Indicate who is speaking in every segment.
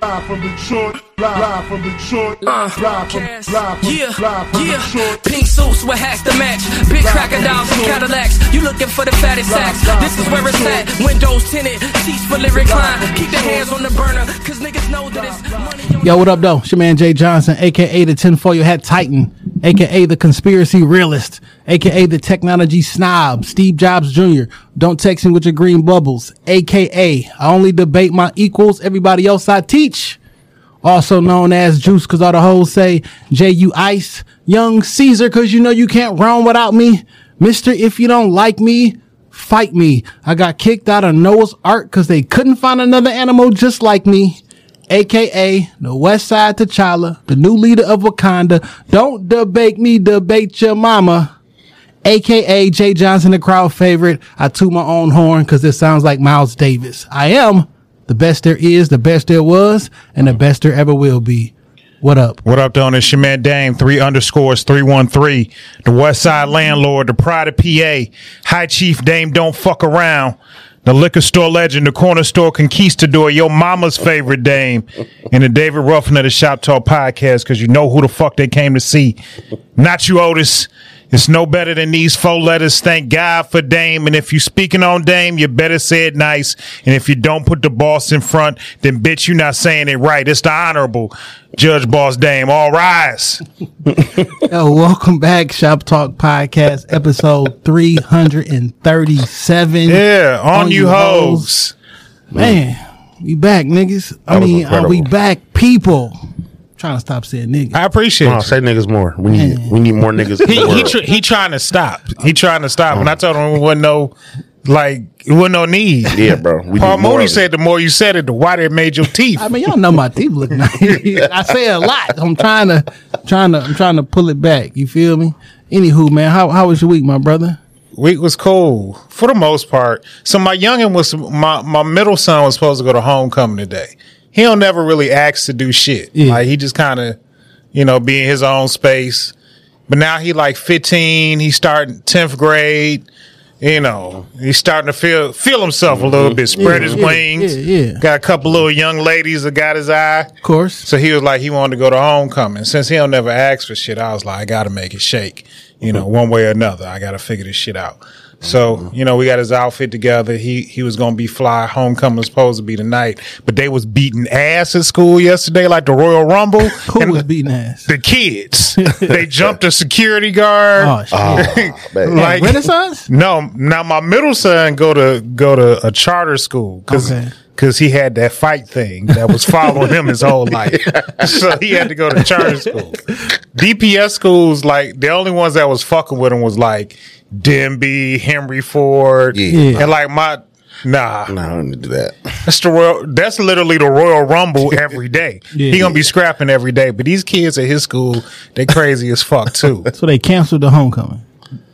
Speaker 1: Live from Detroit, live, live from Detroit,
Speaker 2: Uh,
Speaker 1: live, live from, live from,
Speaker 2: yeah,
Speaker 1: live from
Speaker 2: yeah.
Speaker 1: Detroit.
Speaker 2: Pink suits with hats to match. Big cracker dolls with Cadillacs. You looking for the fattest sacks. This is where it's at. Windows tinted. Seats for lyric line. Keep the hands on the burner. Cause niggas know that it's money on
Speaker 3: Yo, what up, though? It's your man Jay Johnson, aka the tinfoil hat titan, aka the conspiracy realist, aka the technology snob, Steve Jobs Jr. Don't text me with your green bubbles, aka I only debate my equals, everybody else I teach. Also known as Juice, cause all the hoes say J U Ice, Young Caesar, cause you know you can't run without me. Mister, if you don't like me, fight me. I got kicked out of Noah's Ark cause they couldn't find another animal just like me aka the West Side T'Challa, the new leader of Wakanda. Don't debate me, debate your mama. AKA Jay Johnson, the crowd favorite. I toot my own horn because it sounds like Miles Davis. I am the best there is, the best there was, and the best there ever will be. What up?
Speaker 4: What up, Don? It's your man Dame, three underscores, 313. The West Side Landlord, the Pride of PA, High Chief Dame Don't Fuck Around, the Liquor Store Legend, the Corner Store Conquistador, your mama's favorite Dame, and the David Ruffin of the Shop Talk Podcast, because you know who the fuck they came to see. Not you, Otis. It's no better than these four letters. Thank God for Dame. And if you speaking on Dame, you better say it nice. And if you don't put the boss in front, then bitch, you not saying it right. It's the honorable Judge Boss Dame. All rise.
Speaker 3: Yo, welcome back, Shop Talk Podcast, episode 337.
Speaker 4: Yeah, on, you hoes.
Speaker 3: Man, we back, niggas. I
Speaker 5: was
Speaker 3: mean, are we
Speaker 5: incredible.
Speaker 3: back, people? trying to stop saying niggas.
Speaker 4: I appreciate
Speaker 5: No,
Speaker 4: you.
Speaker 5: say niggas more. We need we need more niggas. in the
Speaker 4: Oh, He he,
Speaker 5: world.
Speaker 4: tr- he trying to stop. He trying to stop. And I told him it wasn't no like it wasn't no need.
Speaker 5: yeah, bro. We
Speaker 4: Paul
Speaker 5: need more
Speaker 4: Mooney
Speaker 5: of it.
Speaker 4: said the more you said it, the whiter it made your teeth.
Speaker 3: I mean, y'all know my teeth look nice. I say a lot. I'm trying to, trying to, I'm trying to pull it back. You feel me? Anywho, man, how how was your week, my brother?
Speaker 4: Week was cool for the most part. So my youngin was my my middle son was supposed to go to homecoming today. He don't never really ask to do shit.
Speaker 3: Yeah.
Speaker 4: Like he just kind of, you know, be in his own space. But now he like 15. He starting 10th grade. You know, he's starting to feel feel himself a little bit. Spread his
Speaker 3: Mm-hmm. yeah,
Speaker 4: wings.
Speaker 3: yeah, yeah.
Speaker 4: Got a couple little young ladies that got his eye.
Speaker 3: Of course.
Speaker 4: So he was like, he wanted to go to homecoming. Since he don't never ask for shit, I was like, I gotta make it shake. You know, one way or another, I gotta figure this shit out. So,
Speaker 3: Mm-hmm.
Speaker 4: you know, we got his outfit together. He he was gonna be fly. Homecoming was supposed to be tonight, but they was beating ass at school yesterday, like the Royal Rumble.
Speaker 3: Who
Speaker 4: And
Speaker 3: was beating ass?
Speaker 4: the kids? they jumped a security guard.
Speaker 3: Oh shit.
Speaker 5: Ah, Man,
Speaker 4: like
Speaker 3: Renaissance?
Speaker 4: no, now my middle son go to go to a charter school because
Speaker 3: Okay.
Speaker 4: he had that fight thing that was following him his whole life, so he had to go to charter school. DPS schools like the only ones that was fucking with him was like Denby, Henry Ford,
Speaker 5: Yeah.
Speaker 4: and like my nah,
Speaker 5: nah, I don't need to do that.
Speaker 4: that's the royal, that's literally the Royal Rumble every day. he gonna be scrapping every day, but these kids at his school they crazy as fuck too.
Speaker 3: So they canceled the homecoming.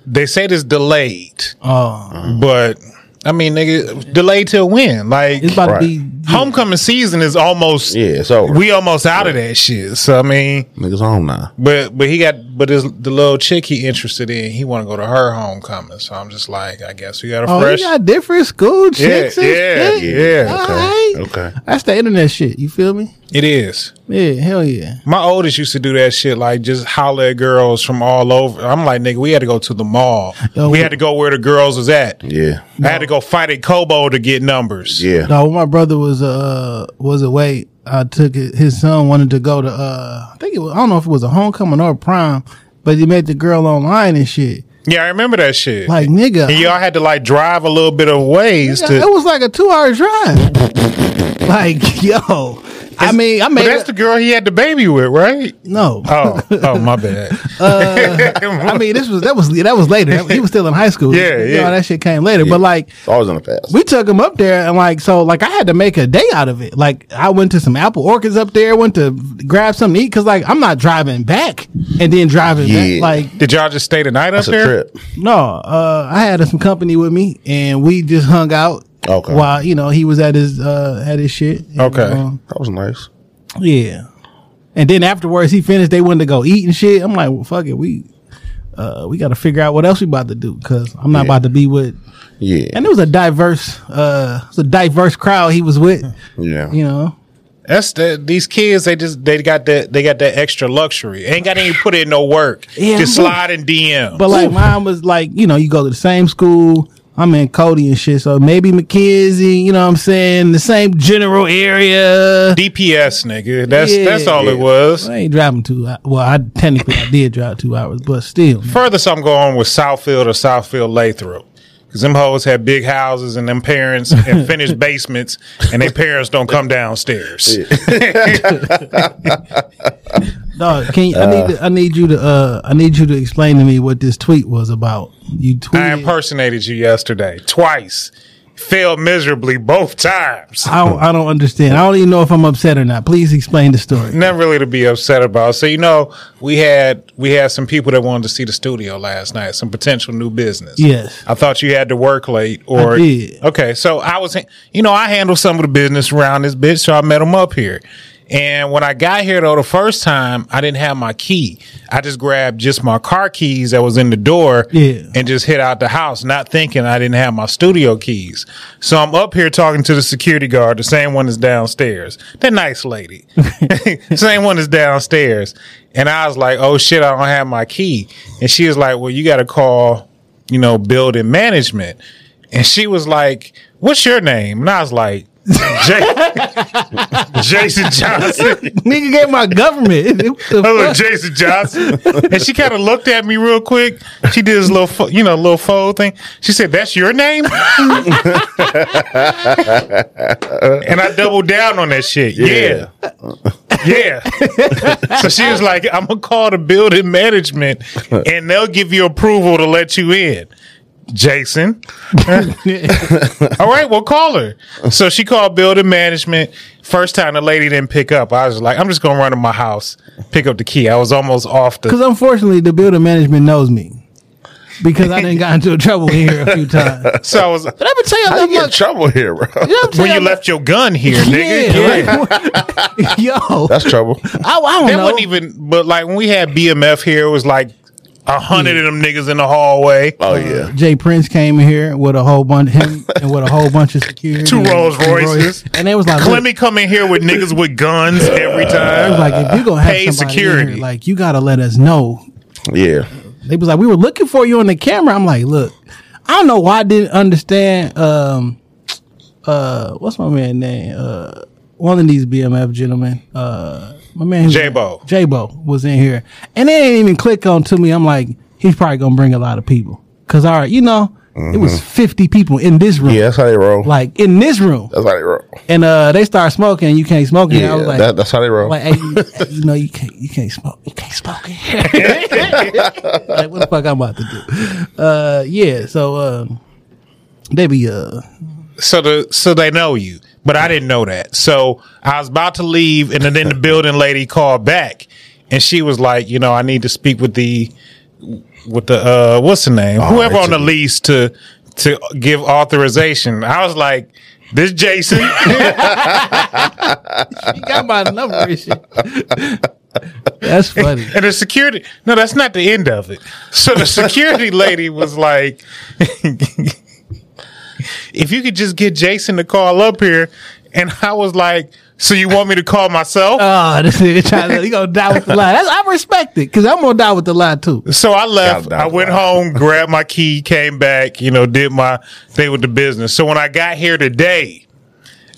Speaker 4: They say this delayed.
Speaker 3: Oh,
Speaker 4: But I mean, nigga, delay till when? Like
Speaker 3: it's about
Speaker 5: Right.
Speaker 3: to be.
Speaker 4: homecoming season is almost
Speaker 5: Yeah, it's over.
Speaker 4: we almost out of that shit. So I mean,
Speaker 5: Niggas home now.
Speaker 4: but but he got but his the little chick he interested in, he want to go to her homecoming. So I'm just like, I guess we got a
Speaker 3: Oh,
Speaker 4: fresh.
Speaker 3: you got different school
Speaker 4: yeah,
Speaker 3: chicks. and
Speaker 4: yeah,
Speaker 3: shit?
Speaker 4: yeah.
Speaker 3: Alright.
Speaker 5: Okay.
Speaker 3: That's the internet shit. You feel me?
Speaker 4: It is.
Speaker 3: Yeah, hell yeah.
Speaker 4: My oldest used to do that shit, like just holler at girls from all over. I'm like, nigga, we had to go to the mall.
Speaker 3: Yo, we-
Speaker 4: we had to go where the girls was at.
Speaker 5: Yeah.
Speaker 4: I had to go fight at Kobo to get numbers.
Speaker 5: Yeah.
Speaker 3: No, when my brother was uh was away, I took it, his son wanted to go to uh I think it was I don't know if it was a homecoming or a prom, but he met the girl online and shit.
Speaker 4: Yeah, I remember that shit.
Speaker 3: Like nigga,
Speaker 4: And y'all had to like drive a little bit of ways
Speaker 3: nigga,
Speaker 4: to.
Speaker 3: it was like a two hour drive. like yo, I mean I
Speaker 4: but
Speaker 3: made
Speaker 4: that's the girl he had the baby with, right?
Speaker 3: no.
Speaker 4: Oh, oh, my bad.
Speaker 3: Uh, I mean this was that was that was later. That- he was still in high school.
Speaker 4: Yeah,
Speaker 3: You know,
Speaker 4: yeah.
Speaker 3: that shit came later, but like.
Speaker 5: It's always on the past.
Speaker 3: We took him up there and like so like I had to make a day out of it. Like I went to some apple orchards up there, went to grab something to eat because like I'm not driving back and then driving
Speaker 5: Yeah.
Speaker 3: back. Like
Speaker 4: Did y'all just stay the night up
Speaker 5: It's a
Speaker 4: there?
Speaker 5: trip.
Speaker 3: No, uh, I had some company with me, and we just hung out
Speaker 5: Okay.
Speaker 3: while you know he was at his uh at his shit. And,
Speaker 4: Okay.
Speaker 3: um,
Speaker 5: That was nice.
Speaker 3: yeah. And then afterwards he finished. They wanted to go eat and shit. I'm like, well, fuck it, we. Uh, we got to figure out what else we about to do because I'm not
Speaker 5: Yeah.
Speaker 3: about to be with.
Speaker 5: Yeah.
Speaker 3: And it was a diverse, uh, it was a diverse crowd he was with.
Speaker 5: yeah.
Speaker 3: You know,
Speaker 4: That's the, these kids. They just they got that they got that extra luxury. Ain't got any put in no work.
Speaker 3: Yeah.
Speaker 4: just slide in DM.
Speaker 3: But like mine was like, you know, you go to the same school. I'm in Cody and shit. So maybe McKenzie, you know what I'm saying? The same general area.
Speaker 4: DPS nigga. That's
Speaker 3: Yeah.
Speaker 4: that's all it was.
Speaker 3: I ain't driving two hou- Well, I technically I did drive two hours, but still.
Speaker 4: Furthest I'm going with Southfield or Southfield Lathrop. Cause them hoes have big houses and them parents and finished basements and their parents don't come downstairs.
Speaker 3: Dog, can you, I need to, I need you to uh I need you to explain to me what this tweet was about. You
Speaker 4: I
Speaker 3: tweeted
Speaker 4: impersonated you yesterday twice. Failed miserably both times.
Speaker 3: I don't, I don't understand. I don't even know if I'm upset or not. Please explain the story.
Speaker 4: nothing really to be upset about. So you know, we had we had some people that wanted to see the studio last night, some potential new business.
Speaker 3: Yes.
Speaker 4: I thought you had to work late, or
Speaker 3: I did.
Speaker 4: okay. So I was, you know, I handle some of the business around this bitch, so I met him up here. And when I got here though, the first time I didn't have my key. I just grabbed just my car keys that was in the door,
Speaker 3: Yeah.
Speaker 4: and just hit out the house, not thinking I didn't have my studio keys. So I'm up here talking to the security guard, the same one that's downstairs. That nice lady. same one that's downstairs. And I was like, oh shit, I don't have my key. And she was like, well, you got to call, you know, building management. And she was like, what's your name? And I was like, "Ja- Jason Johnson.
Speaker 3: Nigga gave my government. What the fuck?
Speaker 4: I was like, Jason Johnson. and she kind of looked at me real quick. She did this little, fo- you know, little fold thing. She said, "That's your name." and I doubled down on that shit. Yeah. Yeah. so she was like, I'm going to call the building management and they'll give you approval to let you in. Jason. All right, well, call her. So she called building management. First time the lady didn't pick up, I was like, I'm just going to run to my house, pick up the key. I was almost off the.
Speaker 3: Because unfortunately, the building management knows me because I didn't got into trouble here a few times. Did
Speaker 4: So I was. When
Speaker 3: I ever tell you
Speaker 5: I
Speaker 3: that
Speaker 5: get in
Speaker 3: much?
Speaker 5: trouble here, bro.
Speaker 3: When
Speaker 4: you left your gun here, nigga.
Speaker 3: Yeah,
Speaker 4: Yeah.
Speaker 3: like, yo,
Speaker 5: That's trouble.
Speaker 3: I, I don't
Speaker 4: That
Speaker 3: know.
Speaker 4: wasn't even, but like when we had BMF here, it was like a hundred of them niggas in the hallway.
Speaker 5: Oh yeah.
Speaker 3: Jay Prince came in here with a whole bunch, him and with a whole bunch of security,
Speaker 4: Two
Speaker 3: and-
Speaker 4: Rolls
Speaker 3: and
Speaker 4: Royces.
Speaker 3: and they was like, look,
Speaker 4: Clemmy come in here with niggas with guns every
Speaker 3: they was
Speaker 4: time.
Speaker 3: like if you gonna
Speaker 4: Paid
Speaker 3: have somebody security,
Speaker 4: uh, security.
Speaker 3: like you gotta let us know.
Speaker 5: Yeah.
Speaker 3: They was like, we were looking for you on the camera. I'm like, look, I don't know why I didn't understand. Um, uh, what's my man name? Uh, one of these BMF gentlemen. Uh, my man
Speaker 4: J-Bo.
Speaker 3: J Bo was in here, and they didn't even click on to me. I'm like, he's probably gonna bring a lot of people. Cause all right, you know, it was 50 people in this room.
Speaker 5: Mm-hmm. Yeah. That's how they roll.
Speaker 3: Like in this room,
Speaker 5: that's how they roll.
Speaker 3: and uh, they start smoking. You can't smoke. here. I
Speaker 5: Yeah.
Speaker 3: was like,
Speaker 5: that, that's how they roll.
Speaker 3: like, hey, you, you know, you can't, you can't smoke, you can't smoke in here. like, what the fuck I'm about to do? Uh, yeah. So, um, they be uh,
Speaker 4: so the so they know you but i didn't know that so i was about to leave and then the building lady called back and she was like you know i need to speak with the with the uh what's the name whoever
Speaker 5: it's
Speaker 4: on the
Speaker 5: a-
Speaker 4: lease to to give authorization i was like this jason
Speaker 3: you got my number and shit. That's funny.
Speaker 4: and the security no that's not the end of it so the security lady was like if you could just get jason to call up here and i was like so you want me to call myself
Speaker 3: Oh, this nigga trying to, he gonna die with the lie. That's, I respect it because I'm gonna die with the lie too.
Speaker 4: So I
Speaker 5: Gotta
Speaker 4: left.
Speaker 5: die
Speaker 4: I went
Speaker 5: alive.
Speaker 4: home, grabbed my key, came back, you know, did my thing with the business. So when I got here today,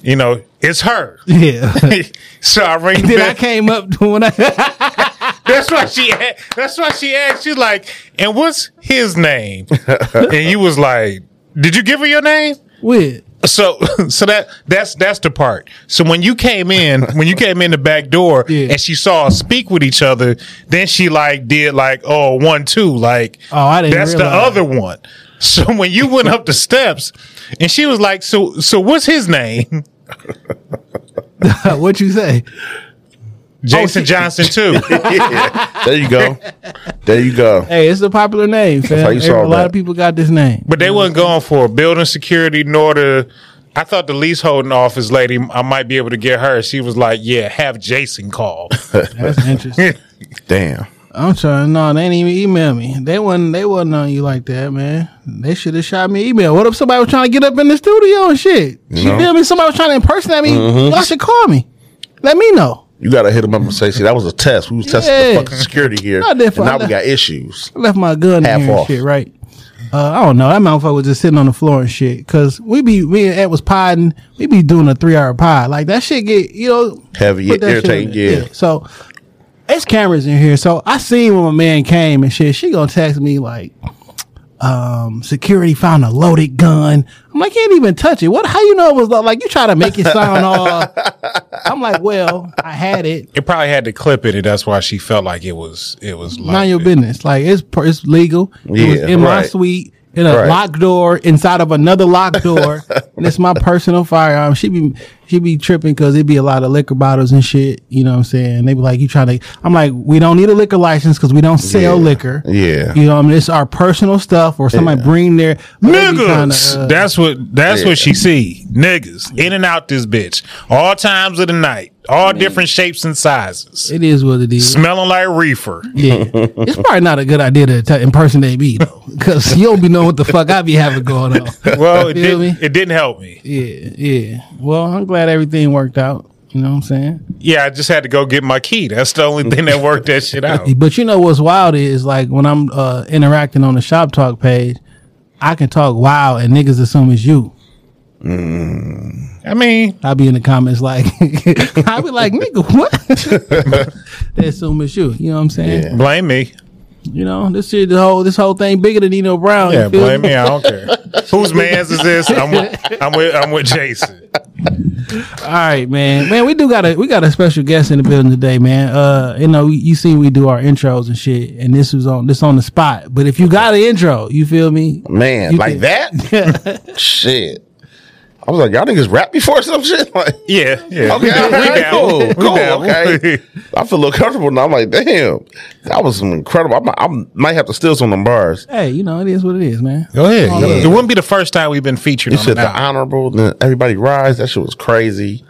Speaker 4: you know, it's her.
Speaker 3: Yeah.
Speaker 4: so I rang the
Speaker 3: then I
Speaker 4: bell.
Speaker 3: came up to when I,
Speaker 4: That's why she a- that's why she asked you like, and what's his name? and you was like, Did you give her your name?
Speaker 3: with.
Speaker 4: So so that that's that's the part. So when you came in, when you came in the back door
Speaker 3: Yeah.
Speaker 4: and she saw us speak with each other, then she like did like, oh one, two, like
Speaker 3: Oh, I didn't.
Speaker 4: that's the
Speaker 3: realize.
Speaker 4: other one. So when you went up the steps, and she was like, "So, so what's his name?"
Speaker 3: Oh, what you say?
Speaker 4: Jason Johnson too.
Speaker 5: Yeah. There you go. There you go.
Speaker 3: Hey, it's a popular name. Fam.
Speaker 5: how you
Speaker 3: Every-
Speaker 5: saw
Speaker 3: a lot
Speaker 5: that.
Speaker 3: of people got this name.
Speaker 4: But they wasn't going for building security nor the I thought the leaseholding office lady, I might be able to get her. She was like, "Yeah, have Jason call."
Speaker 3: That's interesting.
Speaker 5: Damn.
Speaker 3: I'm trying. No, they didn't even email me. They wasn't. They wasn't on you like that, man. They should have shot me an email. What if somebody was trying to get up in the studio and shit? You
Speaker 5: know?
Speaker 3: feel me? Somebody was trying to impersonate me. Y'all should call me. Let me know.
Speaker 5: You gotta hit him up and say, "See, that was a test. We was testing
Speaker 3: Yeah.
Speaker 5: the fucking security here,
Speaker 3: Not
Speaker 5: and
Speaker 3: that far.
Speaker 5: now we got issues."
Speaker 3: left my gun
Speaker 5: Half
Speaker 3: in here and
Speaker 5: off.
Speaker 3: shit, right? Uh, I don't know. That motherfucker was just sitting on the floor and shit. Cause we be, me and Ed was podding. We be doing a three hour pod. Like that shit get, you know.
Speaker 5: Heavy,
Speaker 3: put that shit
Speaker 5: irritating,
Speaker 3: on there.
Speaker 5: yeah.
Speaker 3: So it's cameras in here. So I seen when my man came and shit. She gonna text me like, um, security found a loaded gun. I'm like, can't even touch it. What, how you know it was lo- like, you try to make it sound all, I'm like, well, I had it.
Speaker 4: it probably had to clip it, and that's why she felt like it was it was like
Speaker 3: mind your business. Like it's per- it's legal. it was
Speaker 5: Yeah,
Speaker 3: in my
Speaker 5: right.
Speaker 3: suite in a
Speaker 5: Right.
Speaker 3: locked door inside of another locked door, and it's my personal firearm. She be she be tripping because it be a lot of liquor bottles and shit. You know what I'm saying? They be like, you trying to? I'm like, we don't need a liquor license because we don't sell
Speaker 5: Yeah.
Speaker 3: liquor.
Speaker 5: Yeah.
Speaker 3: you know, what I mean, it's our personal stuff. Or somebody bring their they be trying
Speaker 4: Niggas,
Speaker 3: to, uh,
Speaker 4: that's what that's what she see. Niggas in and out this bitch, all times of the night, all different shapes and sizes,
Speaker 3: it is what it is.
Speaker 4: smelling like reefer.
Speaker 3: Yeah, it's probably not a good idea to t- impersonate me though, because you don't be knowing what the fuck I be having going on.
Speaker 4: Well, it
Speaker 3: Feel
Speaker 4: didn't
Speaker 3: me?
Speaker 4: it didn't help me.
Speaker 3: Yeah, yeah. Well, I'm glad everything worked out. You know what I'm saying?
Speaker 4: Yeah, I just had to go get my key. That's the only thing that worked that shit out.
Speaker 3: But you know what's wild is like when I'm uh, interacting on the shop talk page, I can talk wild and niggas assume it's you.
Speaker 4: I mean,
Speaker 3: I'll be in the comments like, I'll be like, nigga, what? they assume it's you. You know what I'm saying?
Speaker 5: Yeah.
Speaker 4: blame me.
Speaker 3: You know this shit, the whole this whole thing bigger than Nino Brown.
Speaker 4: Yeah,
Speaker 3: you feel
Speaker 4: blame me. I don't care. Whose man's is this? I'm with, I'm with I'm with Jason.
Speaker 3: All right, man. Man, we do got a we got a special guest in the building today, man. Uh, you know, you see we do our intros and shit, and this was on this on the spot. But if you got an intro, you feel me?
Speaker 5: Man,
Speaker 3: You
Speaker 5: like
Speaker 3: can-
Speaker 5: that? shit. I was like, y'all niggas rap before some shit? Like,
Speaker 4: Yeah, yeah.
Speaker 5: okay, all right,
Speaker 4: down.
Speaker 5: cool,
Speaker 4: We
Speaker 5: cool,
Speaker 4: down.
Speaker 5: okay. I feel a little comfortable now. I'm like, damn, that was some incredible. I might, I might have to steal some of them bars.
Speaker 3: Hey, you know it is what it is, man.
Speaker 4: Go ahead. It wouldn't be the first time we've been featured
Speaker 5: You
Speaker 4: on
Speaker 5: said
Speaker 4: the
Speaker 5: the honorable, then everybody rise. That shit was crazy.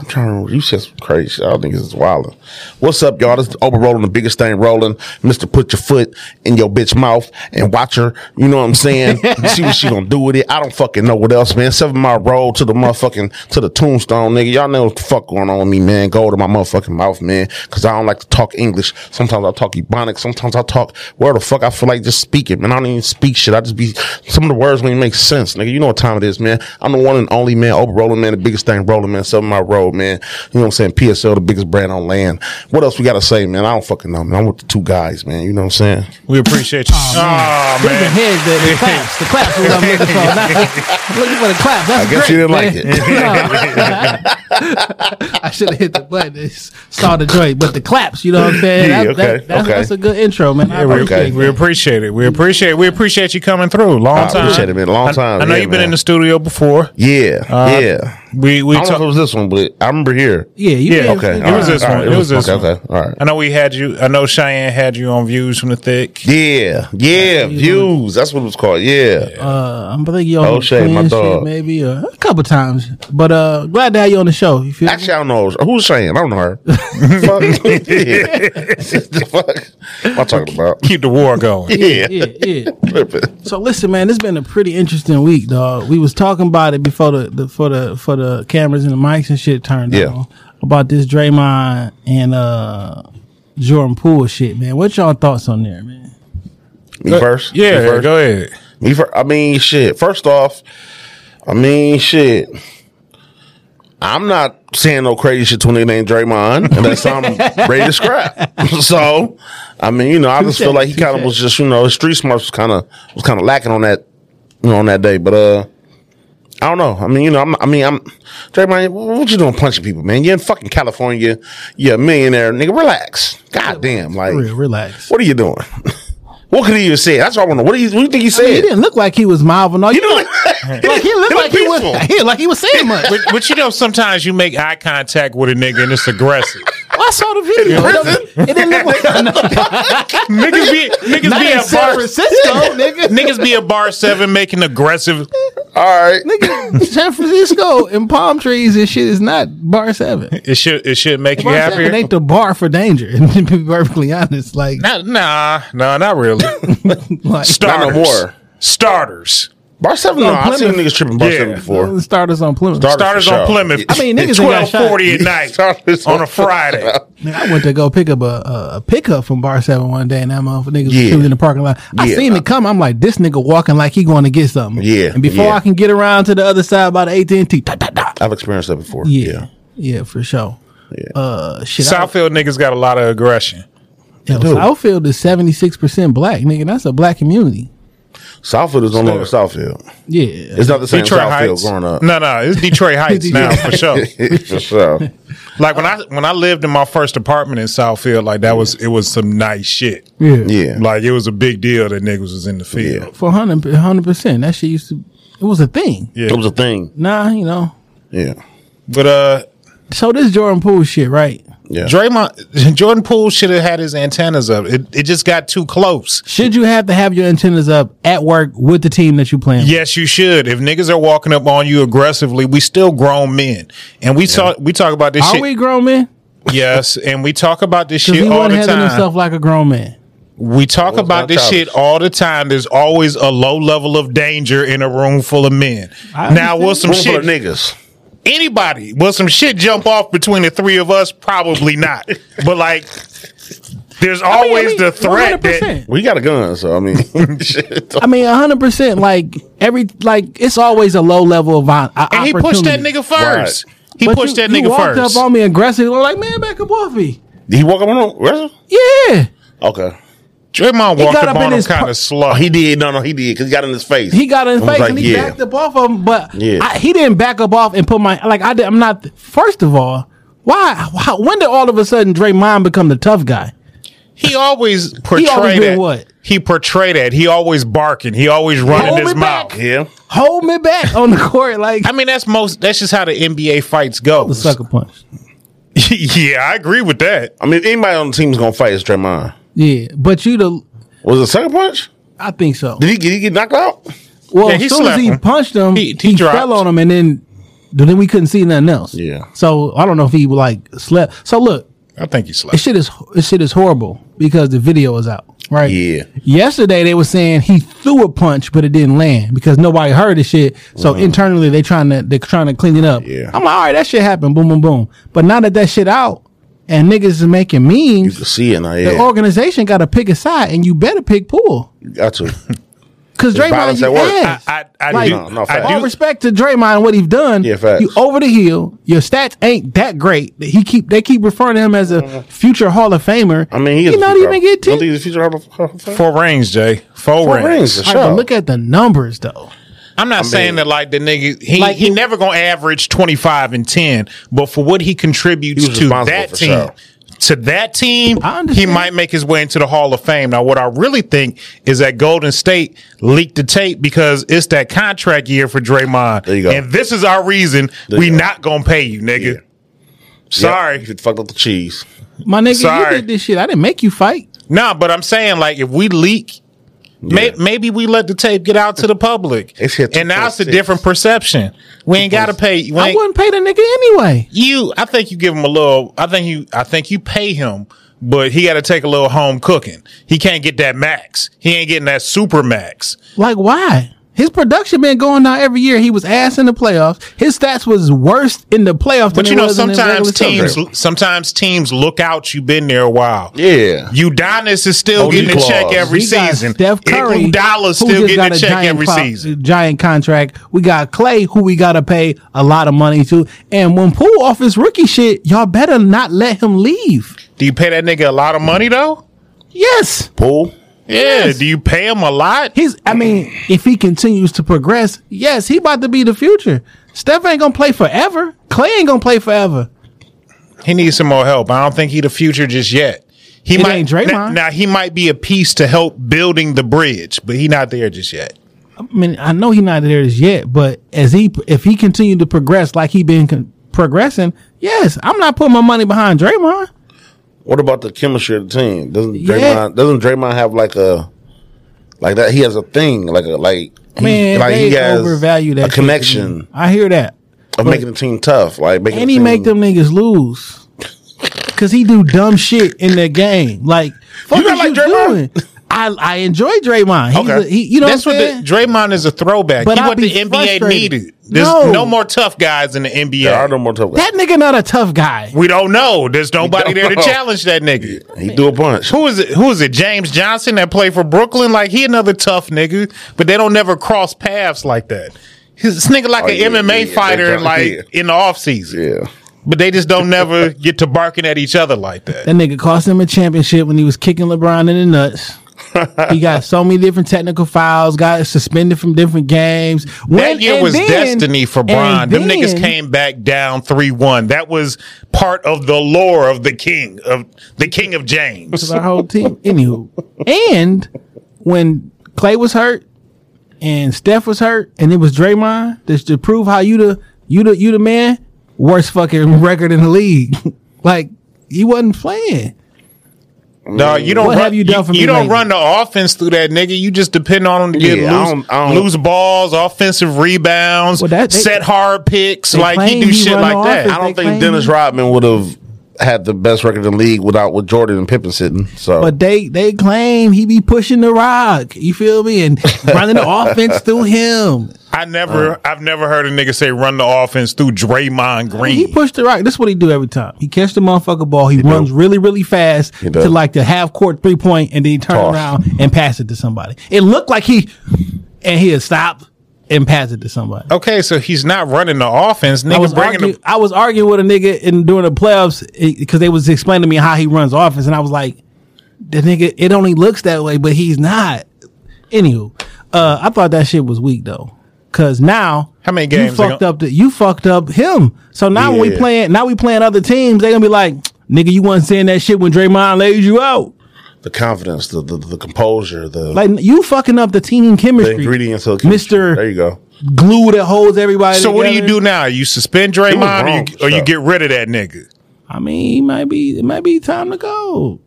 Speaker 5: I'm trying to remember. You said some crazy shit. I think this is wild. What's up, y'all? This is Oprah rolling the biggest thing rolling. Mister, put your foot in your bitch mouth and watch her. You know what I'm saying? See what she gonna do with it. I don't fucking know what else, man. Seven mile road to the motherfucking to the tombstone, nigga. Y'all know what the fuck going on with me, man. Go to my motherfucking mouth, man. Cause I don't like to talk English. Sometimes I talk Ebonic. Sometimes I talk where the fuck I feel like just speaking, man. I don't even speak shit. I just be some of the words don't even make sense, nigga. You know what time it is, man. I'm the one and only man, Oprah Rolling Man, the biggest thing rolling, man. Seven Mile Road, man. You know what I'm saying? PSL, the biggest brand on land. What else we gotta say, man? I don't fucking know, man. I'm with the two guys, man. You know what I'm saying?
Speaker 4: We appreciate you. Oh,
Speaker 3: Look at
Speaker 4: man.
Speaker 3: his, the, the claps, the claps is what I'm looking for. Not- looking for the claps. That's
Speaker 5: I guess
Speaker 3: great,
Speaker 5: you didn't
Speaker 3: man.
Speaker 5: like it.
Speaker 3: I should have hit the button. and s- Saw the joint, but the claps. You know what I'm saying?
Speaker 5: Yeah,
Speaker 3: That- that-
Speaker 5: okay,
Speaker 3: that's,
Speaker 5: okay.
Speaker 3: that's a good intro, man. I
Speaker 4: We,
Speaker 3: appreciate
Speaker 5: okay.
Speaker 3: it.
Speaker 4: we appreciate it. We appreciate we appreciate you coming through. Long
Speaker 5: I
Speaker 4: time.
Speaker 5: appreciate it, man. Long
Speaker 4: I-
Speaker 5: time.
Speaker 4: I, know
Speaker 5: Yeah,
Speaker 4: you've been
Speaker 5: man.
Speaker 4: in the studio before.
Speaker 5: Yeah.
Speaker 4: Uh,
Speaker 5: yeah.
Speaker 4: We we
Speaker 5: I don't know if it
Speaker 4: talked.
Speaker 5: was this one, but I remember here.
Speaker 3: Yeah, you
Speaker 4: Yeah,
Speaker 3: been-
Speaker 5: Okay.
Speaker 3: you
Speaker 4: It
Speaker 5: all
Speaker 4: was
Speaker 5: right,
Speaker 4: this
Speaker 5: all
Speaker 4: one.
Speaker 5: right,
Speaker 4: It was this
Speaker 5: okay,
Speaker 4: one.
Speaker 5: Okay. All right.
Speaker 4: I know we had you. I know Cheyenne had you on views from the thick.
Speaker 5: Yeah, yeah, views. That's what it was called. Yeah,
Speaker 3: Uh, I'm thinking you on
Speaker 5: O'Shea,
Speaker 3: Queen
Speaker 5: Oh, my
Speaker 3: shit
Speaker 5: dog.
Speaker 3: maybe uh, a couple times, but uh, glad to have you on the show. You feel me?
Speaker 5: actually, I don't know who's saying. I don't know her. fuck. Yeah. fuck. What I'm talking about.
Speaker 4: Keep the war going.
Speaker 5: Yeah,
Speaker 3: yeah, yeah.
Speaker 5: Flip it.
Speaker 3: So listen, man, it's been a pretty interesting week, dog. We was talking about it before the, the for the for the cameras and the mics and shit turned
Speaker 5: Yeah.
Speaker 3: on about this Draymond and uh Jordan Poole shit, man. What y'all thoughts on there, man?
Speaker 5: Me first.
Speaker 4: Yeah,
Speaker 5: Me first?
Speaker 4: go ahead.
Speaker 5: Me fir- I mean, shit. First off, I mean, shit. I'm not saying no crazy shit to a nigga named Draymond unless I'm ready to scrap. so, I mean, you know, I just feel
Speaker 3: Touche,
Speaker 5: like he kind of
Speaker 3: touche.
Speaker 5: was just, you know, his street smarts was kind of was kind of lacking on that, you know, on that day. But uh, I don't know. I mean, you know, I'm, I mean, I'm Draymond. wh- What you doing punching people, man? You're in fucking California. You're a millionaire, nigga. Relax. Goddamn, like,
Speaker 3: For Real, relax.
Speaker 5: what are you doing? what could he even say? That's what I want to. What do you, what do you think he
Speaker 3: I
Speaker 5: said?
Speaker 3: mean, he didn't look like he was milding. all.
Speaker 5: You
Speaker 3: You
Speaker 5: know,
Speaker 3: know, like he looked like he was he, like he was saying much.
Speaker 4: But, but you know, sometimes you make eye contact with a nigga and it's aggressive.
Speaker 3: I saw the video. It don't- It didn't look like
Speaker 4: niggas be niggas
Speaker 3: not
Speaker 4: be
Speaker 3: in
Speaker 4: at
Speaker 3: San
Speaker 4: bar.
Speaker 3: Francisco, nigga.
Speaker 4: Niggas be at bar seven making aggressive.
Speaker 5: All right.
Speaker 3: nigga, San Francisco and palm trees and shit is not bar seven.
Speaker 4: It should it should make you
Speaker 3: Bar seven
Speaker 4: happier.
Speaker 3: ain't the bar for danger. To be perfectly honest, like,
Speaker 4: Nah, nah, nah, not really.
Speaker 3: like
Speaker 4: Starters.
Speaker 5: more.
Speaker 4: Starters.
Speaker 5: Bar seven, no,
Speaker 3: No,
Speaker 5: I've seen
Speaker 3: Plymouth.
Speaker 5: niggas tripping bar
Speaker 4: Yeah.
Speaker 5: seven before.
Speaker 3: starters on Plymouth.
Speaker 4: Starters
Speaker 5: for
Speaker 4: on
Speaker 5: sure.
Speaker 4: Plymouth.
Speaker 3: I mean, niggas ain't got
Speaker 4: twelve
Speaker 3: shot.
Speaker 4: forty at night
Speaker 5: Starters
Speaker 4: on
Speaker 5: on-
Speaker 4: a Friday.
Speaker 3: Man, I went to go pick up a, a, a pickup from Bar Seven one day, and that motherfucker nigga was
Speaker 5: Yeah.
Speaker 3: shooting in the parking lot. I
Speaker 5: Yeah.
Speaker 3: seen it come. I'm like, this nigga walking like he going to get something.
Speaker 5: Yeah,
Speaker 3: And before
Speaker 5: yeah.
Speaker 3: I can get around to the other side by the AT&T, da, da, da.
Speaker 5: I've experienced that before.
Speaker 3: Yeah.
Speaker 5: Yeah.
Speaker 3: yeah, for sure.
Speaker 5: Yeah.
Speaker 3: Uh, shit. Southfield,
Speaker 4: Southfield niggas got a lot of aggression.
Speaker 3: I, yo,
Speaker 5: do.
Speaker 3: Southfield is seventy six percent black, nigga. That's a black community.
Speaker 5: Southfield is no longer Southfield.
Speaker 3: Yeah,
Speaker 5: It's not the same
Speaker 4: Detroit
Speaker 5: Southfield
Speaker 4: Heights.
Speaker 5: growing up.
Speaker 4: No, no, it's Detroit Heights now for sure.
Speaker 5: For sure.
Speaker 4: Like when I when I lived in my first apartment in Southfield, like that was it was some nice shit.
Speaker 3: yeah,
Speaker 5: Yeah.
Speaker 4: Like it was a big deal that niggas was in the
Speaker 5: Yeah.
Speaker 4: field.
Speaker 3: For 100 percent, that shit used to. It was a thing.
Speaker 4: Yeah.
Speaker 5: It was a thing.
Speaker 3: Nah, you know.
Speaker 5: Yeah.
Speaker 4: But uh
Speaker 3: So this Jordan Poole shit, right?
Speaker 5: Yeah.
Speaker 4: Draymond Jordan Poole should have had his antennas up. It it just got too close.
Speaker 3: Should you have to have your antennas up at work with the team that you playing? with?
Speaker 4: Yes, you should. If niggas are walking up on you aggressively, we still grown men. And we talk we talk about this
Speaker 3: Are
Speaker 4: shit.
Speaker 3: we grown men?
Speaker 4: Yes, and we talk about this
Speaker 3: Because
Speaker 4: shit
Speaker 3: he
Speaker 4: all
Speaker 3: wasn't
Speaker 4: the
Speaker 3: handling
Speaker 4: time.
Speaker 3: himself like a grown man.
Speaker 4: We talk
Speaker 5: Well, it's
Speaker 4: about
Speaker 5: not
Speaker 4: this
Speaker 5: college.
Speaker 4: shit all the time. There's always a low level of danger in a room full of men.
Speaker 3: I
Speaker 4: Now,
Speaker 3: understand.
Speaker 4: will some
Speaker 5: Room full of
Speaker 4: shit
Speaker 5: niggas.
Speaker 4: anybody will some shit jump off between the three of us? Probably not. but like, there's
Speaker 3: I mean,
Speaker 4: always
Speaker 3: I mean,
Speaker 4: the threat that
Speaker 3: 100%.
Speaker 5: We got a gun, so I mean, shit.
Speaker 3: I mean, hundred percent. Like every, like it's always a low level of on,
Speaker 4: and he pushed that nigga first. He
Speaker 3: But
Speaker 4: pushed
Speaker 3: you-
Speaker 4: that
Speaker 3: you
Speaker 4: nigga
Speaker 3: walked
Speaker 4: first.
Speaker 3: up on me aggressively, like man, back up off me.
Speaker 5: Did he walk up on him? Where's he?
Speaker 3: Yeah,
Speaker 5: Okay.
Speaker 4: Draymond
Speaker 3: He
Speaker 4: walked
Speaker 3: got up
Speaker 4: up
Speaker 3: in
Speaker 4: on him
Speaker 3: his
Speaker 4: kind
Speaker 3: par-
Speaker 4: of slow.
Speaker 5: Oh, he did. No, no, he did because he got in his face.
Speaker 3: he got in his
Speaker 5: I was
Speaker 3: face
Speaker 5: like,
Speaker 3: and he
Speaker 5: yeah.
Speaker 3: backed up off of him, but
Speaker 5: Yeah.
Speaker 3: I, he didn't back up off and put my like I did. I'm not. First of all, why? How, when did all of a sudden Draymond become the tough guy?
Speaker 4: He always portrayed
Speaker 3: always doing
Speaker 4: that.
Speaker 3: what?
Speaker 4: He portrayed that. He always barking. He always running
Speaker 3: Hold
Speaker 4: his
Speaker 3: me back.
Speaker 4: mouth.
Speaker 5: Yeah.
Speaker 3: Hold me back on the court, like
Speaker 4: I mean, that's most. That's just how the NBA fights go.
Speaker 3: the sucker punch.
Speaker 4: yeah, I agree with that.
Speaker 5: I mean, if anybody on the team's gonna fight is Draymond.
Speaker 3: Yeah, but you the.
Speaker 5: Was it a second punch?
Speaker 3: I think so.
Speaker 5: Did he, did he get knocked out?
Speaker 3: Well,
Speaker 4: Yeah,
Speaker 3: as
Speaker 4: he
Speaker 3: soon as
Speaker 4: slapped
Speaker 3: he
Speaker 4: him.
Speaker 3: punched him,
Speaker 4: He-
Speaker 3: he,
Speaker 4: he dropped.
Speaker 3: fell on him, and then then we couldn't see nothing else.
Speaker 5: Yeah.
Speaker 3: So I don't know if he like slept. So look,
Speaker 4: I think he
Speaker 3: this
Speaker 4: slept.
Speaker 3: shit is this shit is horrible because the video is out, right?
Speaker 5: Yeah.
Speaker 3: Yesterday they were saying he threw a punch, but it didn't land because nobody heard the shit. So internally they trying to they trying to clean it up.
Speaker 5: Mm-hmm. Yeah.
Speaker 3: I'm like, all right, that shit happened. Boom, boom, boom. But now that that shit out and niggas is making
Speaker 5: You
Speaker 3: memes,
Speaker 5: can see it now.
Speaker 3: the
Speaker 5: Yeah.
Speaker 3: organization got to pick a side, and you better pick pool
Speaker 5: Got to.
Speaker 3: because Draymond
Speaker 5: violence
Speaker 3: you
Speaker 5: at work.
Speaker 3: ass.
Speaker 4: I, I, I
Speaker 3: Like-
Speaker 4: do.
Speaker 5: No, no,
Speaker 4: I
Speaker 5: facts.
Speaker 3: All
Speaker 4: do.
Speaker 3: respect to Draymond and what he's done.
Speaker 5: Yeah, facts.
Speaker 3: You over the hill. Your stats ain't that great. He keep they keep referring to him as a future Hall of
Speaker 5: Mm.
Speaker 3: Famer.
Speaker 5: I mean, he is
Speaker 3: he
Speaker 5: a
Speaker 3: not
Speaker 5: future-
Speaker 3: even get
Speaker 5: Don't think
Speaker 3: ten.
Speaker 5: he's a future Hall of Famer.
Speaker 4: Four rings, Jay. Four,
Speaker 5: Four
Speaker 4: rings.
Speaker 5: rings, for
Speaker 3: All right,
Speaker 5: sure.
Speaker 3: but look at the numbers though.
Speaker 4: I'm not saying that like the nigga he
Speaker 3: Like,
Speaker 4: he
Speaker 3: it-
Speaker 4: never gonna average 25 and 10, but for what he contributes
Speaker 5: He was
Speaker 4: to
Speaker 5: responsible
Speaker 4: that
Speaker 5: for
Speaker 4: team.
Speaker 5: sure.
Speaker 4: To that team,
Speaker 3: I
Speaker 4: he
Speaker 3: understand.
Speaker 4: might make his way into the Hall of Fame. Now, what I really think is that Golden State leaked the tape because it's that contract year for Draymond.
Speaker 5: There you go.
Speaker 4: And this is our reason
Speaker 5: There you
Speaker 4: we
Speaker 5: go.
Speaker 4: not gonna pay you, nigga.
Speaker 5: Yeah.
Speaker 4: Sorry.
Speaker 5: Yep. You fucked up the cheese.
Speaker 3: My nigga,
Speaker 4: Sorry.
Speaker 3: you did this shit. I didn't make you fight.
Speaker 4: Nah, but I'm saying like if we leak, may,
Speaker 5: Yeah.
Speaker 4: maybe we let the tape get out to the public,
Speaker 5: It's hit
Speaker 4: and now it's a
Speaker 5: 2.6.
Speaker 4: different perception. We ain't got to pay. We
Speaker 3: I
Speaker 4: ain't,
Speaker 3: wouldn't pay the nigga anyway.
Speaker 4: you, I think you give him a little. I think you, I think you pay him, but he got to take a little home cooking. He can't get that max. He ain't getting that super max.
Speaker 3: Like why? His production been going down every year. He was ass in the playoffs. His stats was worse in the playoffs. than
Speaker 4: But you
Speaker 3: it
Speaker 4: know,
Speaker 3: was in the
Speaker 4: sometimes
Speaker 3: regular season.
Speaker 4: teams, sometimes teams look out. You've been there a while.
Speaker 5: Yeah.
Speaker 4: Udonis is still
Speaker 5: OG
Speaker 4: getting a check
Speaker 5: clause.
Speaker 4: every
Speaker 3: We got
Speaker 4: season.
Speaker 3: Steph Curry,
Speaker 4: Iguodala's
Speaker 3: who
Speaker 4: still
Speaker 3: just got
Speaker 4: getting a check
Speaker 3: giant
Speaker 4: every
Speaker 3: pro-
Speaker 4: season.
Speaker 3: Giant contract. We got Clay, who we gotta pay a lot of money to. And when Poole off his rookie shit, y'all better not let him leave.
Speaker 4: Do you pay that nigga a lot of money though?
Speaker 3: Yes,
Speaker 5: Pool.
Speaker 4: Yeah.
Speaker 3: Yes.
Speaker 4: Do you pay him a lot?
Speaker 3: he's. I mean, if he continues to progress, yes, he about to be the future. Steph ain't gonna play forever. Clay ain't gonna play forever.
Speaker 4: He needs some more help. I don't think he the future just yet. He
Speaker 3: It
Speaker 4: might
Speaker 3: ain't Draymond.
Speaker 4: Now, now he might be a piece to help building the bridge, but he not there just yet.
Speaker 3: I mean, I know he's not there as yet, but as he if he continued to progress like he been con- progressing, yes, I'm not putting my money behind Draymond.
Speaker 5: What about the chemistry of the team? Doesn't Draymond
Speaker 3: Yeah.
Speaker 5: doesn't Draymond have like a like that? He has a thing like a like he-
Speaker 3: Man,
Speaker 5: like
Speaker 3: they overvalue that
Speaker 5: a
Speaker 3: shit to me.
Speaker 5: connection
Speaker 3: I hear that.
Speaker 5: of making the team tough. Like making
Speaker 3: and
Speaker 5: the
Speaker 3: he
Speaker 5: team,
Speaker 3: make them niggas lose because he do dumb shit in their game. Like, fuck
Speaker 5: You
Speaker 3: you,
Speaker 5: not
Speaker 3: you
Speaker 5: like Draymond?
Speaker 3: doing? I I enjoy Draymond. He's
Speaker 5: Okay.
Speaker 3: a, he, you know
Speaker 4: That's
Speaker 3: what
Speaker 4: what
Speaker 3: I'm saying?
Speaker 4: the, Draymond is a throwback.
Speaker 3: But
Speaker 4: he
Speaker 3: I'd
Speaker 4: what
Speaker 3: be
Speaker 4: the NBA
Speaker 3: frustrated.
Speaker 4: needed. There's
Speaker 3: No.
Speaker 4: no. more tough guys in the NBA.
Speaker 5: There are no more tough guys.
Speaker 3: that nigga not a tough guy.
Speaker 4: we don't know. There's nobody
Speaker 5: don't
Speaker 4: there to
Speaker 5: know.
Speaker 4: challenge that nigga.
Speaker 5: He do a bunch.
Speaker 4: Who is it? Who is it? James Johnson that played for Brooklyn. Like he another tough nigga, but they don't never cross paths like that. His this nigga like
Speaker 5: Oh,
Speaker 4: an
Speaker 5: yeah, yeah,
Speaker 4: MMA
Speaker 5: yeah,
Speaker 4: fighter,
Speaker 5: that John-
Speaker 4: like
Speaker 5: yeah.
Speaker 4: in the off season.
Speaker 5: Yeah.
Speaker 4: But they just don't never get to barking at each other like that.
Speaker 3: That nigga cost him a championship when he was kicking LeBron in the nuts. he got so many different technical fouls. Got suspended from different games. When-
Speaker 4: that year
Speaker 3: and
Speaker 4: was
Speaker 3: then-
Speaker 4: destiny for
Speaker 3: and
Speaker 4: Bron. Them
Speaker 3: then-
Speaker 4: niggas came back down three one. That was part of the lore of the king of the king
Speaker 3: It
Speaker 4: of
Speaker 3: was
Speaker 4: James.
Speaker 3: our whole team. Anywho, and when Clay was hurt and Steph was hurt, and it was Draymond just to prove how you the you the you the man. Worst fucking record in the league. like he wasn't playing.
Speaker 4: No, you don't.
Speaker 3: What
Speaker 4: run,
Speaker 3: have you done for me
Speaker 4: You don't
Speaker 3: lately?
Speaker 4: run the offense through that nigga. You just depend on him to get
Speaker 5: Yeah, I
Speaker 4: loose,
Speaker 5: don't- I don't-
Speaker 4: loose balls, offensive rebounds,
Speaker 3: Well, that- they-
Speaker 4: set hard picks.
Speaker 3: they
Speaker 4: Like he
Speaker 3: claim
Speaker 4: do
Speaker 3: he
Speaker 4: shit
Speaker 3: run
Speaker 4: like
Speaker 3: the
Speaker 4: that.
Speaker 3: offense.
Speaker 5: I don't
Speaker 3: They
Speaker 5: think
Speaker 3: claim-
Speaker 5: Dennis Rodman would have had the best record in the league without with Jordan and Pippen sitting. So
Speaker 3: But they they claim he be pushing the rock. You feel me? And running the offense through him.
Speaker 4: I
Speaker 3: Oh.
Speaker 4: never. I've never heard a nigga say run the offense through Draymond Green.
Speaker 3: He pushed the rock. This is what he do every time. He catch the motherfucker ball. He, runs really, really fast
Speaker 5: do.
Speaker 3: to like the half court three point, and then he turn
Speaker 5: Toss.
Speaker 3: around and pass it to somebody. It looked like he and he'll stop and pass it to somebody.
Speaker 4: okay, so he's not running the offense.
Speaker 3: I
Speaker 4: Nigga
Speaker 3: was,
Speaker 4: bringing
Speaker 3: argue,
Speaker 4: the
Speaker 3: I was arguing with a nigga in during the playoffs because they was explaining to me how he runs offense, and I was like, "The nigga, it only looks that way, but he's not." Anywho, uh, I thought that shit was weak though, because now
Speaker 4: How many
Speaker 3: you
Speaker 4: games they
Speaker 3: fucked
Speaker 4: gon-
Speaker 3: up? The, you fucked up him. So now when we
Speaker 5: Yeah.
Speaker 3: playing, now we playing other teams, they gonna be like, "Nigga, you wasn't saying that shit when Draymond laid you out."
Speaker 5: the confidence, the the, the composure, the,
Speaker 3: Like you fucking up the team
Speaker 5: the
Speaker 3: chemistry,
Speaker 5: ingredients of
Speaker 3: Mr.
Speaker 5: There you go.
Speaker 3: glue that holds everybody.
Speaker 4: So what do you
Speaker 3: together.
Speaker 4: do now? You suspend
Speaker 5: wrong
Speaker 4: Draymond, or you, or you
Speaker 5: stuff.
Speaker 4: get rid of that nigga?
Speaker 3: I mean, it might be it might be time to go.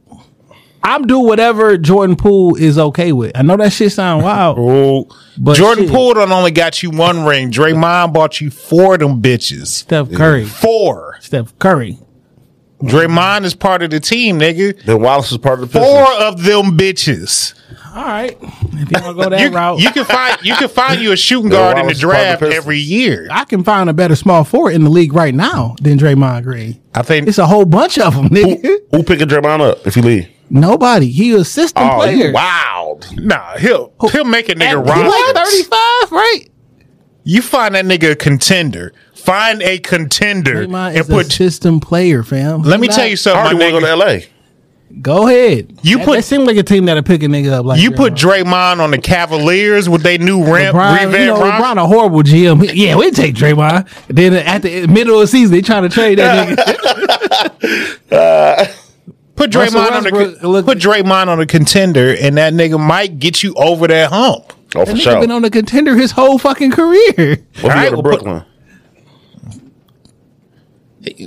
Speaker 3: I'm do whatever Jordan Poole is okay with. I know that shit sound wild.
Speaker 4: Well,
Speaker 3: But
Speaker 4: Jordan
Speaker 3: shit.
Speaker 4: Poole done only got you one ring. Draymond bought you four of them bitches.
Speaker 3: Steph Curry.
Speaker 4: Four.
Speaker 3: Steph Curry.
Speaker 4: Draymond is part of the team, nigga.
Speaker 5: Then Wallace is part of the Pistons.
Speaker 4: Four of them bitches.
Speaker 3: All right. If you want to go that
Speaker 4: You,
Speaker 3: route,
Speaker 4: you can find you can find you a shooting guard in the
Speaker 5: Wallace is part of the
Speaker 4: draft
Speaker 5: Pistons.
Speaker 4: every year.
Speaker 3: I can find a better small forward in the league right now than Draymond Green.
Speaker 4: I think
Speaker 3: It's a whole bunch of them, nigga.
Speaker 5: Who picking Draymond up if he leave?
Speaker 3: Nobody. He a system
Speaker 5: Oh,
Speaker 3: player.
Speaker 5: you wild.
Speaker 4: nah. He'll he'll make a
Speaker 3: At-
Speaker 4: nigga
Speaker 3: he like
Speaker 4: roster.
Speaker 3: 35, right?
Speaker 4: You find that nigga a contender. Find a contender
Speaker 3: Draymond
Speaker 4: and
Speaker 3: is a
Speaker 4: put.
Speaker 3: system player, fam.
Speaker 4: Let me
Speaker 3: He
Speaker 4: tell
Speaker 3: not-
Speaker 4: you
Speaker 5: I
Speaker 4: something,
Speaker 5: already
Speaker 4: my
Speaker 5: want to
Speaker 4: nigga.
Speaker 5: go to L.A.
Speaker 3: Go ahead.
Speaker 4: You
Speaker 3: That-
Speaker 4: put-
Speaker 3: that seem like a team that'll pick a nigga up like
Speaker 4: You
Speaker 3: Draymond.
Speaker 4: put Draymond on the Cavaliers with they new ramp,
Speaker 3: LeBron, you know, LeBron a horrible GM. He- Yeah, we take Draymond. Then at the middle of the season, they trying to trade that nigga.
Speaker 5: Uh,
Speaker 4: Put
Speaker 3: Russell
Speaker 4: Draymond on the
Speaker 3: Westbrook
Speaker 4: con-
Speaker 3: look-
Speaker 4: put Draymond on a contender, and that nigga might get you over that hump.
Speaker 5: Oh, for
Speaker 3: That nigga
Speaker 5: sure.
Speaker 3: been on a contender his whole fucking career.
Speaker 5: What if he
Speaker 4: All right,
Speaker 5: go to
Speaker 4: we'll put-
Speaker 5: Brooklyn?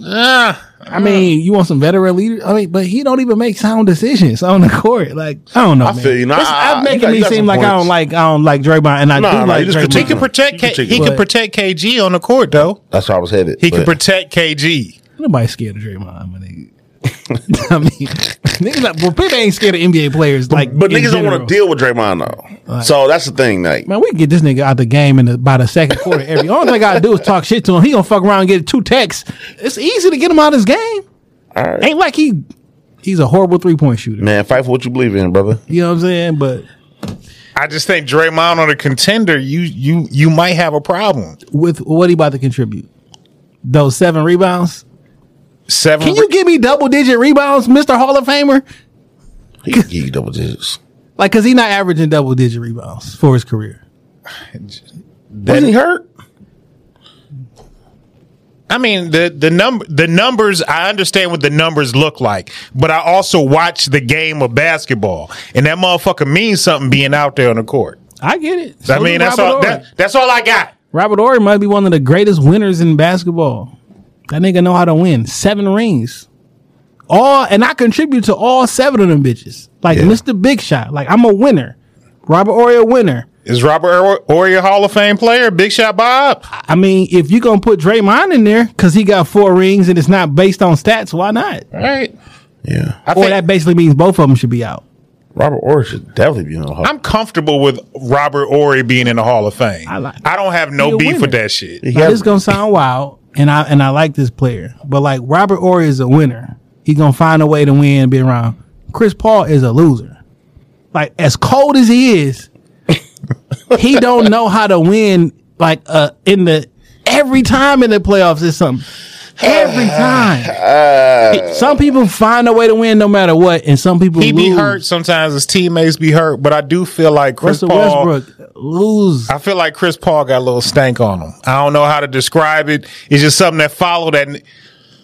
Speaker 4: Ah,
Speaker 3: I mean, you want some veteran leader? I mean, but he don't even make sound decisions on the court. Like I don't know.
Speaker 5: I
Speaker 3: man.
Speaker 5: feel you. Nah,
Speaker 3: That's-
Speaker 5: I-
Speaker 3: I'm
Speaker 5: you
Speaker 3: making
Speaker 5: got- you
Speaker 3: me
Speaker 5: got
Speaker 3: seem
Speaker 5: some
Speaker 3: like I
Speaker 5: points.
Speaker 3: don't like I don't like Draymond, and I
Speaker 5: Nah,
Speaker 3: do
Speaker 5: nah,
Speaker 3: like
Speaker 5: you just
Speaker 3: Draymond.
Speaker 4: he can protect. K- he
Speaker 3: But-
Speaker 4: can protect KG on the court, though.
Speaker 5: That's where I was headed.
Speaker 4: He can
Speaker 5: but-
Speaker 4: protect KG.
Speaker 3: Nobody scared of Draymond, my nigga. I mean, niggas like, well, people ain't scared of NBA players. Like,
Speaker 5: But
Speaker 3: in
Speaker 5: niggas don't
Speaker 3: general.
Speaker 5: want to deal with Draymond though. so that's the thing, like
Speaker 3: Man, we can get this nigga out the game in the, by the second quarter. Every only thing I gotta do is talk shit to him. He gonna fuck around and get two texts. It's easy to get him out of his game. Ain't like he he's a horrible three point shooter.
Speaker 5: man, fight for what you believe in, brother.
Speaker 3: You know what I'm saying? But
Speaker 4: I just think Draymond on a contender, you you you might have a problem.
Speaker 3: with what he about to contribute, those seven rebounds.
Speaker 4: Seven.
Speaker 3: Can you give me double digit rebounds, Mister Hall of Famer?
Speaker 5: He can give you double digits.
Speaker 3: Like, cause he not averaging double digit rebounds for his career.
Speaker 5: Wasn't he hurt?
Speaker 4: I mean the the number the numbers. I understand what the numbers look like, but I also watch the game of basketball, and that motherfucker means something being out there on the court.
Speaker 3: I get it.
Speaker 4: I mean that's all. That, that's all I got.
Speaker 3: Robert Ory might be one of the greatest winners in basketball. That nigga know how to win. Seven rings. All and I contribute to all seven of them bitches. Like
Speaker 5: Yeah.
Speaker 3: Mr. Big Shot. Like I'm a winner. Robert Ory a winner.
Speaker 4: Is Robert Oria Hall of Fame player? Big shot Bob.
Speaker 3: I mean, if you're gonna put Draymond in there because he got four rings and it's not based on stats, why not?
Speaker 4: All right.
Speaker 5: Yeah.
Speaker 4: I
Speaker 3: Or
Speaker 4: think
Speaker 3: that basically means both of them should be out.
Speaker 5: Robert Orr should definitely be in the Hall.
Speaker 4: I'm comfortable with Robert Ory being in the Hall of Fame.
Speaker 3: I
Speaker 4: I,
Speaker 3: like-
Speaker 4: don't have
Speaker 3: He a
Speaker 4: no beef
Speaker 3: winner.
Speaker 4: with that shit.
Speaker 5: He
Speaker 3: Now,
Speaker 5: has-
Speaker 3: this gonna sound wild, and I and I like this player, but like Robert Ory is a winner. He gonna find a way to win and be around. Chris Paul is a loser. Like as cold as he is, he don't know how to win. Like uh, in the every time in the playoffs is something. Every time,
Speaker 5: Uh,
Speaker 3: some people find a way to win no matter what, and some people
Speaker 4: He be
Speaker 3: lose.
Speaker 4: hurt sometimes. His teammates be hurt, but I do feel like Chris
Speaker 3: Russell
Speaker 4: Paul.
Speaker 3: Westbrook lose.
Speaker 4: I feel like Chris Paul got a little stank on him. I don't know how to describe it. It's just something that followed that.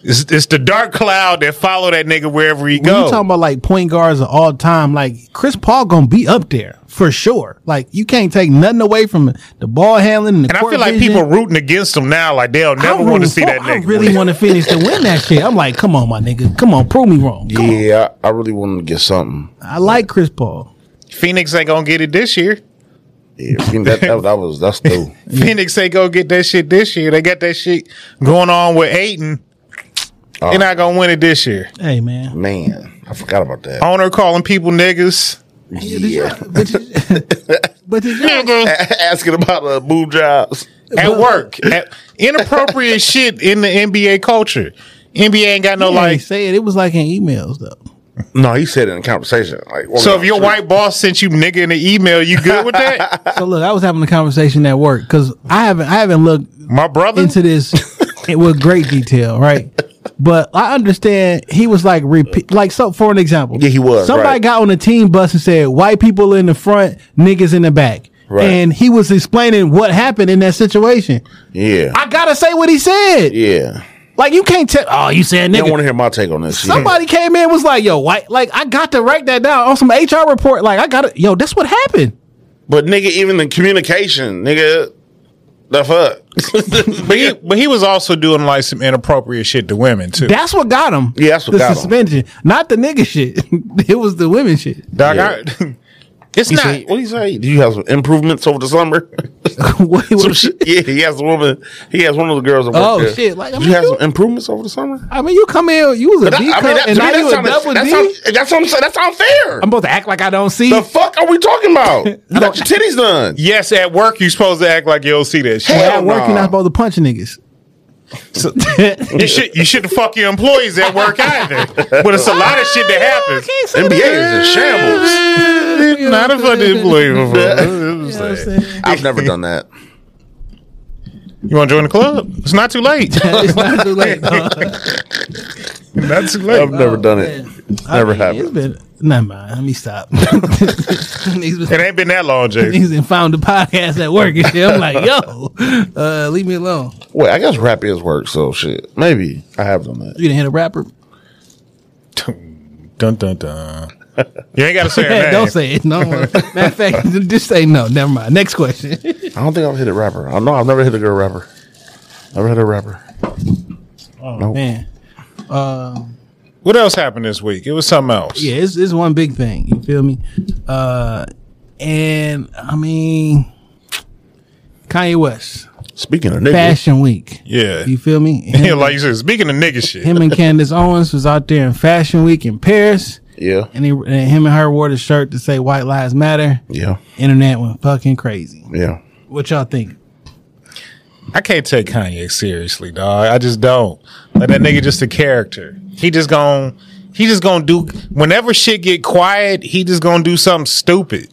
Speaker 4: It's, it's the dark cloud that followed that nigga wherever he
Speaker 3: When
Speaker 4: goes.
Speaker 3: you talking about like point guards of all time, like Chris Paul gonna be up there for sure. Like you can't take nothing away from it. the ball handling. The
Speaker 4: and I
Speaker 3: court
Speaker 4: feel like
Speaker 3: vision.
Speaker 4: people rooting against him now. Like they'll
Speaker 3: I'm
Speaker 4: never want
Speaker 3: rooting
Speaker 4: to see
Speaker 3: for-
Speaker 4: that nigga.
Speaker 3: I really want to finish to win that shit. I'm like, come on, my nigga, come on, prove me wrong. Come on.
Speaker 5: yeah, I, I really want him to get something.
Speaker 3: I like Chris Paul.
Speaker 4: Phoenix ain't gonna get it this year.
Speaker 5: Yeah, I mean, that, that, that was that's new.
Speaker 4: Phoenix ain't gonna get that shit this year. They got that shit going on with Aiden.
Speaker 3: Oh.
Speaker 4: They're not gonna win it this year.
Speaker 3: Hey man,
Speaker 5: Man, I forgot about
Speaker 3: Oh,
Speaker 5: that.
Speaker 4: Owner calling people niggas.
Speaker 5: Yeah,
Speaker 3: but but did y'all-
Speaker 5: asking about uh, boob jobs.
Speaker 4: at work. At- inappropriate shit in the NBA culture. NBA ain't got no
Speaker 3: yeah,
Speaker 4: like.
Speaker 3: he said it was like in emails though.
Speaker 5: No, he said it in conversation. Like, walking
Speaker 4: So
Speaker 5: down
Speaker 4: if
Speaker 5: the
Speaker 4: your
Speaker 5: street.
Speaker 4: white boss sent you nigga in the email, you good with that?
Speaker 3: So look, I was having a conversation at work because I haven't I haven't looked
Speaker 4: My brother.
Speaker 3: into this with great detail, right? But I understand he was like repeat, like so. For an example,
Speaker 5: Yeah, he was,
Speaker 3: Somebody
Speaker 5: right.
Speaker 3: got on the team bus and said, "White people in the front, niggas in the back,"
Speaker 5: Right.
Speaker 3: and he was explaining what happened in that situation.
Speaker 5: yeah,
Speaker 3: I gotta say what he said.
Speaker 5: yeah,
Speaker 3: Like you can't tell. Oh, you said
Speaker 5: they don't
Speaker 3: nigga.
Speaker 5: want to hear my take on this.
Speaker 3: Somebody came in and was like, "Yo, white." Like I got to write that down on some HR report. Like I got to. Yo, that's what happened.
Speaker 5: but nigga, even the communication, nigga, the fuck.
Speaker 4: but he, but he was also doing like some inappropriate shit to women too.
Speaker 3: That's what got him.
Speaker 5: Yeah, that's what
Speaker 3: the
Speaker 5: got him.
Speaker 3: suspension, not the nigga shit. it was the women shit.
Speaker 4: Dog, I- it's
Speaker 5: He
Speaker 4: not.
Speaker 5: said, what do you say? Do you have some improvements over the summer?
Speaker 3: What-
Speaker 5: Some
Speaker 3: what-
Speaker 5: shit. Yeah, he has a woman. He has one of the girls. That work
Speaker 3: Oh,
Speaker 5: there.
Speaker 3: shit, like,
Speaker 5: Did
Speaker 3: I mean,
Speaker 5: you have
Speaker 3: you-
Speaker 5: some improvements over the summer?
Speaker 3: I mean, you come here, you was a
Speaker 5: That-
Speaker 3: D cup,
Speaker 5: that-
Speaker 3: and
Speaker 5: to me,
Speaker 3: now
Speaker 5: that
Speaker 3: you a
Speaker 5: sounded-
Speaker 3: double
Speaker 5: that
Speaker 3: D.
Speaker 5: sound- That's what I'm saying. That's unfair.
Speaker 3: I'm supposed to act like I don't see.
Speaker 5: the fuck are we talking about? You got your titties done.
Speaker 4: Yes, at work you supposed to act like you don't see that shit.
Speaker 5: Hell
Speaker 3: at work,
Speaker 5: nah.
Speaker 3: you're not supposed to punch niggas.
Speaker 4: You should you shouldn't fuck your employees at work either. But it's a lot of shit that happens.
Speaker 5: NBA is in shambles.
Speaker 4: Not if I didn't believe it.
Speaker 5: I've never done that.
Speaker 4: You want to join the club? It's not too late.
Speaker 3: it's not too late. dog.
Speaker 4: not too
Speaker 5: I've
Speaker 4: late.
Speaker 3: Oh,
Speaker 5: never done it. Never
Speaker 3: It's
Speaker 5: happened.
Speaker 3: been never mind. Let me stop. Niggas was-
Speaker 4: It ain't been that long, Jay.
Speaker 3: Niggas and found the podcast at work and shit. I'm like, yo, uh, leave me alone.
Speaker 5: Wait, I guess rap is work, so shit. Maybe I have done that.
Speaker 3: You didn't hit a rapper.
Speaker 4: Dun dun dun. You ain't gotta say her name.
Speaker 3: Don't say it. No. Matter of fact, just say no. Never mind. Next question.
Speaker 5: I don't think I've hit a rapper. I know I've never hit a girl rapper. Never hit a rapper.
Speaker 3: Man.
Speaker 4: What else happened this week? It was something else.
Speaker 3: Yeah, it's, it's one big thing. You feel me? Uh, and I mean, Kanye West,
Speaker 5: Speaking of niggas,
Speaker 3: Fashion Week.
Speaker 4: Yeah.
Speaker 3: You feel me?
Speaker 4: Yeah,
Speaker 3: Him,
Speaker 4: like you said, speaking of nigga shit.
Speaker 3: him and Candace Owens was out there in Fashion Week in Paris,
Speaker 5: yeah,
Speaker 3: and, he, and him and her wore the shirt to say "White Lives Matter."
Speaker 5: yeah,
Speaker 3: Internet went fucking crazy.
Speaker 5: yeah.
Speaker 3: What y'all think?
Speaker 4: I can't take Kanye seriously, dog. I just don't. Like that nigga just a character. He just gon' he just gonna do whenever shit get quiet, he just gonna do something stupid.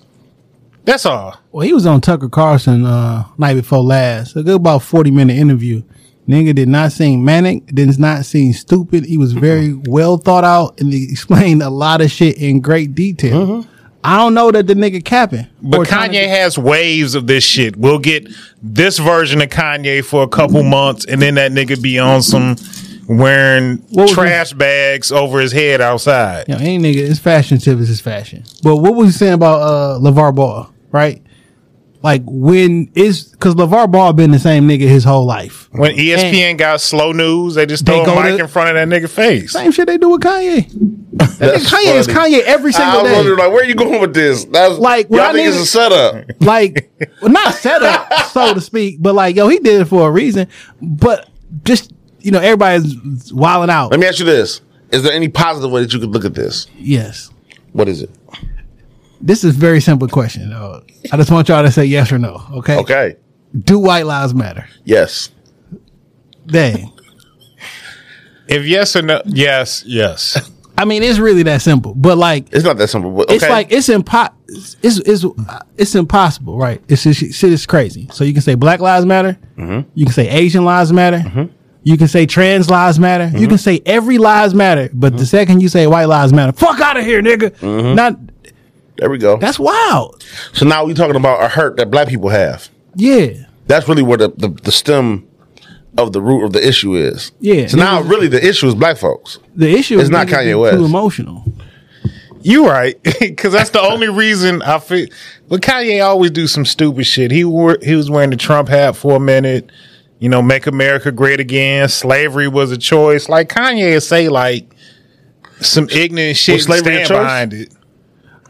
Speaker 4: That's all.
Speaker 3: Well, he was on Tucker Carlson uh, night before last. A good about forty minute interview. Nigga did not seem manic, did not seem stupid. He was very well thought out and he explained a lot of shit in great detail. I don't know that the nigga capping.
Speaker 4: But
Speaker 3: or trying to
Speaker 4: Kanye has waves of this shit. We'll get this version of Kanye for a couple months, and then that nigga be on some wearing
Speaker 3: What was
Speaker 4: trash bags over his head outside.
Speaker 3: You know, any nigga, it's fashion tip is his fashion. But what was you saying about uh LeVar Ball, right? Like when is because LeVar Ball been the same nigga his whole life.
Speaker 6: When
Speaker 4: E
Speaker 6: ESPN got slow news, they just
Speaker 3: They
Speaker 6: throw
Speaker 3: go
Speaker 6: a mic
Speaker 3: to-
Speaker 6: in front of that nigga face.
Speaker 3: Same shit they do with Kanye. That nigga Kanye is
Speaker 5: funny.
Speaker 3: Kanye every single
Speaker 5: I was
Speaker 3: day.
Speaker 5: wondering, like, where you going with this? That's like,
Speaker 3: Like, what
Speaker 5: y'all
Speaker 3: I
Speaker 5: think it's
Speaker 3: need-
Speaker 5: a setup.
Speaker 3: like well, not set up, so to speak, but like yo, he did it for a reason. But just you know, everybody's wilding out.
Speaker 5: Let me ask you this: Is there any positive way that you could look at this?
Speaker 3: Yes,
Speaker 5: What is it?
Speaker 3: this is a very simple question. Though. I just want y'all to say yes or no. Okay.
Speaker 5: Okay.
Speaker 3: Do white lives matter?
Speaker 5: Yes.
Speaker 3: Dang.
Speaker 6: If yes or no, yes, yes.
Speaker 3: I mean, it's really that simple. But like,
Speaker 5: It's not that simple. But
Speaker 3: it's
Speaker 5: okay.
Speaker 3: like it's impo- it's, it's it's impossible, right? It's just, shit is crazy. So you can say Black Lives Matter,
Speaker 5: Mm-hmm.
Speaker 3: you can say Asian Lives Matter, you can say Trans Lives Matter,
Speaker 5: Mm-hmm.
Speaker 3: you can say every lives matter. But the second you say White Lives Matter, fuck out of here, nigga.
Speaker 5: Mm-hmm.
Speaker 3: Not
Speaker 5: there we go.
Speaker 3: that's wild.
Speaker 5: So now we're talking about a hurt that black people have.
Speaker 3: Yeah,
Speaker 5: That's really where the, the, the stem of the root of the issue is.
Speaker 3: Yeah.
Speaker 5: So now really the issue is black folks.
Speaker 3: the issue
Speaker 5: It's
Speaker 3: is
Speaker 5: not
Speaker 3: niggas
Speaker 5: Kanye
Speaker 3: be
Speaker 5: West.
Speaker 3: Too emotional.
Speaker 6: You right, because that's the only reason I feel. But Kanye always do some stupid shit. He wore, he was wearing the Trump hat for a minute. You know, make America great again. Slavery was a choice. Like Kanye say, like some ignorant shit. and
Speaker 5: slavery a
Speaker 6: stand
Speaker 5: choice?
Speaker 6: behind it.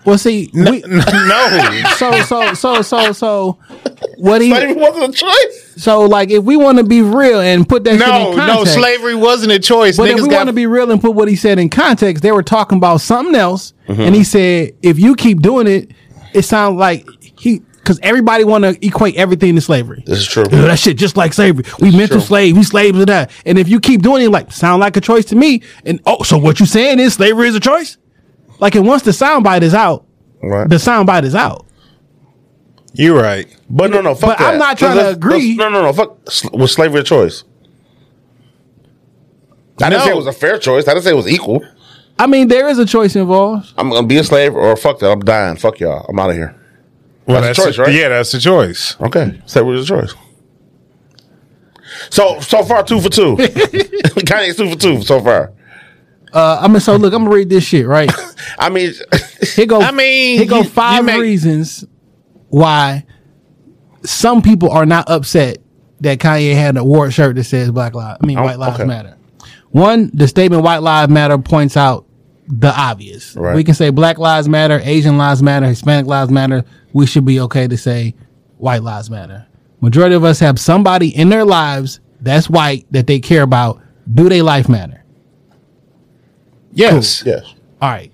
Speaker 3: Well, see, we,
Speaker 6: No,
Speaker 3: so so so so so what he
Speaker 5: Slavery wasn't a choice.
Speaker 3: so like if we want to be real and put that shit
Speaker 6: no,
Speaker 3: in
Speaker 6: no.
Speaker 3: context,
Speaker 6: Slavery wasn't a choice.
Speaker 3: But
Speaker 6: Niggas
Speaker 3: if we
Speaker 6: got-
Speaker 3: want to be real and put what he said in context, they were talking about something else, and he said, "If you keep doing it, it sounds like he because everybody want to equate everything to slavery.
Speaker 5: This is true.
Speaker 3: Ugh, that shit just like slavery. We meant to
Speaker 5: true.
Speaker 3: slave, we slaves to that. And if you keep doing it, like sound like a choice to me. And oh, so what you saying is slavery is a choice? Like, and once the soundbite is out,
Speaker 5: Right.
Speaker 3: the soundbite is out.
Speaker 6: you right.
Speaker 5: But no, no, fuck
Speaker 3: But I'm
Speaker 5: that.
Speaker 3: not trying to
Speaker 5: Let's- let's-
Speaker 3: agree.
Speaker 5: No, no, no, fuck. sl- Was slavery a choice? I didn't
Speaker 6: No.
Speaker 5: say it was a fair choice. I didn't say it was equal.
Speaker 3: I mean, there is a choice involved.
Speaker 5: I'm gonna be a slave or fuck that. I'm dying. Fuck y'all. I'm out of here.
Speaker 6: Well,
Speaker 5: That's a choice, right?
Speaker 6: Yeah, that's a choice.
Speaker 5: Okay, slavery was a choice. So so far, two for two. Kanye's two for two so far.
Speaker 3: Uh, I mean, so look, I'm gonna read this shit right.
Speaker 5: I mean,
Speaker 3: Here go.
Speaker 6: I mean,
Speaker 3: here go
Speaker 6: you- you
Speaker 3: five
Speaker 6: make-
Speaker 3: reasons why some people are not upset that Kanye had an award shirt that says Black Lives. I mean,
Speaker 5: Oh,
Speaker 3: White Lives
Speaker 5: okay.
Speaker 3: Matter. One, the statement White Lives Matter points out the obvious.
Speaker 5: Right.
Speaker 3: We can say Black Lives Matter, Asian Lives Matter, Hispanic Lives Matter. We should be okay to say White Lives Matter. Majority of us have somebody in their lives that's white that they care about. Do they life matter?
Speaker 6: Yes.
Speaker 5: yes.
Speaker 3: All right.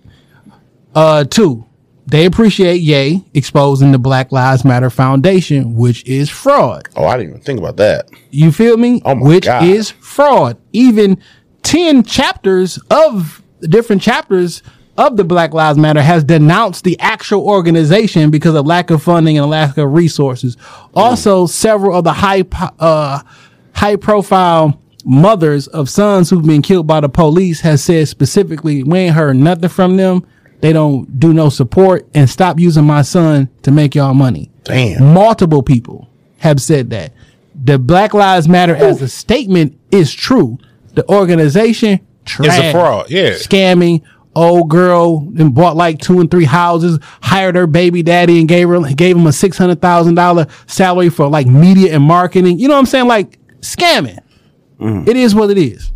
Speaker 3: Uh, two, they appreciate Yay exposing the Black Lives Matter Foundation, which is fraud.
Speaker 5: Oh, I didn't even think about that.
Speaker 3: You feel me?
Speaker 5: Oh my
Speaker 3: which
Speaker 5: God.
Speaker 3: is fraud. Even 10 chapters of different chapters of the Black Lives Matter has denounced the actual organization because of lack of funding and lack of resources.
Speaker 5: Mm.
Speaker 3: Also, several of the high, po- uh, high profile mothers of sons who've been killed by the police has said specifically, we ain't heard nothing from them. They don't do no support and stop using my son to make y'all money.
Speaker 5: Damn.
Speaker 3: Multiple people have said that. The Black Lives Matter as a statement is true. The organization trash,
Speaker 6: fraud, yeah.
Speaker 3: Scamming. Old girl and bought like two and three houses, hired her baby daddy and gave her gave him a six hundred thousand dollar salary for like media and marketing. You know what I'm saying? Like scamming.
Speaker 6: Mm.
Speaker 3: It is what it is.
Speaker 5: Is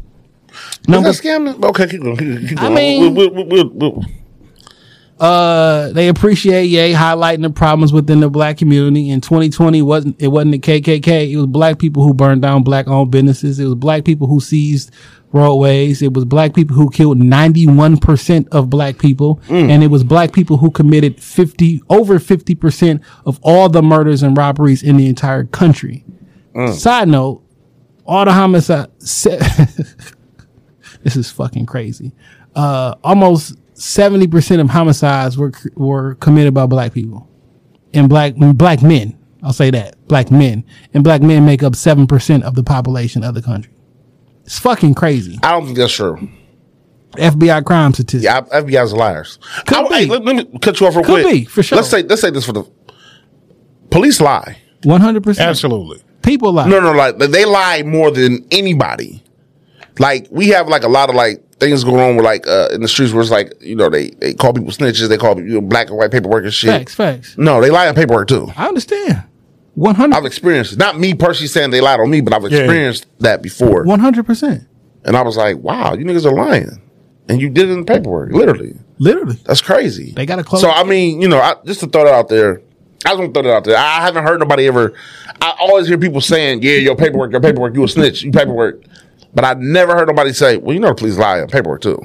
Speaker 3: Number
Speaker 5: that scamming? Okay, keep going. Keep, keep
Speaker 3: I
Speaker 5: going.
Speaker 3: mean-
Speaker 5: We'll- we'll- we'll- we'll-
Speaker 3: Uh, they appreciate Ye highlighting the problems within the black community. In 2020, wasn't it wasn't the KKK? It was black people who burned down black owned businesses. It was black people who seized roadways. It was black people who killed 91 percent of black people, and it was black people who committed 50 over 50 percent of all the murders and robberies in the entire country. Side note: all the homicide. this is fucking crazy. Uh, almost seventy percent of homicides were were committed by black people and black black men. I'll say that black men and black men make up seven percent of the population of the country. It's fucking crazy.
Speaker 5: I don't think that's true.
Speaker 3: FBI crime statistics.
Speaker 5: Yeah, I- FBI's liars.
Speaker 3: Could
Speaker 5: I-
Speaker 3: be.
Speaker 5: hey, let, let me cut you off real
Speaker 3: Could
Speaker 5: quick.
Speaker 3: be, for sure.
Speaker 5: Let's say let's say this for the police lie.
Speaker 3: One hundred percent.
Speaker 6: Absolutely.
Speaker 3: People lie.
Speaker 5: No, no, like they lie more than anybody. Like we have like a lot of like things going on with like uh in the streets where it's like you know they they call people snitches, they call people you know, black and white paperwork and shit.
Speaker 3: Facts, facts.
Speaker 5: No, they lie on paperwork too.
Speaker 3: I understand. One hundred.
Speaker 5: I've experienced not me personally saying they lied on me, but I've experienced that before.
Speaker 3: One hundred percent.
Speaker 5: And I was like, wow, you niggas are lying. And you did it in the paperwork, literally.
Speaker 3: Literally.
Speaker 5: That's crazy.
Speaker 3: They gotta close-
Speaker 5: So I mean, you know, I, just to throw that out there, I just want to throw that out there. I haven't heard nobody ever. I always hear people saying, "Yeah, your paperwork, your paperwork, you a snitch, you paperwork." But I never heard nobody say, "Well, you know, the police lie on paperwork too."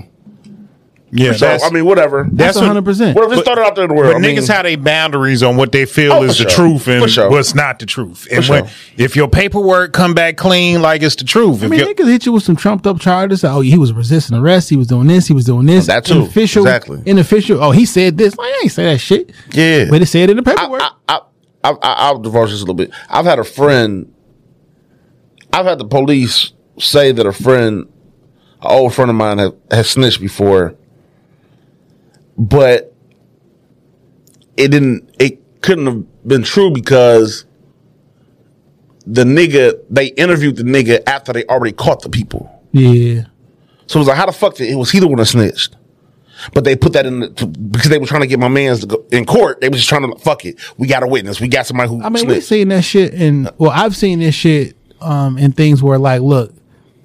Speaker 4: Yeah,
Speaker 5: So
Speaker 4: that's-
Speaker 5: I mean, whatever.
Speaker 3: That's
Speaker 4: what-
Speaker 3: one hundred percent.
Speaker 5: Well, just throw that out there in the world.
Speaker 4: But
Speaker 5: I mean,
Speaker 4: niggas have they boundaries on what they feel
Speaker 5: Oh, for
Speaker 4: is the
Speaker 5: sure.
Speaker 4: truth and
Speaker 5: For sure.
Speaker 4: what's not the truth. And
Speaker 5: For
Speaker 4: when,
Speaker 5: sure.
Speaker 4: if your paperwork come back clean, like it's the truth.
Speaker 3: I
Speaker 4: If
Speaker 3: mean,
Speaker 4: your-
Speaker 3: they could hit you with some trumped up charges. Oh, he was resisting arrest. He was doing this. He was doing this.
Speaker 5: That too.
Speaker 3: Official,
Speaker 5: Exactly.
Speaker 3: Inofficial. Oh, he said this. Like, I ain't say that shit.
Speaker 5: Yeah.
Speaker 3: But it said in the paperwork.
Speaker 5: I, I, I, I, I'll divulge this a little bit. I've had a friend. I've had the police say that a friend, an old friend of mine, have, has snitched before, but it didn't. It couldn't have been true because the nigga they interviewed the nigga after they already caught the people.
Speaker 3: yeah.
Speaker 5: So it was like, how the fuck did it was he the one that snitched? But they put that in the, to, because they were trying to get my man's to go, in court. They was just trying to fuck it. We got a witness. We got somebody who
Speaker 3: I mean, we've
Speaker 5: snitched.
Speaker 3: seen that shit in well, I've seen this shit um in things where like, look,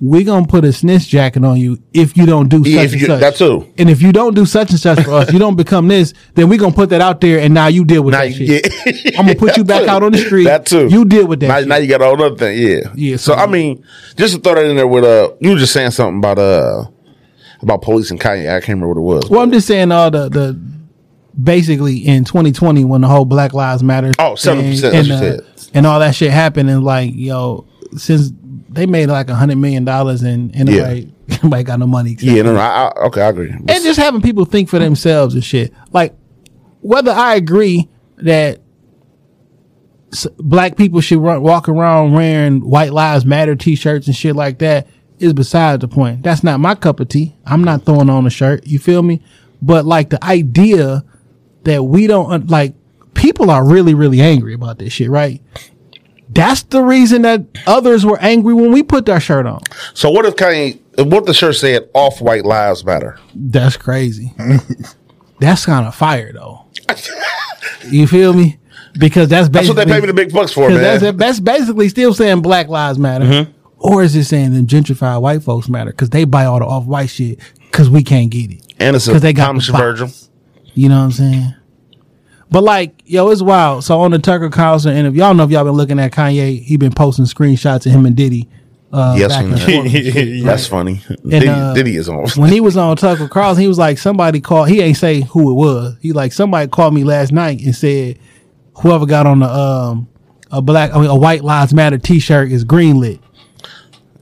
Speaker 3: we gonna put a snitch jacket on you if you don't do such
Speaker 5: Yeah, if
Speaker 3: and
Speaker 5: you-
Speaker 3: such.
Speaker 5: that too.
Speaker 3: And if you don't do such and such for us, you don't become this, then we gonna put that out there and now you deal with
Speaker 5: Now
Speaker 3: that
Speaker 5: you
Speaker 3: shit.
Speaker 5: get-
Speaker 3: I'm gonna put you
Speaker 5: That
Speaker 3: back
Speaker 5: too.
Speaker 3: out on the street.
Speaker 5: That too.
Speaker 3: You deal with that
Speaker 5: now,
Speaker 3: shit.
Speaker 5: now you got a whole other thing. Yeah.
Speaker 3: Yeah,
Speaker 5: So,
Speaker 3: so-
Speaker 5: I mean, just to throw that in there with uh, you were just saying something about uh about police and Kanye. I can't remember what it was.
Speaker 3: well, I'm just saying all the the basically in 2020 when the whole Black Lives Matter
Speaker 5: Oh, 7%,
Speaker 3: and,
Speaker 5: that's what you
Speaker 3: uh,
Speaker 5: said.
Speaker 3: and all that shit happened and like yo since they made like a hundred million dollars and and
Speaker 5: Yeah.
Speaker 3: nobody, nobody got no money except
Speaker 5: Yeah. No. no I, I, okay. I agree. But
Speaker 3: and just having people think for themselves and shit. Like whether I agree that s- black people should run, walk around wearing white lives matter t-shirts and shit like that is beside the point. That's not my cup of tea. I'm not throwing on a shirt. You feel me? But like the idea that we don't un- like people are really really angry about this shit, right? That's the reason that others were angry when we put our shirt on.
Speaker 5: so what if Kanye? What if the shirt said "Off White Lives Matter"?
Speaker 3: That's crazy. That's kind of fire though. You feel me? Because that's
Speaker 5: That's
Speaker 3: basically
Speaker 5: what they pay me the big bucks for,
Speaker 3: 'cause
Speaker 5: man. Mm-hmm.
Speaker 3: That's, that's basically still saying Black Lives Matter, or is it saying them gentrified white folks matter because they buy all the off white shit because we can't get it
Speaker 5: and it's a
Speaker 3: because they got
Speaker 5: Thomas
Speaker 3: the
Speaker 5: and Virgil.
Speaker 3: box. You know what I'm saying? But like, yo, it's wild. So on the Tucker Carlson interview, y'all know if y'all been looking at Kanye, he been posting screenshots of him and Diddy. Uh,
Speaker 5: Yes,
Speaker 3: back
Speaker 5: we
Speaker 3: and
Speaker 5: know.
Speaker 3: forth.
Speaker 5: That's funny. Diddy,
Speaker 3: uh,
Speaker 5: Diddy is on.
Speaker 3: when he was on Tucker Carlson, he was like, somebody called. He ain't say who it was. He like somebody called me last night and said, whoever got on the um a black I mean, a White Lives Matter T-shirt is greenlit.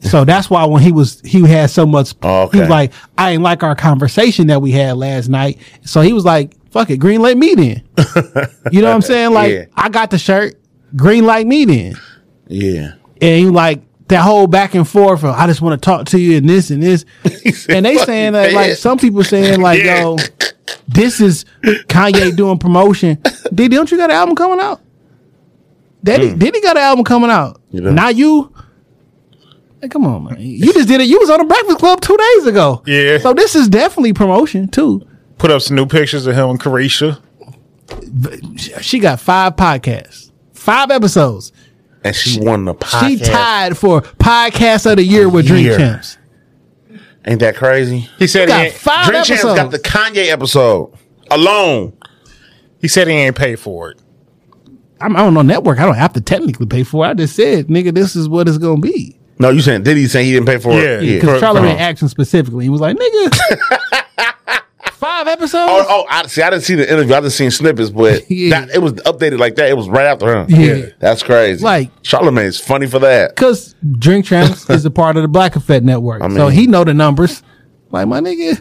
Speaker 3: So that's why when he was he had so much.
Speaker 5: Oh, okay.
Speaker 3: He was like, I ain't like our conversation that we had last night. So he was like, fuck it, greenlit me then. you know what I'm saying? Like
Speaker 5: Yeah.
Speaker 3: I got the shirt, greenlight me then
Speaker 5: Yeah.
Speaker 3: and he like that whole back and forth of I just want to talk to you and this and this.
Speaker 5: said,
Speaker 3: and they
Speaker 5: "Fuck
Speaker 3: saying
Speaker 5: you,
Speaker 3: that like
Speaker 5: man."
Speaker 3: some people saying like
Speaker 5: Yeah.
Speaker 3: yo, this is Kanye doing promotion. Did don't you got an album coming out? Diddy, Diddy got an album coming out.
Speaker 5: You know.
Speaker 3: Not you. Hey, come on, man. You just did it. You was on the Breakfast Club two days ago.
Speaker 4: Yeah.
Speaker 3: So this is definitely promotion too.
Speaker 4: put up some new pictures of him and Carisha.
Speaker 3: She got five podcasts, five episodes.
Speaker 5: And she won the podcast.
Speaker 3: She tied for podcast of the year with Dream
Speaker 5: Year.
Speaker 3: Champs.
Speaker 5: Ain't that crazy?
Speaker 4: He said
Speaker 3: got
Speaker 4: he ain't,
Speaker 3: five
Speaker 5: Drink Champs
Speaker 3: episodes.
Speaker 5: got the Kanye episode alone.
Speaker 4: he said he ain't paid for it.
Speaker 3: I'm, I don't know network. I don't have to technically pay for it. I just said, nigga, this is what it's gonna be.
Speaker 5: No, you saying Diddy saying he didn't pay for
Speaker 4: Yeah,
Speaker 5: it? Uh-huh.
Speaker 3: Because
Speaker 4: For-
Speaker 3: Charlie
Speaker 4: for-
Speaker 3: Ray action specifically, he was like, nigga, five episodes.
Speaker 5: Oh, oh, I see. I didn't see the interview. I just seen snippets, but
Speaker 3: Yeah.
Speaker 5: that, it was updated like that. It was right after him.
Speaker 3: Yeah.
Speaker 5: that's crazy.
Speaker 3: Like-
Speaker 5: Charlemagne's funny for that.
Speaker 3: Because Drink Champs is a part of the Black Effect Network, so
Speaker 5: mean-
Speaker 3: he know the numbers. Like my nigga,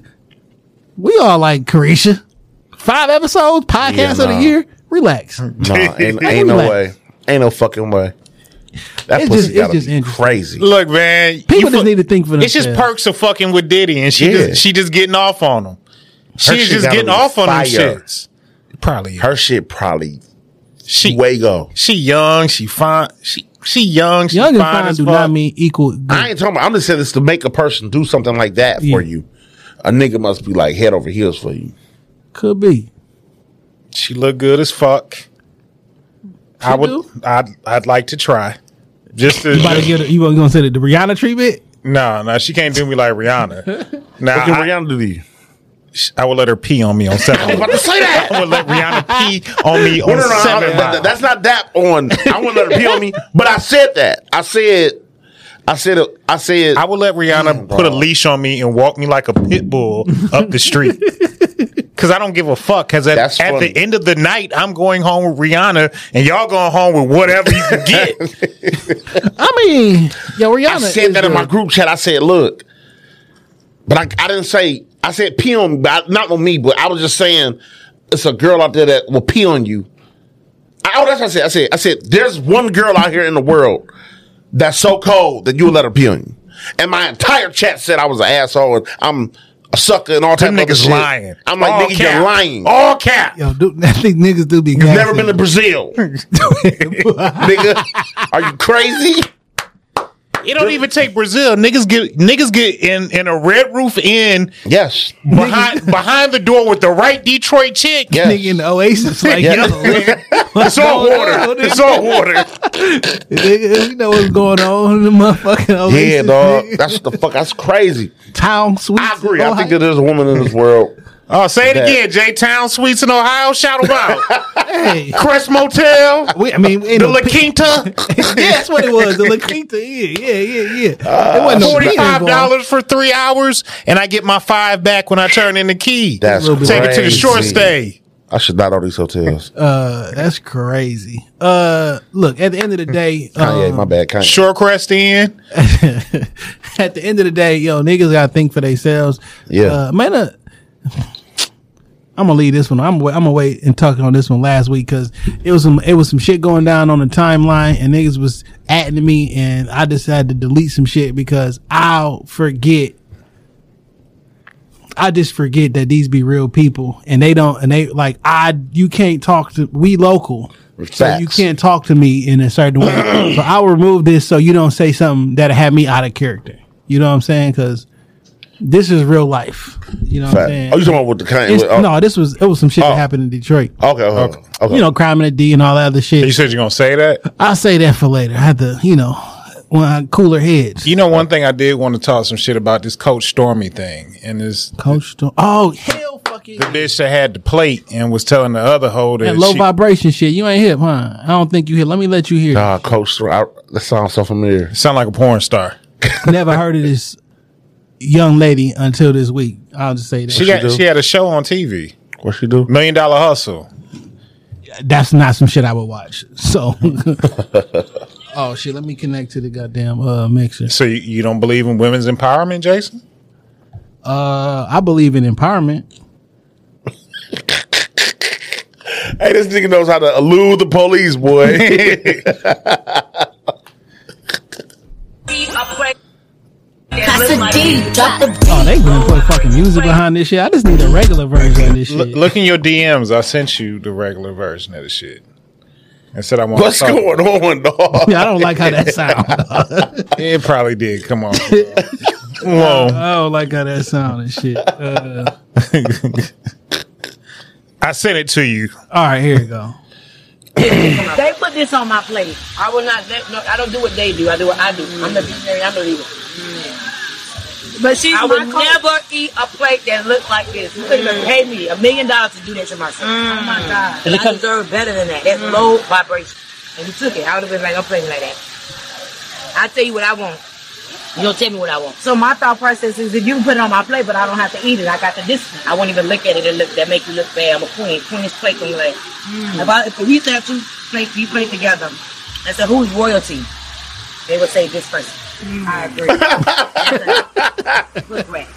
Speaker 3: we all like Carisha. Five episodes, podcast
Speaker 5: Yeah,
Speaker 3: of
Speaker 5: nah.
Speaker 3: the year. Relax.
Speaker 5: No, ain't, ain't no way. Ain't no fucking way. That pussy
Speaker 3: It's just- it's
Speaker 5: gotta
Speaker 3: just
Speaker 5: be
Speaker 3: interesting.
Speaker 5: crazy.
Speaker 4: Look, man, you
Speaker 3: People
Speaker 4: fu-
Speaker 3: just need to think for
Speaker 4: It's
Speaker 3: themselves.
Speaker 4: just perks of fucking with Diddy, and she
Speaker 5: Yeah.
Speaker 4: just she just getting off on him. She's
Speaker 5: shit
Speaker 4: just
Speaker 5: gotta
Speaker 4: getting
Speaker 5: be
Speaker 4: off on them
Speaker 5: fire.
Speaker 4: shits. Probably
Speaker 5: Her shit probably
Speaker 4: she
Speaker 5: way go.
Speaker 4: she young, she fine, she she young, she
Speaker 3: Young and
Speaker 4: fine,
Speaker 3: fine
Speaker 4: as
Speaker 3: do
Speaker 4: fuck.
Speaker 3: not mean equal. good.
Speaker 5: I ain't talking about. I'm just saying this to make a person do something like that for
Speaker 3: Yeah.
Speaker 5: you. A nigga must be like head over heels for you.
Speaker 3: Could be.
Speaker 4: She look good as fuck. I would.
Speaker 3: do?
Speaker 4: I'd. I'd like to try. Just to.
Speaker 3: You about to get it, you gonna say the Rihanna treatment?
Speaker 4: no, no, she can't do me like Rihanna. Now
Speaker 5: What can
Speaker 4: I,
Speaker 5: Rihanna do to you?
Speaker 4: I would let her pee on me on seven. I
Speaker 5: about to say that.
Speaker 4: would let Rihanna pee on me
Speaker 5: No,
Speaker 4: on
Speaker 5: no, no, I-
Speaker 4: seven.
Speaker 5: but
Speaker 4: miles.
Speaker 5: that's not that on. I wouldn't let her pee on me, but I said that. I said, I said, I said,
Speaker 4: I would let Rihanna put
Speaker 5: Mm,
Speaker 4: a
Speaker 5: bro.
Speaker 4: leash on me and walk me like a pit bull up the street. Cause I don't give a fuck. Cause at,
Speaker 5: That's
Speaker 4: at
Speaker 5: funny.
Speaker 4: the end of the night, I'm going home with Rihanna, and y'all going home with whatever you can get.
Speaker 3: I mean, yo, Rihanna.
Speaker 5: I said
Speaker 3: is
Speaker 5: that in
Speaker 3: the-
Speaker 5: my group chat. I said, look, but I, I didn't say, I said pee on me, but I, not on me, but I was just saying it's a girl out there that will pee on you. I, oh, that's what I said. I said, I said, there's one girl out here in the world that's so cold that you'll let her pee on you. And my entire chat said I was an asshole and I'm a sucker and all type
Speaker 4: Them
Speaker 5: of other
Speaker 4: niggas
Speaker 5: shit.
Speaker 4: lying.
Speaker 5: I'm like,
Speaker 4: All
Speaker 5: nigga,
Speaker 4: cap.
Speaker 5: you're lying.
Speaker 4: All cap.
Speaker 3: Yo, dude, I think niggas do be.
Speaker 5: You've never been to Brazil. Nigga, are you crazy?
Speaker 4: It don't even take Brazil. Niggas get niggas get in in a red roof inn
Speaker 5: Yes.
Speaker 4: behind behind the door with the right Detroit chick.
Speaker 5: Yes.
Speaker 3: nigga in the Oasis. Like,
Speaker 5: Yeah.
Speaker 3: yo, what- what's
Speaker 4: It's all
Speaker 3: going
Speaker 4: water.
Speaker 3: on,
Speaker 4: It's
Speaker 3: nigga?
Speaker 4: all water.
Speaker 3: Nigga, you know what's going on in the motherfucking Oasis.
Speaker 5: Yeah, dog.
Speaker 3: nigga.
Speaker 5: That's the fuck. That's crazy.
Speaker 3: Town suite.
Speaker 5: I agree. I think that there's a woman in this world.
Speaker 4: Oh, say it
Speaker 5: That-
Speaker 4: again. J Town Suites in Ohio. Shout 'em out.
Speaker 3: Hey,
Speaker 4: Crest Motel.
Speaker 3: we, I mean, ain't
Speaker 4: The
Speaker 3: no
Speaker 4: La
Speaker 3: pi-
Speaker 4: Quinta.
Speaker 3: yeah, that's what it was. The La Quinta. Yeah, yeah, yeah, yeah.
Speaker 5: Uh,
Speaker 3: it wasn't no peeing
Speaker 4: Forty-five
Speaker 3: going on.
Speaker 4: dollars for three hours, and I get my five back when I turn in the key.
Speaker 5: That's
Speaker 3: Take
Speaker 4: take it to the short
Speaker 5: crazy.
Speaker 4: stay.
Speaker 5: I should not own these hotels.
Speaker 3: Uh, that's crazy. Uh, look, at the end of the day,
Speaker 5: Kanye,
Speaker 3: um,
Speaker 5: my bad. Kanye.
Speaker 4: Shorecrest Inn.
Speaker 3: at the end of the day, yo, niggas gotta think for themselves.
Speaker 5: Yeah.
Speaker 3: uh, man. Uh, I'm gonna leave this one. I'm wa- I'm gonna wait and talk on this one last week because it was some it was some shit going down on the timeline and niggas was adding me and I decided to delete some shit because I'll forget. I just forget that these be real people and they don't and they like I you can't talk to we local. So you
Speaker 5: Facts.
Speaker 3: can't talk to me in a certain way. so I'll remove this so you don't say something that had me out of character. You know what I'm saying? Because this is real life. You know what I'm
Speaker 5: Fact.
Speaker 3: saying?
Speaker 5: Oh, you talking about with the Kanye?
Speaker 3: It's-
Speaker 5: with- oh,
Speaker 3: no, this was it was some shit
Speaker 5: Oh.
Speaker 3: that happened in Detroit.
Speaker 5: Okay. Okay. okay.
Speaker 3: You know, crime in the D and all that other
Speaker 4: You
Speaker 3: shit.
Speaker 4: said you're gonna say that.
Speaker 3: I'll say that for later. I had to, you know, when I cooler heads.
Speaker 4: You know, one thing I did want to talk some shit about this Coach Stormy thing, and this
Speaker 3: Coach, Tor- oh hell, fucking
Speaker 4: the bitch that had the plate and was telling the other hoe that
Speaker 3: that low
Speaker 4: she-
Speaker 3: vibration shit. You ain't hip, huh? I don't think you hip. Let me let you hear.
Speaker 5: Ah, Coach. I, that sounds so familiar.
Speaker 4: sound like a porn star.
Speaker 3: Never heard of this young lady until this week. I'll just say that.
Speaker 4: She
Speaker 5: do?
Speaker 4: got she had a show on TV,
Speaker 5: What she do?
Speaker 4: Million Dollar Hustle.
Speaker 3: That's not some shit I would watch. So, oh shit, let me connect to the goddamn uh, mixer.
Speaker 4: So you, you don't believe in women's empowerment, Jason?
Speaker 3: Uh, I believe in empowerment.
Speaker 5: Hey, this nigga knows how to elude the police, boy.
Speaker 7: Casadillo, drop the
Speaker 3: Oh, they gonna put fucking music behind this shit. I just need a regular version of this
Speaker 4: Look,
Speaker 3: shit.
Speaker 4: look in your DMs. I sent you the regular version of the shit. I said I want.
Speaker 5: What's going on, dog?
Speaker 3: Yeah, I don't like how that sound.
Speaker 4: It probably did. Come on. Whoa.
Speaker 3: I don't like how that sound and shit. Uh,
Speaker 4: I sent it to you.
Speaker 3: all right, here we go.
Speaker 8: They put this on my plate. I will not let. No, I don't do what they do. I do what I do. I'm the visionary. I'm the leader.
Speaker 7: But she's
Speaker 8: I
Speaker 7: my
Speaker 8: would
Speaker 7: coach.
Speaker 8: never eat a plate that looked like this. You couldn't even pay me a million dollars to do that to myself.
Speaker 7: Oh my God.
Speaker 8: And I deserve better than that.
Speaker 7: Mm.
Speaker 8: That's low vibration. And you took it. I would have been like, I'm playing like that. I tell you what I want. You don't tell me what I want. So my thought process is if you can put it on my plate, but I don't have to eat it. I got the discipline. I won't even look at it and look that make you look bad. I'm a queen. Queen's plate gonna be like. If I if we used to have two plates, we plate together. I said, who's royalty? They would say this person. I agree. Good rat.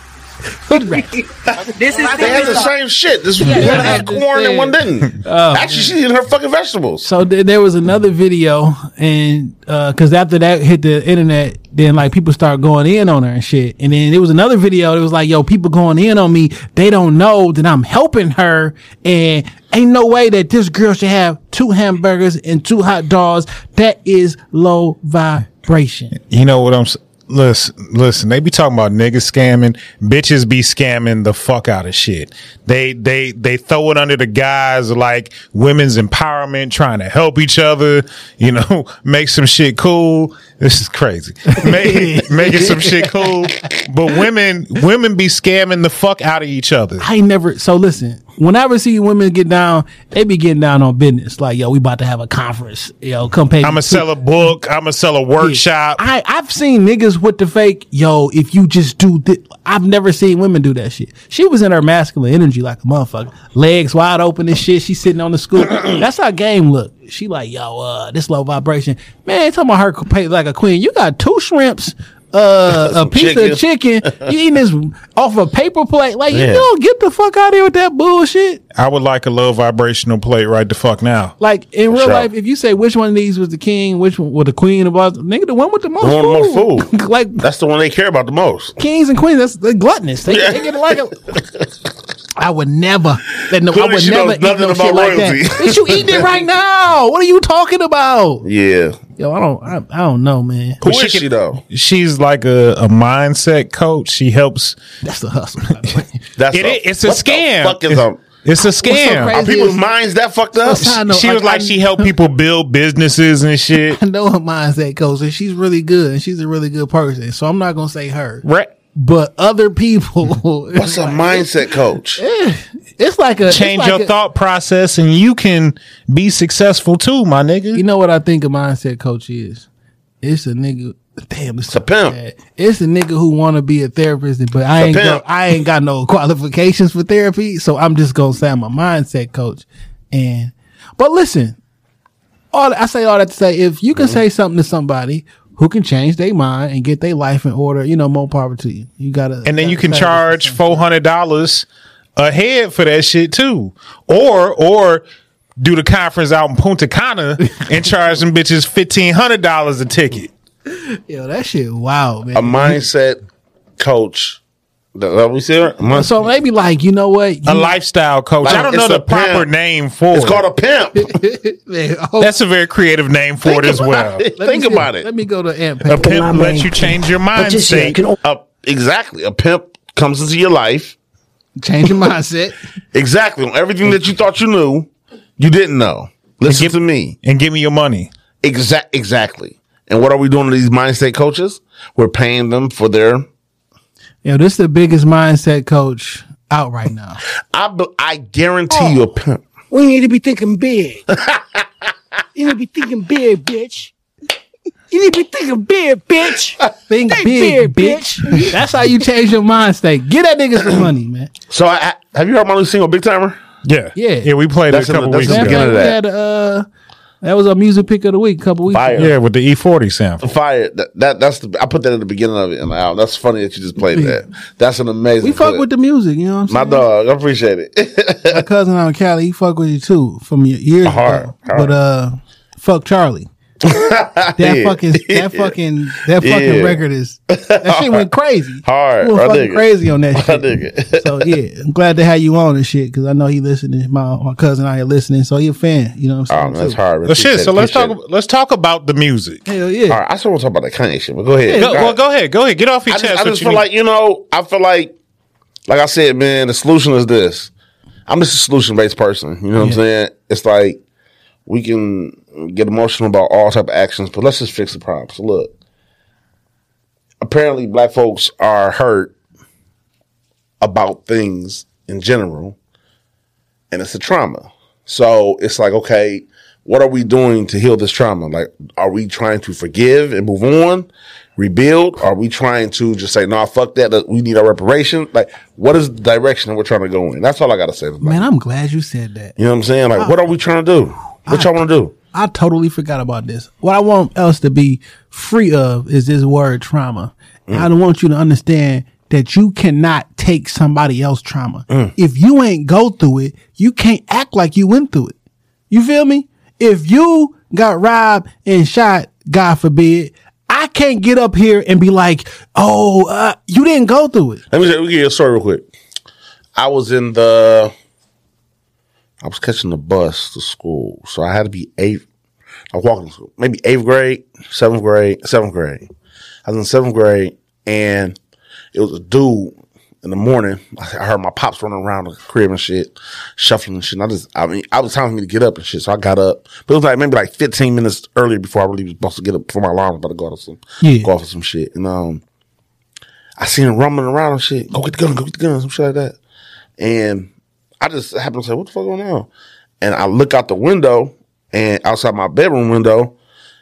Speaker 8: This is
Speaker 5: They had the same shit. This one had corn and one didn't. Actually, she did her fucking vegetables.
Speaker 3: So th- there was another video, and because after that hit the internet, then like people start going in on her and shit. And then there was another video. It was like, yo, people going in on me. They don't know that I'm helping her, and ain't no way that this girl should have two hamburgers and two hot dogs. That is low vibration.
Speaker 4: You know what I'm s- Listen, listen. They be talking about niggas scamming. Bitches be scamming the fuck out of shit. They they they throw it under the guise of like women's empowerment, trying to help each other. You know, make some shit cool. This is crazy. Make, making some shit cool, but women women be scamming the fuck out of each other.
Speaker 3: I ain't never. So listen, whenever I see women get down, they be getting down on business. Like, yo, we about to have a conference. Yo, come pay.
Speaker 4: I'ma sell a book. I'ma sell a workshop.
Speaker 3: I I've seen niggas with the fake. Yo, if you just do this, I've never seen women do that shit. She was in her masculine energy like a motherfucker, legs wide open and shit. She sitting on the scoop. That's how game look. She like, yo, uh, this low vibration. Man, talking about her pay like a queen. You got two shrimps. Uh, a
Speaker 5: Some
Speaker 3: piece of chicken. You eating this off a paper plate? Like you
Speaker 4: Yeah.
Speaker 3: don't get the fuck out of here with that bullshit.
Speaker 4: I would like a low vibrational plate right the fuck now.
Speaker 3: Like in real
Speaker 4: sure.
Speaker 3: life, if you say which one of these was the king, which one was the queen, of all, nigga, the one with the most,
Speaker 5: The one with
Speaker 3: food.
Speaker 5: more food.
Speaker 3: like
Speaker 5: That's the one they care about the most.
Speaker 3: kings and queens, that's they gluttonous. They, they get like a. I would never. That no, I
Speaker 5: Clearly
Speaker 3: would
Speaker 5: she
Speaker 3: never
Speaker 5: knows
Speaker 3: eat
Speaker 5: nothing
Speaker 3: no shit
Speaker 5: about
Speaker 3: like that.
Speaker 5: royalty.
Speaker 3: Bitch, you eating it right now? What are you talking about?
Speaker 5: Yeah.
Speaker 3: Yo, I don't. I, I don't know, man.
Speaker 5: Who is she, though?
Speaker 4: She's like a, a mindset coach. She helps.
Speaker 3: That's the hustle. by the way.
Speaker 5: That's
Speaker 4: It i- it's a
Speaker 5: what the
Speaker 4: scam.
Speaker 5: fuck is
Speaker 4: It's-
Speaker 5: up?
Speaker 4: It's a
Speaker 3: crazy?
Speaker 4: scam.
Speaker 5: Are people's minds that fucked up?
Speaker 3: That's how I know.
Speaker 4: she was like
Speaker 3: I-
Speaker 4: she helped people build businesses and shit.
Speaker 3: I know her mindset goes, and she's really good, and she's a really good person. So I'm not gonna say her,
Speaker 4: Right.
Speaker 3: but other people.
Speaker 5: What's a mindset coach?
Speaker 3: It's like a it's
Speaker 4: Change
Speaker 3: like
Speaker 4: your
Speaker 3: a-
Speaker 4: thought process and you can be successful too, my nigga.
Speaker 3: You know what I think a mindset coach is? It's a nigga. Damn, it's
Speaker 5: a pimp.
Speaker 3: It's a nigga who want to be a therapist, but I
Speaker 5: a
Speaker 3: ain't go,
Speaker 5: pimp.
Speaker 3: I ain't got no qualifications for therapy, so I'm just gonna say I'm a mindset coach. And but listen, all I say all that to say, if you can say something to somebody who can change their mind and get their life in order, you know, more power to you. You gotta,
Speaker 4: and then you can
Speaker 3: gotta say it.
Speaker 4: charge four hundred dollars a head for that shit too, or or do the conference out in Punta Cana and charge them bitches fifteen hundred dollars a ticket.
Speaker 3: Yo, that shit, wow, man.
Speaker 5: A mindset coach. That, that we see it? Mindset-
Speaker 3: so maybe like you know what? You,
Speaker 4: A lifestyle coach. I don't
Speaker 5: It's
Speaker 4: know the
Speaker 5: a
Speaker 4: proper
Speaker 5: pimp.
Speaker 4: name for
Speaker 5: it's
Speaker 4: it.
Speaker 5: called a pimp.
Speaker 3: man, oh,
Speaker 4: That's a very creative name for it as well.
Speaker 3: let me
Speaker 5: Think
Speaker 3: see-
Speaker 5: about it.
Speaker 3: Let me go to Aunt
Speaker 4: A
Speaker 3: Pam.
Speaker 4: pimp lets you change your mindset.
Speaker 5: A, exactly. A pimp comes into your life.
Speaker 3: Change your mindset.
Speaker 5: Exactly. On everything that you thought you knew, you didn't know. Listen
Speaker 4: give-
Speaker 5: to me.
Speaker 4: And give me your money.
Speaker 5: Exact. Exactly. And what are we doing to these mindset coaches? We're paying them for their
Speaker 3: Yo, this is the biggest mindset coach out right now.
Speaker 5: I, be- I guarantee
Speaker 3: Oh.
Speaker 5: you a pimp.
Speaker 9: We need to be thinking big. you need to be thinking big, bitch. You need to be thinking big, bitch.
Speaker 3: Think big,
Speaker 9: big,
Speaker 3: bitch. That's how you change your mind state. Get that nigga some money, man.
Speaker 5: So I, I- have you heard my new single, Big Timer?
Speaker 4: Yeah.
Speaker 3: Yeah.
Speaker 4: Yeah, we played it
Speaker 5: That's
Speaker 4: a
Speaker 5: in the-
Speaker 4: couple
Speaker 5: that's
Speaker 4: weeks
Speaker 5: in the
Speaker 3: Matter
Speaker 4: ago.
Speaker 3: of
Speaker 5: beginning.
Speaker 3: fact,
Speaker 5: of
Speaker 3: we
Speaker 5: that.
Speaker 3: had uh that was our music pick of the week a couple weeks
Speaker 5: Fire.
Speaker 3: ago.
Speaker 4: Yeah, with the E40 sample.
Speaker 5: Fire. That, that that's the I put that at the beginning of it in the album. That's funny that you just played that. That's an amazing.
Speaker 3: We fuck
Speaker 5: clip.
Speaker 3: with the music, you know what I'm
Speaker 5: my
Speaker 3: saying?
Speaker 5: dog. I appreciate it.
Speaker 3: My cousin out in Cali, he fuck with you too from your years
Speaker 5: Hard,
Speaker 3: ago.
Speaker 5: hard.
Speaker 3: But uh fuck Charlie. that fucking that fucking that fucking
Speaker 5: Yeah.
Speaker 3: record is that shit went crazy.
Speaker 5: Hard.
Speaker 3: We went
Speaker 5: I
Speaker 3: fucking
Speaker 5: dig it.
Speaker 3: crazy on that shit.
Speaker 5: I dig it.
Speaker 3: so yeah, I'm glad to have you on and shit because I know he listening. My my cousin out here listening, so he a fan. You know what
Speaker 5: oh,
Speaker 3: I'm saying?
Speaker 5: man, that's
Speaker 3: So-
Speaker 5: hard.
Speaker 4: Well, shit,
Speaker 5: Appreciate
Speaker 4: so
Speaker 5: it.
Speaker 4: let's talk
Speaker 5: Appreciate
Speaker 4: ab- let's talk about the music.
Speaker 3: Hell
Speaker 5: it.
Speaker 3: yeah.
Speaker 5: All right, I still want to talk about that Kanye shit, but go ahead.
Speaker 4: Go, well, go ahead. Go ahead. Get off your
Speaker 5: I
Speaker 4: chest.
Speaker 5: just, I
Speaker 4: what
Speaker 5: just
Speaker 4: you
Speaker 5: feel
Speaker 4: need.
Speaker 5: like you know. I feel like, like I said, man, the solution is this. I'm just a solution based person. You know what I'm saying? It's like we can get emotional about all type of actions, but let's just fix the problems. Look, apparently, black folks are hurt about things in general, and it's a trauma. So it's like, okay, what are we doing to heal this trauma? Like, are we trying to forgive and move on, rebuild? Are we trying to just say, nah, fuck that, that, we need our reparation? Like, what is the direction that we're trying to go in? That's all I gotta say. About it.
Speaker 3: Man, I'm glad you said that.
Speaker 5: You know what I'm saying? Like, what are we trying to do? What y'all want to do?
Speaker 3: I totally forgot about this. What I want us to be free of is this word trauma. And I don't want you to understand that you cannot take somebody else's trauma. If you ain't go through it, you can't act like you went through it. You feel me? If you got robbed and shot, God forbid, I can't get up here and be like, "Oh, uh, you didn't go through it."
Speaker 5: Let me, let me give you a story real quick. I was in the, I was catching the bus to school, so I had to be eighth. I was walking to school, maybe eighth grade, seventh grade, seventh grade. I was in seventh grade, and it was a dude in the morning. I heard my pops running around the crib and shit, shuffling and shit. And I just, I mean, I was time for me to get up and shit, so I got up. But it was like maybe like 15 minutes earlier before I really was supposed to get up before my alarm was about to go off some,
Speaker 3: Yeah.
Speaker 5: go off of some shit. And um, I seen him rumbling around and shit. Go get the gun, go get the gun, some shit like that. And I just happened to say, "What the fuck going on?" And I look out the window, and outside my bedroom window,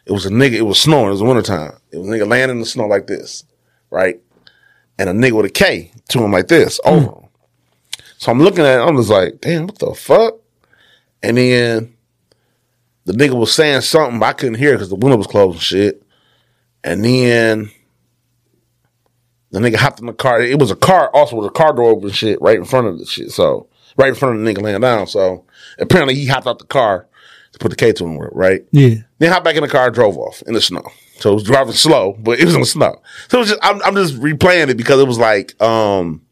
Speaker 5: it was a nigga. It was snowing. It was wintertime. It was a nigga laying in the snow like this, right? And a nigga with a K to him like this over him. So I'm looking at it. I'm just like, "Damn, what the fuck?" And then the nigga was saying something, but I couldn't hear because the window was closed and shit. And then the nigga hopped in the car. It was a car also with a car door open and shit right in front of the shit. So right in front of the nigga laying down. So apparently he hopped out the car to put the K to him with, right?
Speaker 3: Yeah.
Speaker 5: Then hopped back in the car, and drove off in the snow. So it was driving slow, but it was in the snow. So it was just I'm, I'm just replaying it because it was like um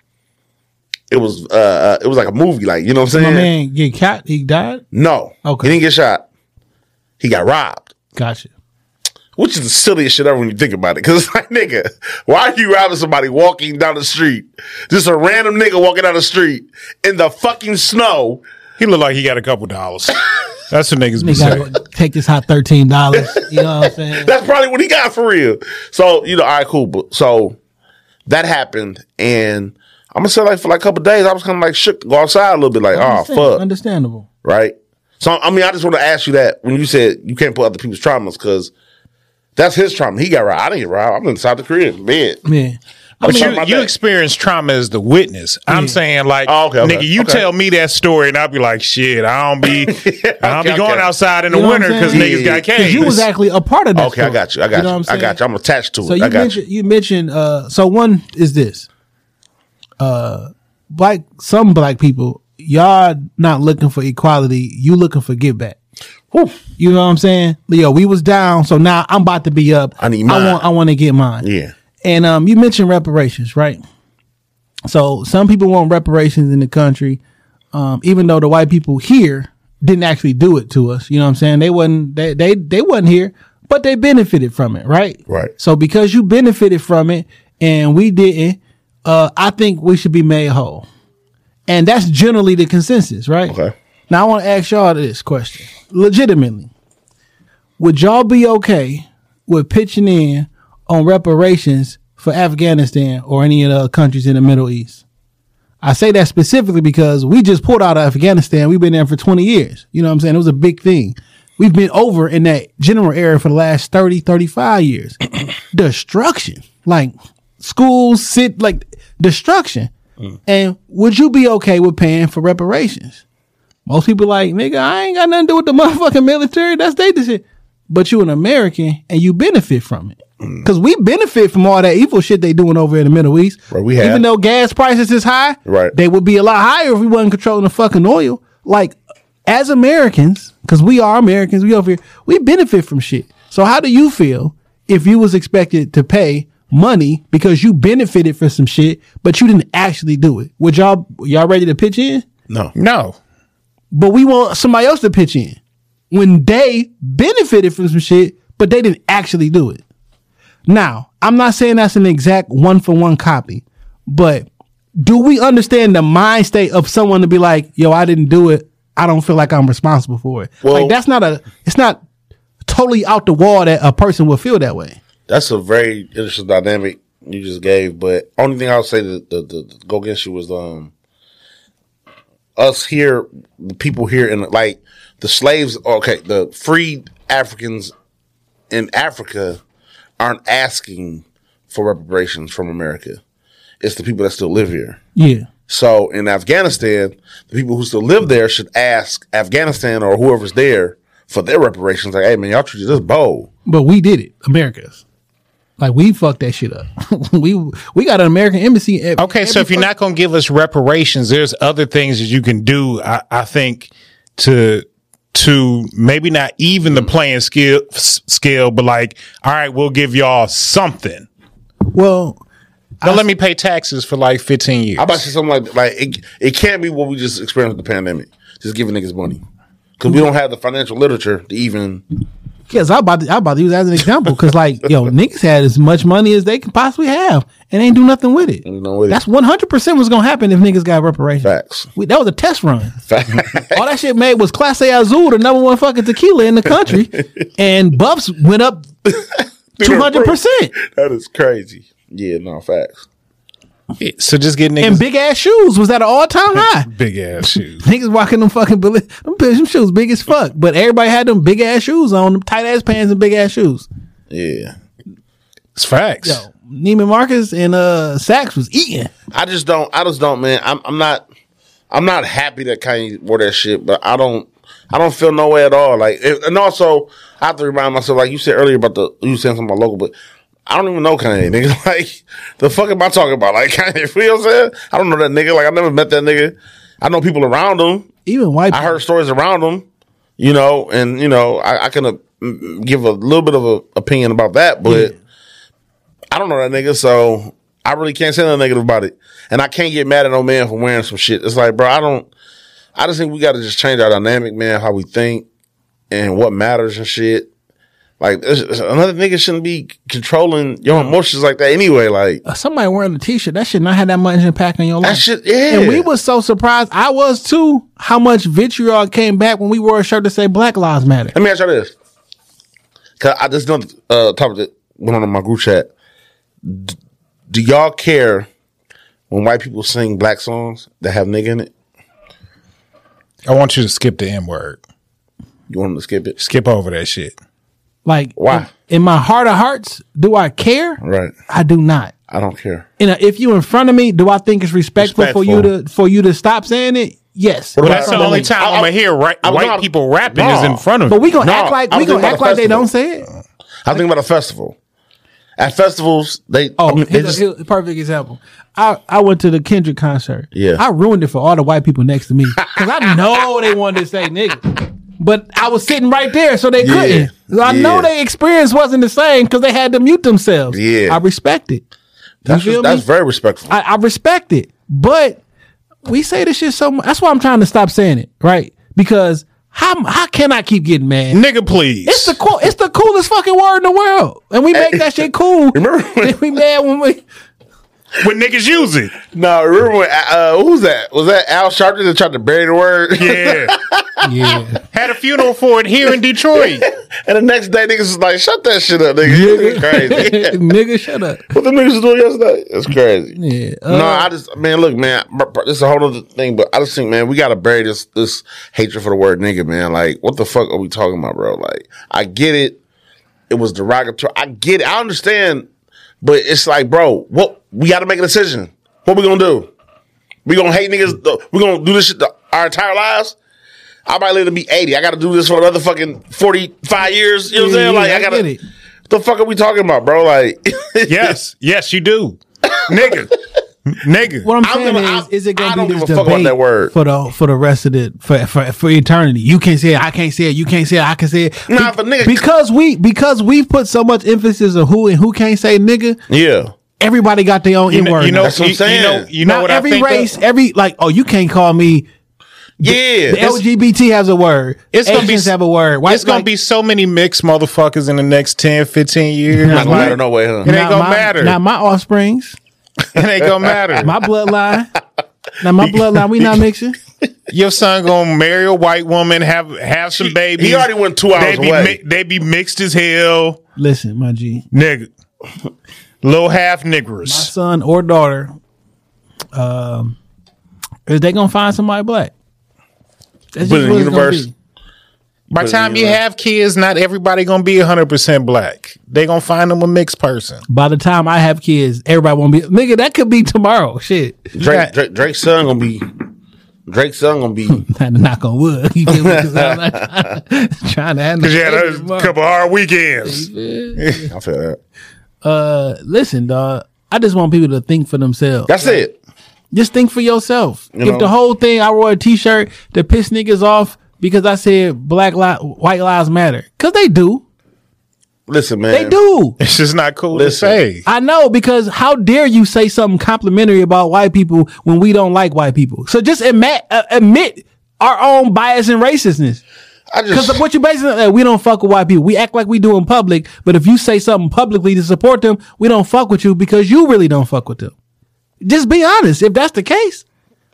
Speaker 5: it was uh, uh it was like a movie, like you know what I'm
Speaker 3: My
Speaker 5: saying?
Speaker 3: man get cat. He died.
Speaker 5: No.
Speaker 3: Okay.
Speaker 5: He didn't get shot. He got robbed.
Speaker 3: Gotcha.
Speaker 5: Which is the silliest shit ever when you think about it. Cause it's like, nigga, why are you robbing somebody walking down the street? Just a random nigga walking down the street in the fucking snow.
Speaker 4: He looked like he got a couple dollars. That's what niggas be
Speaker 3: Nigga
Speaker 4: saying.
Speaker 3: gotta go take this hot thirteen dollars. You know what I'm saying?
Speaker 5: That's probably what he got for real. So, you know, all right, cool. But so that happened. And I'm gonna say like for like a couple days, I was kind of like shook to go outside a little bit, like, oh
Speaker 3: Understand-
Speaker 5: fuck.
Speaker 3: Understandable.
Speaker 5: right? So I mean, I just want to ask you that when you said you can't put other people's traumas because that's his trauma. He got robbed. I didn't get robbed. I'm inside the crib, bed.
Speaker 3: Yeah.
Speaker 5: I'm
Speaker 4: But
Speaker 5: talking
Speaker 4: you,
Speaker 5: about
Speaker 4: you
Speaker 5: that.
Speaker 4: experience trauma as the witness. I'm saying like,
Speaker 5: Oh, okay, okay,
Speaker 4: nigga, you
Speaker 5: okay.
Speaker 4: tell me that story, and I'll be like, shit, I don't be, I don't
Speaker 5: Okay,
Speaker 4: be going
Speaker 5: okay.
Speaker 4: outside in the
Speaker 3: You know what
Speaker 4: winter
Speaker 3: I'm
Speaker 4: because
Speaker 3: saying?
Speaker 4: niggas
Speaker 5: Yeah,
Speaker 4: got
Speaker 3: 'Cause
Speaker 4: caves.
Speaker 3: you was actually a part of that.
Speaker 5: Okay, I
Speaker 3: story.
Speaker 5: got you. I got
Speaker 3: know
Speaker 5: you.
Speaker 3: what I'm
Speaker 5: I
Speaker 3: saying?
Speaker 5: got you. I'm attached to
Speaker 3: So
Speaker 5: it.
Speaker 3: you
Speaker 5: I got
Speaker 3: mentioned you. mentioned uh so one is this. Uh black some black people, y'all not looking for equality, you looking for give back.
Speaker 5: you.
Speaker 3: You know what I'm saying? Leo, we was down, so now I'm about to be up.
Speaker 5: I need mine.
Speaker 3: I want I want to get mine.
Speaker 5: Yeah.
Speaker 3: And um you mentioned reparations, right? So some people want reparations in the country, um, even though the white people here didn't actually do it to us. You know what I'm saying? They wasn't they they they wasn't here, but they benefited from it, right?
Speaker 5: Right.
Speaker 3: So because you benefited from it and we didn't, uh, I think we should be made whole. And that's generally the consensus, right?
Speaker 5: Okay.
Speaker 3: Now I want to ask y'all this question. Legitimately, would y'all be okay with pitching in on reparations for Afghanistan or any of the countries in the Middle East? I say that specifically because we just pulled out of Afghanistan. We've been there for 20 years. You know what I'm saying? It was a big thing. We've been over in that general area for the last 30, 35 years. destruction. Like schools, sit like destruction.
Speaker 5: Mm.
Speaker 3: And would you be okay with paying for reparations? Most people like, nigga, I ain't got nothing to do with the motherfucking military. That's they decision. But you an American and you benefit from it.
Speaker 5: Mm.
Speaker 3: Cause we benefit from all that evil shit they doing over in the Middle East.
Speaker 5: Right, we have.
Speaker 3: Even though gas prices is high,
Speaker 5: Right.
Speaker 3: they would be a lot higher if we wasn't controlling the fucking oil. Like as Americans, because we are Americans, we over here, we benefit from shit. So how do you feel if you was expected to pay money because you benefited from some shit, but you didn't actually do it? Would y'all y'all ready to pitch in?
Speaker 5: No.
Speaker 4: no,
Speaker 3: but we want somebody else to pitch in when they benefited from some shit, but they didn't actually do it. Now, I'm not saying that's an exact one for one copy, but do we understand the mind state of someone to be like, yo, I didn't do it. I don't feel like I'm responsible for it.
Speaker 5: Well-
Speaker 3: like that's not a, it's not totally out the wall that a person would feel that way.
Speaker 5: That's a very interesting dynamic you just gave. But only thing I would say that the, the, the go against you was um us here, the people here, and like the slaves. Okay, the freed Africans in Africa aren't asking for reparations from America. It's the people that still live here.
Speaker 3: Yeah.
Speaker 5: So in Afghanistan, the people who still live there should ask Afghanistan or whoever's there for their reparations. Like, hey man, y'all treated us bold.
Speaker 3: But we did it, Americans. Like we fucked that shit up. we we got an American embassy. at
Speaker 4: Okay, so
Speaker 3: every
Speaker 4: if you're
Speaker 3: fucking-
Speaker 4: not going to give us reparations, there's other things that you can do. I, I think to to maybe not even
Speaker 5: Mm.
Speaker 4: the playing skill s- scale, but like, all right, we'll give y'all something.
Speaker 3: well,
Speaker 4: Don't let me pay taxes for like 15 years.
Speaker 5: I about to say something like like it, it can't be what we just experienced with the pandemic. Just giving niggas money. Because we don't have the financial literature to even
Speaker 3: Yes, I about to, I about to use that as an example because like yo niggas had as much money as they could possibly have and ain't do nothing with it. That's one hundred percent what's gonna happen if niggas got reparations. Facts. We, that was a test run. All that shit made was Class A Azul, the number one fucking tequila in the country, and Buffs went up two hundred percent.
Speaker 5: That is crazy. Yeah, no facts.
Speaker 6: So just getting
Speaker 3: And big ass shoes was at an all time high.
Speaker 6: big ass shoes.
Speaker 3: Niggas walking them fucking Bali- them, bitch- them shoes big as fuck, but everybody had them big ass shoes on, them tight ass pants and big ass shoes.
Speaker 5: Yeah.
Speaker 6: It's facts.
Speaker 3: Yo, Neiman Marcus and uh Saks was eating.
Speaker 5: I just don't. I just don't, man. I'm, I'm not. I'm not happy that Kanye wore that shit, but I don't. I don't feel no way at all. Like, it, and also, I have to remind myself, like you said earlier about the you saying something about local, but I don't even know Kanye, nigga. Like, the fuck am I talking about? Like, Kanye, you know what I'm saying? I don't know that nigga. Like, I never met that nigga. I know people around him.
Speaker 3: Even white.
Speaker 5: I heard stories around him. You know, and you know, I, I can uh, mm, give a little bit of an opinion about that, but. I don't know that nigga, so I really can't say nothing negative about it. And I can't get mad at no man for wearing some shit. It's like, bro, I don't. I just think we got to just change our dynamic, man, how we think and what matters and shit. Like it's- it's- another nigga shouldn't be controlling your emotions like that anyway. Like
Speaker 3: Uh, Somebody wearing a t shirt, that shit not had that much impact on your life. That
Speaker 5: shit, yeah.
Speaker 3: And we was so surprised. I was too, how much vitriol came back when we wore a shirt to say Black Lives Matter.
Speaker 5: Let me ask y'all this. Cause I just another uh, topic that went on in my group chat. D- do y'all care when white people sing black songs that have nigga in it?
Speaker 6: I want you to skip the M word.
Speaker 5: You want them to skip it?
Speaker 6: Skip over that shit.
Speaker 3: Like,
Speaker 6: Why?
Speaker 3: In, in my heart of hearts, do I care?
Speaker 5: Right.
Speaker 3: I do not.
Speaker 5: I don't care.
Speaker 3: You know, if you in front of me, do I think it's respectful, for you
Speaker 5: Respectful.
Speaker 3: to for you to stop saying it? Yes.
Speaker 6: Well, that's the only time I'm gonna hear right,
Speaker 5: I'm
Speaker 6: white
Speaker 5: not-
Speaker 6: people rapping is
Speaker 5: Nah.
Speaker 6: in front of.
Speaker 3: But we gonna
Speaker 5: No,
Speaker 3: act like
Speaker 5: I
Speaker 3: we
Speaker 5: was
Speaker 3: gonna
Speaker 5: thinking
Speaker 3: act
Speaker 5: about
Speaker 3: like they
Speaker 5: festival.
Speaker 3: don't say it.
Speaker 5: I think about a festival. At festivals, they oh, they
Speaker 3: Here's a-
Speaker 5: just,
Speaker 3: here's a perfect example. I, I went to the Kendrick concert.
Speaker 5: Yeah.
Speaker 3: I ruined it for all the white people next to me because I know they wanted to say nigga, but I was sitting right there, so they
Speaker 5: Yeah.
Speaker 3: couldn't. So I know
Speaker 5: Yeah.
Speaker 3: their experience wasn't the same because they had to mute themselves.
Speaker 5: Yeah.
Speaker 3: I respect it.
Speaker 5: that's
Speaker 3: feel
Speaker 5: that's
Speaker 3: me?
Speaker 5: very respectful.
Speaker 3: I, I respect it, but we say this shit so much. That's why I'm trying to stop saying it, right? Because how how can I keep getting mad?
Speaker 6: Nigga, please.
Speaker 3: It's the cool. It's the coolest fucking word in the world, and we make that shit cool.
Speaker 5: Remember
Speaker 3: Then we mad when we
Speaker 6: when niggas use it.
Speaker 5: No, remember when uh, who was that? Was that Al Sharpton that tried to bury the word?
Speaker 6: Yeah.
Speaker 3: yeah.
Speaker 6: Had a funeral for it here in Detroit.
Speaker 5: and the next day, niggas was like, "Shut that shit up, nigga." It's crazy.
Speaker 3: nigga, shut up.
Speaker 5: what the niggas was doing yesterday? It's crazy.
Speaker 3: Yeah. uh,
Speaker 5: no, I just man, look, man, br- br- this is a whole other thing, but I just think, man, we gotta bury this this hatred for the word nigga, man. Like, what the fuck are we talking about, bro? Like, I get it. It was derogatory. I get it. I understand, but it's like, bro, what we gotta make a decision. What we gonna do? We gonna hate niggas. the- We gonna do this shit the, our entire lives. I might live to be eighty. I gotta do this for another fucking forty five years. You know what I'm
Speaker 3: Yeah,
Speaker 5: saying? Like,
Speaker 3: yeah,
Speaker 5: I
Speaker 3: I
Speaker 5: gotta.
Speaker 3: get it.
Speaker 5: The fuck are we talking about, bro? Like,
Speaker 6: yes, yes, you do, nigga, nigga.
Speaker 3: What I'm
Speaker 5: I'm
Speaker 3: saying
Speaker 5: gonna-
Speaker 3: is, is it
Speaker 5: I
Speaker 3: gonna
Speaker 5: don't
Speaker 3: be this
Speaker 5: give a fuck about
Speaker 3: debate
Speaker 5: that word.
Speaker 3: for the for the rest of the for, for for eternity? You can't say it. I can't say it. You can't say it. I can say it.
Speaker 5: Nah, but nigga-
Speaker 3: because we because we put so much emphasis on who and who can't say nigga.
Speaker 5: yeah.
Speaker 3: Everybody got their own
Speaker 6: You
Speaker 3: n
Speaker 6: know,
Speaker 3: word.
Speaker 6: you know,
Speaker 5: That's what I'm
Speaker 6: you, you know,
Speaker 5: saying.
Speaker 6: you know
Speaker 3: Now,
Speaker 6: what
Speaker 3: every
Speaker 6: I think. of?
Speaker 3: race, every like, oh, you can't call me.
Speaker 5: Yeah.
Speaker 3: The LGBT has a word.
Speaker 6: It's gonna be
Speaker 3: Asians
Speaker 6: s-
Speaker 3: have a word. White,
Speaker 6: it's gonna
Speaker 3: like,
Speaker 6: be so many mixed motherfuckers in the next 10, 15 years.
Speaker 5: Not gonna
Speaker 6: Like,
Speaker 5: matter no way, huh?
Speaker 6: It ain't
Speaker 3: not
Speaker 6: gonna
Speaker 3: my-
Speaker 6: matter.
Speaker 3: Not my offsprings,
Speaker 6: it ain't gonna matter.
Speaker 3: my bloodline. now my bloodline, we not mixing.
Speaker 6: Your son gonna marry a white woman, have have some babies.
Speaker 5: he already went two hours
Speaker 6: they be,
Speaker 5: away.
Speaker 6: mi- they be mixed as hell,
Speaker 3: Listen, my G,
Speaker 6: nigga. Little half
Speaker 3: my
Speaker 6: niggers.
Speaker 3: son or daughter, um, is they gonna find somebody black? That's
Speaker 5: But in the
Speaker 3: just what it's gonna
Speaker 5: universe-
Speaker 3: be.
Speaker 6: By the time you have kids, not everybody gonna be hundred percent black. They gonna find them a mixed person.
Speaker 3: By the time I have kids, everybody won't be nigga. That could be tomorrow. Shit,
Speaker 5: Drake, Drake, Drake's son gonna be Drake's son gonna be
Speaker 3: not to knock on wood. You feel me? 'Cause I'm not trying to have no
Speaker 6: Cause you had
Speaker 3: baby
Speaker 6: a
Speaker 3: tomorrow.
Speaker 6: couple hard weekends.
Speaker 5: I feel that.
Speaker 3: Uh, listen, dog. I just want people to think for themselves.
Speaker 5: That's it.
Speaker 3: Just think for yourself. if
Speaker 5: know?
Speaker 3: the whole thing, I wore a T-shirt to piss niggas off because I said Black Lives, White Lives Matter, because they do,
Speaker 5: Listen, man.
Speaker 3: they do.
Speaker 6: It's just not cool
Speaker 5: Listen.
Speaker 6: to say.
Speaker 3: I know because how dare you say something complimentary about white people when we don't like white people? So just admit, uh, admit our own bias and racistness. Because what you basically like, we don't fuck with white people. We act like we do in public, but if you say something publicly to support them, we don't fuck with you because you really don't fuck with them. Just be honest. If that's the case,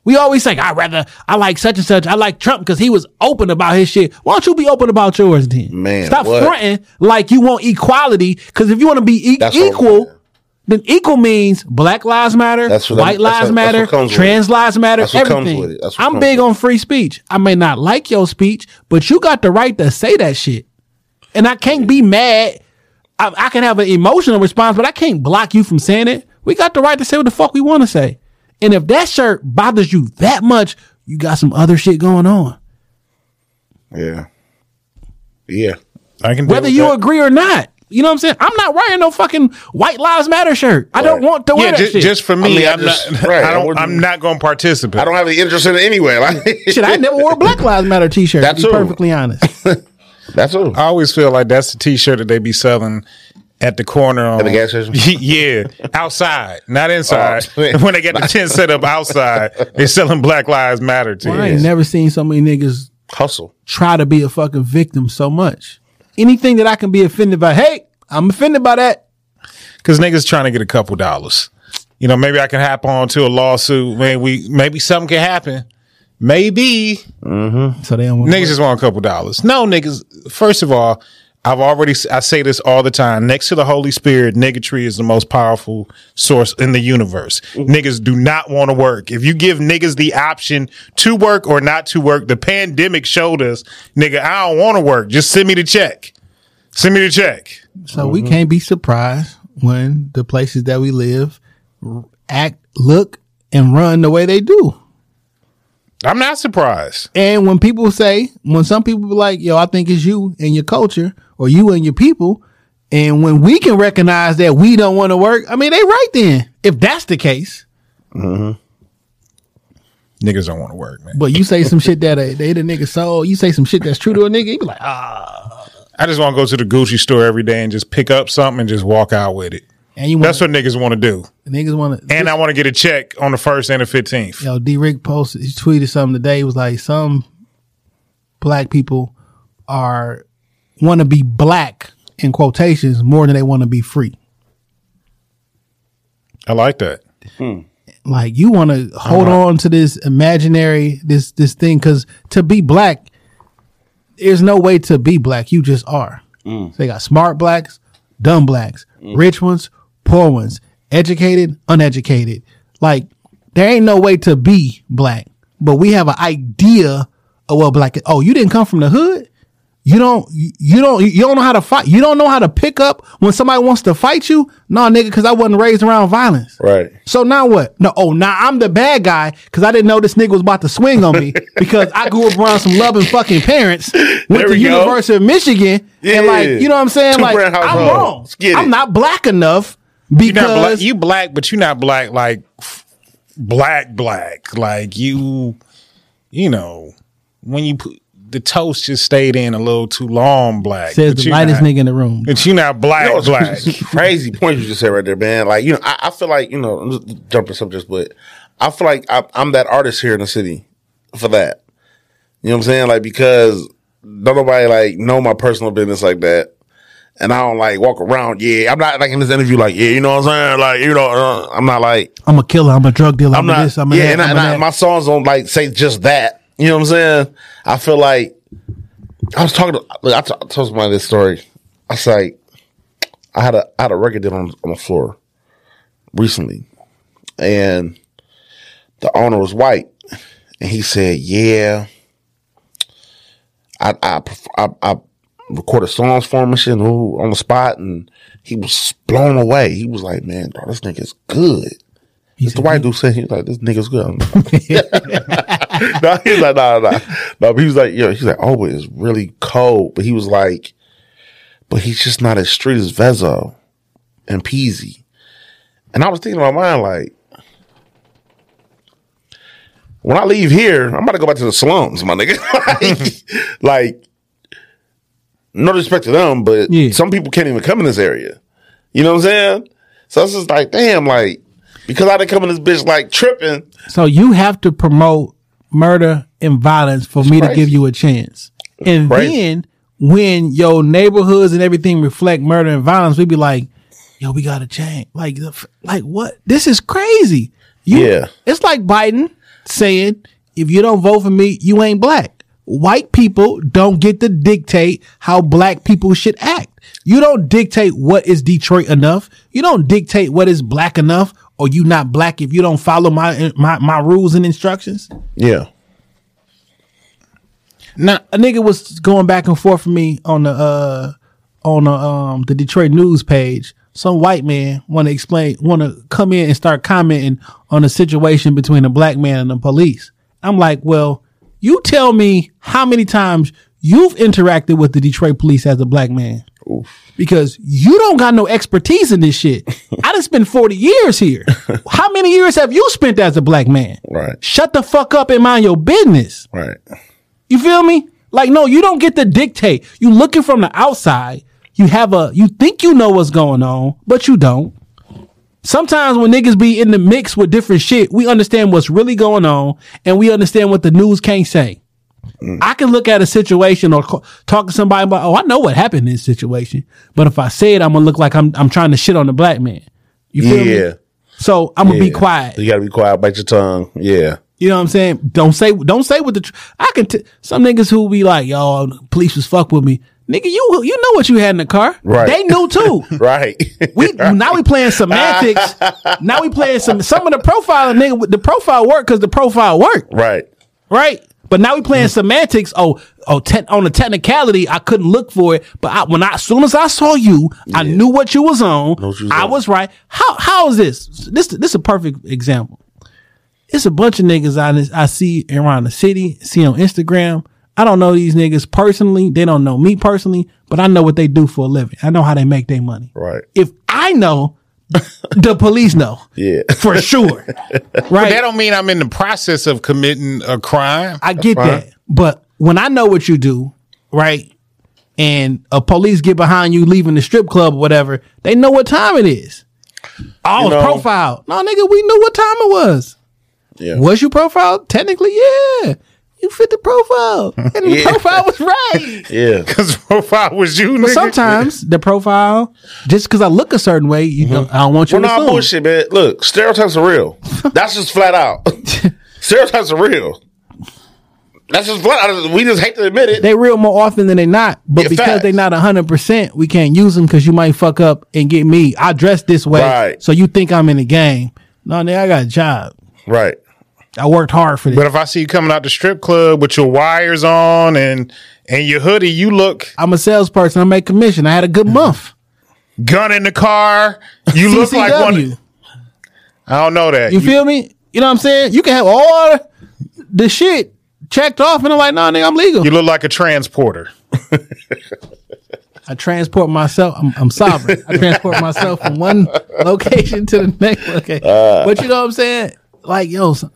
Speaker 3: we always say, I rather I like such and such. I like Trump because he was open about his shit. Why don't you be open about yours then?
Speaker 5: Man,
Speaker 3: Stop
Speaker 5: what?
Speaker 3: fronting like you want equality. Because if you want to be e-
Speaker 5: That's what I'm
Speaker 3: equal, then equal means Black Lives Matter,
Speaker 5: That's what I'm-
Speaker 3: White
Speaker 5: that's
Speaker 3: Lives
Speaker 5: what- that's
Speaker 3: Matter,
Speaker 5: what comes with it.
Speaker 3: Trans Lives Matter,
Speaker 5: That's what comes
Speaker 3: everything.
Speaker 5: with it. That's what
Speaker 3: I'm
Speaker 5: comes
Speaker 3: big on free speech. I may not like your speech, but you got the right to say that shit. And I can't be mad. I, I can have an emotional response, but I can't block you from saying it. We got the right to say what the fuck we want to say. And if that shirt bothers you that much, you got some other shit going on.
Speaker 5: Yeah. Yeah.
Speaker 4: I can
Speaker 3: Whether you agree or not. You know what I'm saying? I'm not wearing no fucking White Lives Matter shirt. I don't want to wear
Speaker 4: yeah,
Speaker 3: that
Speaker 4: just,
Speaker 3: shit.
Speaker 4: just for me, I am not. I don't,
Speaker 5: wouldn't-
Speaker 4: I'm not going to participate.
Speaker 5: I don't have any interest in it anyway. Like,
Speaker 3: shit, I never wore a Black Lives Matter t-shirt.
Speaker 4: That
Speaker 3: to be
Speaker 4: too.
Speaker 3: perfectly honest.
Speaker 5: That's all.
Speaker 4: I always feel like that's the T-shirt that they be selling at the corner on
Speaker 5: the gas station?
Speaker 4: yeah, outside, not inside.
Speaker 5: Oh, man.
Speaker 4: when they got the tent set up outside, they selling Black Lives Matter
Speaker 3: Well, I ain't
Speaker 4: t-shirts.
Speaker 3: never seen so many niggas
Speaker 5: hustle
Speaker 3: try to be a fucking victim so much. Anything that I can be offended by, hey, I'm offended by that.
Speaker 4: Because niggas trying to get a couple dollars. You know, maybe I can hop on to a lawsuit. Maybe we, maybe something can happen. Maybe
Speaker 3: So they don't want
Speaker 4: Niggas just want a couple dollars. No, niggas. First of all, I've already I say this all the time. Next to the Holy Spirit, niggatry is the most powerful source in the universe. Niggas do not want to work. If you give niggas the option to work or not to work, the pandemic showed us, nigga, I don't want to work. Just send me the check. Send me the check.
Speaker 3: So we can't be surprised when the places that we live r- act, look, and run the way they do.
Speaker 4: I'm not surprised.
Speaker 3: And when people say, when some people be like, yo, I think it's you and your culture or you and your people. And when we can recognize that we don't want to work, I mean, they right then, if that's the case.
Speaker 4: Niggas don't want to work, man.
Speaker 3: But you say some shit that uh, they the nigga sold. You say some shit that's true to a nigga. You be like, ah.
Speaker 4: I just want to go to the Gucci store every day and just pick up something and just walk out with it.
Speaker 3: And you want
Speaker 4: That's what niggas want to do.
Speaker 3: niggas want to.
Speaker 4: And I want to get a check on the first and the 15th.
Speaker 3: Yo, D Rick posted, he tweeted something today. It was like, some black people are, want to be black in quotations more than they want to be free.
Speaker 4: I like that.
Speaker 3: Like, you want to hold on to this imaginary, this, this thing. Cause to be black, there's no way to be black. You just are. So they got smart blacks, dumb blacks, rich ones, poor ones, educated, uneducated. Like, there ain't no way to be black, but we have an idea of what black is. Oh, you didn't come from the hood? You don't, you you don't, you don't know how to fight. You don't know how to pick up when somebody wants to fight you? No, nigga, cause I wasn't raised around violence.
Speaker 5: Right.
Speaker 3: So now what? No, oh, now I'm the bad guy because I didn't know this nigga was about to swing on me because I grew up around some loving fucking parents. Went
Speaker 5: There
Speaker 3: to
Speaker 5: we go.
Speaker 3: University of Michigan and like,
Speaker 5: Yeah.
Speaker 3: you know what I'm saying?
Speaker 5: Two
Speaker 3: like,
Speaker 5: parent
Speaker 3: I'm
Speaker 5: household.
Speaker 3: wrong.
Speaker 5: Let's get
Speaker 3: I'm
Speaker 5: it.
Speaker 3: not black enough
Speaker 4: You're not black,
Speaker 3: because
Speaker 4: you black, but you're not black like f- black black. Like you, you know, when you put the toast just stayed in a little too long. Black
Speaker 3: says
Speaker 4: but
Speaker 3: the
Speaker 4: you
Speaker 3: lightest
Speaker 4: not,
Speaker 3: nigga in the room.
Speaker 4: But you're not black
Speaker 5: That was
Speaker 4: black.
Speaker 5: crazy point you just said right there, man. Like, you know, I, I feel like, you know, I'm just jumping subjects, but I feel like I, I'm that artist here in the city for that. You know what I'm saying? Like, because don't nobody like know my personal business like that. And I don't like walk around. Yeah, I'm not like in this interview, like, yeah, you know what I'm saying? Like, you know, uh, I'm not like,
Speaker 3: I'm a killer. I'm a drug dealer. I'm,
Speaker 5: I'm
Speaker 3: a
Speaker 5: not,
Speaker 3: this. I'm a
Speaker 5: yeah,
Speaker 3: that,
Speaker 5: and, I,
Speaker 3: I'm a
Speaker 5: and I-
Speaker 3: that.
Speaker 5: my songs don't like say just that. You know what I'm saying? I feel like I was talking to, look, I t- I told somebody this story. I was like, I had a, I had a record deal on, on the floor recently and the owner was white and he said, yeah, I, I, perf- I, I recorded songs for him and shit and ooh, on the spot and he was blown away. He was like, man, dog, this nigga's good. It's the white dude said he was like, this nigga's good. I'm like, no, he was like, nah, nah. No, but he was like, yo, he's like, oh, but it's really cold. But he was like, but he's just not as street as Vezo and Peasy. And I was thinking in my mind, like, when I leave here, I'm about to go back to the slums, my nigga. like, like, no disrespect to them, but
Speaker 3: Yeah.
Speaker 5: some people can't even come in this area. You know what I'm saying? So it's just like, damn, like, because I didn't come in this bitch like tripping.
Speaker 3: So you have to promote murder and violence for me to
Speaker 5: crazy.
Speaker 3: give you a chance. And
Speaker 5: Crazy.
Speaker 3: then when your neighborhoods and everything reflect murder and violence, we be like, yo, we gotta change. Like, the f- like what? This is crazy. You,
Speaker 5: Yeah.
Speaker 3: It's like Biden saying, if you don't vote for me, you ain't black. White people don't get to dictate how black people should act. You don't dictate what is Detroit enough. You don't dictate what is black enough or you not black if you don't follow my, my, my rules and instructions.
Speaker 5: Yeah.
Speaker 3: Now a nigga was going back and forth for me on the uh on the um the Detroit news page. Some white man want to explain, want to come in and start commenting on the situation between a black man and the police. I'm like, well, you tell me how many times you've interacted with the Detroit police as a black man, because you don't got no expertise in this shit. I done spent 40 years here. How many years have you spent as a black man?
Speaker 5: Right.
Speaker 3: Shut the fuck up and mind your business.
Speaker 5: Right.
Speaker 3: You feel me? Like, no, you don't get to dictate. You looking from the outside. You have a, you think you know what's going on, but you don't. Sometimes when niggas be in the mix with different shit, we understand what's really going on and we understand what the news can't say.
Speaker 5: Mm.
Speaker 3: I can look at a situation or co- talk to somebody about, oh, I know what happened in this situation, but if I say it, I'm gonna look like I'm I'm trying to shit on the black man. You feel
Speaker 5: yeah.
Speaker 3: me? So I'm gonna be
Speaker 5: Yeah.
Speaker 3: quiet.
Speaker 5: You gotta be quiet. Bite your tongue. Yeah.
Speaker 3: You know what I'm saying? Don't say don't say what the tr- I can t- some niggas who be like, "Yo, police was fuck with me." Nigga, you you know what you had in the car.
Speaker 5: Right.
Speaker 3: They knew too.
Speaker 5: Right.
Speaker 3: We now we playing semantics. now we playing some some of the profiling nigga the profile work cuz the profile worked.
Speaker 5: Right.
Speaker 3: Right? But now we playing semantics. Oh, oh, te- on the technicality, I couldn't look for it. But I, when I, as soon as I saw you, I knew what you was on.
Speaker 5: Know what you was
Speaker 3: I
Speaker 5: on.
Speaker 3: was right. How how is this? This this is a perfect example. It's a bunch of niggas I I see around the city, see on Instagram. I don't know these niggas personally. They don't know me personally, but I know what they do for a living. I know how they make their money.
Speaker 5: Right.
Speaker 3: If I know, the police know
Speaker 5: Yeah.
Speaker 3: for sure.
Speaker 6: But
Speaker 3: Right.
Speaker 6: that don't mean I'm in the process of committing a crime.
Speaker 3: I get
Speaker 6: fine.
Speaker 3: that. But when I know what you do, right? And a police get behind you leaving the strip club or whatever, they know what time it is. Oh,
Speaker 5: You
Speaker 3: it's
Speaker 5: know-
Speaker 3: profiled. No, nigga, we knew what time it was.
Speaker 5: Yeah.
Speaker 3: Was you profiled? Technically, yeah. You fit the profile. And the
Speaker 5: Yeah.
Speaker 3: profile was right.
Speaker 5: Yeah.
Speaker 6: Because profile was you,
Speaker 3: But
Speaker 6: nigga.
Speaker 3: sometimes the profile, just because I look a certain way, you don't, I don't want you
Speaker 5: Mm-hmm. Well, no
Speaker 3: to assume.
Speaker 5: bullshit, man. Look, stereotypes are real. That's just flat out. stereotypes are real. That's just flat out. We just hate to admit it.
Speaker 3: They real more often than they not, but
Speaker 5: Yeah,
Speaker 3: because
Speaker 5: facts.
Speaker 3: they not hundred percent, we can't use them because you might fuck up and get me. I dress this way,
Speaker 5: Right.
Speaker 3: so you think I'm in the game. No, nigga, I got a job.
Speaker 5: Right.
Speaker 3: I worked hard for this.
Speaker 6: But if I see you coming out the strip club with your wires on and and your hoodie, you look
Speaker 3: I'm a salesperson. I make commission. I had a good month.
Speaker 6: gun in the car. You look like
Speaker 3: CCW.
Speaker 6: one. I don't know that.
Speaker 3: You feel me? You know what I'm saying? You can have all the shit checked off, and I'm like, no, nigga, I'm legal.
Speaker 6: You look like a transporter.
Speaker 3: I transport myself. I'm, I'm sovereign. I transport myself from one location to the next. Okay,
Speaker 6: Uh,
Speaker 3: but you know what I'm saying? Like, yo, so-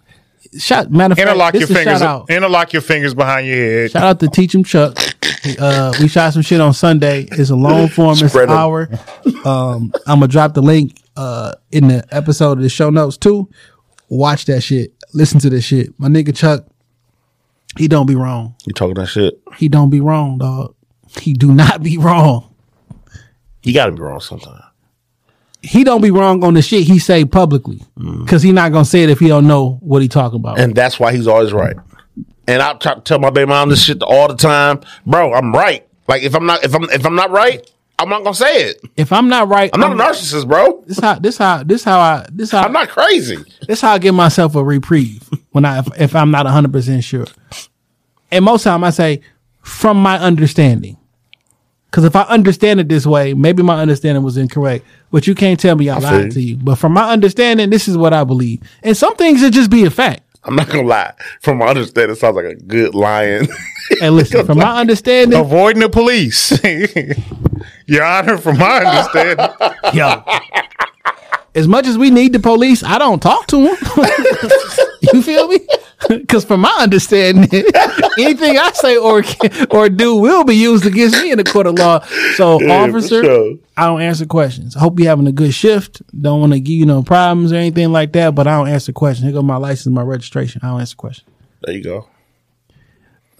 Speaker 3: shout. Matter of fact,
Speaker 6: Interlock
Speaker 3: this
Speaker 6: your
Speaker 3: is a
Speaker 6: fingers.
Speaker 3: Shout out.
Speaker 6: Interlock your fingers behind your head.
Speaker 3: Shout out to Teach 'em Chuck. Uh, we shot some shit on Sunday. It's a long form. It's
Speaker 5: Spread
Speaker 3: an
Speaker 5: 'em.
Speaker 3: hour. Um, I'm gonna drop the link uh, in the episode of the show notes too. Watch that shit. Listen to this shit. My nigga Chuck, he don't be wrong.
Speaker 5: You talking that shit?
Speaker 3: He don't be wrong, dog. He do not be wrong.
Speaker 5: You gotta be wrong sometime.
Speaker 3: He don't be wrong on the shit he say publicly, cause he not gonna say it if he don't know what he talking about.
Speaker 5: Mm. And that's why he's always right. And I try to tell my baby mom this shit all the time. Bro, I'm right. Like if I'm not if I'm if I'm not right, I'm not gonna say it.
Speaker 3: if I'm not right,
Speaker 5: I'm not a narcissist, bro.
Speaker 3: This how this how this how I this how
Speaker 5: I'm not crazy.
Speaker 3: That's how I give myself a reprieve when I if, if I'm not 100 percent sure. And most time I say from my understanding, because if I understand it this way, maybe my understanding was incorrect. But you can't tell me I,
Speaker 5: feel
Speaker 3: lied
Speaker 5: you.
Speaker 3: to you. But from my understanding, this is what I believe. And some things it just be a fact.
Speaker 5: I'm not gonna lie. From my understanding, it sounds like a good lion.
Speaker 3: And listen, from my understanding,
Speaker 6: Avoiding the police. Your Honor, from my understanding,
Speaker 3: yo. As much as we need the police, I don't talk to them. you feel me? Because from my understanding, anything I say or or do will be used against me in the court of law. So,
Speaker 5: for
Speaker 3: officer,
Speaker 5: sure.
Speaker 3: I don't answer questions. I hope you're having a good shift. Don't want to give you no problems or anything like that. But I don't answer questions. Here go my license, my registration. I don't answer questions.
Speaker 5: there you go.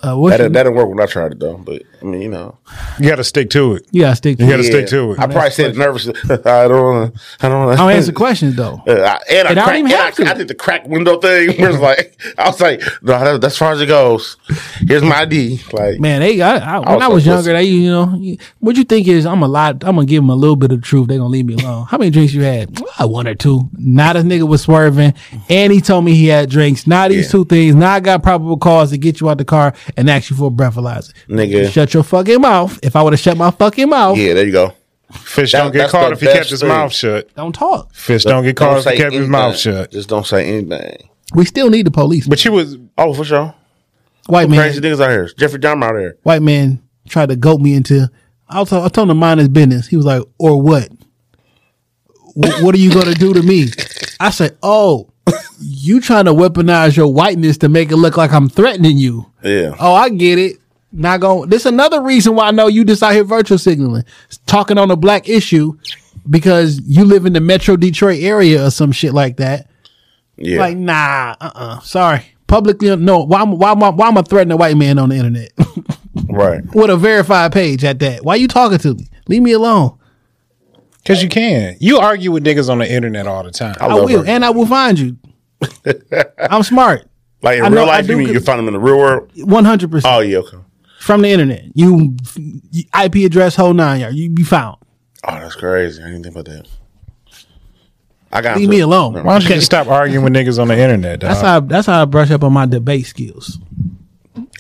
Speaker 3: Uh,
Speaker 5: that,
Speaker 3: what's your-
Speaker 5: didn't, that didn't work when I tried it though. But I mean, you know,
Speaker 4: you got to stick to it.
Speaker 3: You gotta stick to
Speaker 4: You got to stick to it.
Speaker 5: I probably said it nervously. I don't. wanna- I don't. wanna-
Speaker 3: I'm answering questions though.
Speaker 5: Uh, I- and I,
Speaker 3: And I don't
Speaker 5: crack,
Speaker 3: even
Speaker 5: and
Speaker 3: have
Speaker 5: I, I did the crack window thing. Where it's like I was like, no, that, that's far as it goes. Here's my ID. Like,
Speaker 3: Man, they I, I, when
Speaker 5: was
Speaker 3: I was
Speaker 5: so
Speaker 3: younger, they you know you- what you think is I'm a lot. I'm gonna give them a little bit of truth. They gonna leave me alone. How many drinks you had? I one or two. Not a nigga was swerving, and he told me he had drinks. Now these
Speaker 5: Yeah.
Speaker 3: two things. Now I got probable cause to get you out the car and ask you for a breathalyzer.
Speaker 5: nigga.
Speaker 3: Shut your fucking mouth. If I would have shut my fucking mouth,
Speaker 5: yeah, there you go.
Speaker 4: Fish
Speaker 5: That-
Speaker 4: don't get
Speaker 5: that's
Speaker 4: caught
Speaker 5: the
Speaker 4: if he kept
Speaker 5: best
Speaker 4: his
Speaker 5: thing.
Speaker 4: mouth shut.
Speaker 3: don't talk.
Speaker 4: Fish don't get caught if
Speaker 5: say
Speaker 4: he kept his mouth
Speaker 5: anything.
Speaker 4: shut.
Speaker 5: Just don't say anything.
Speaker 3: We still need the police.
Speaker 4: But you was
Speaker 5: Oh, for sure.
Speaker 3: White man,
Speaker 5: Crazy niggas out here. Jeffrey Dahmer out here.
Speaker 3: white man tried to goat me into. I was, I told him to mind his business. He was like, "Or what? Wh- what are you gonna do to me?" I said, "Oh, you trying to weaponize your whiteness to make it look like I'm threatening you?
Speaker 5: Yeah.
Speaker 3: Oh, I get it. Not going. This another reason why I know you just out here virtual signaling, talking on a black issue, because you live in the Metro Detroit area or some shit like that."
Speaker 5: Yeah.
Speaker 3: Like, nah, uh, uh sorry. Publicly, no. Why, am- why, am I- why am I threatening a white man on the internet
Speaker 5: right.
Speaker 3: with a verified page at that? Why you talking to me? Leave me alone.
Speaker 4: Because you can. You argue with niggas on the internet all the time.
Speaker 3: I,
Speaker 5: love
Speaker 3: will,
Speaker 5: her.
Speaker 3: and I will find you. I'm smart,
Speaker 5: Like in
Speaker 3: I know
Speaker 5: real
Speaker 3: I
Speaker 5: life,
Speaker 3: do
Speaker 5: you mean
Speaker 3: get-
Speaker 5: you find them in the real world?
Speaker 3: one hundred
Speaker 5: Oh
Speaker 3: percent
Speaker 5: yeah, okay.
Speaker 3: from the internet. You, you IP address whole nine yard. You be found.
Speaker 5: Oh, that's crazy. I didn't think about that. I got
Speaker 3: Leave
Speaker 5: into-
Speaker 3: me alone.
Speaker 4: Why don't you just stop arguing with niggas on the internet? Dog?
Speaker 3: That's how. That's how I brush up on my debate skills.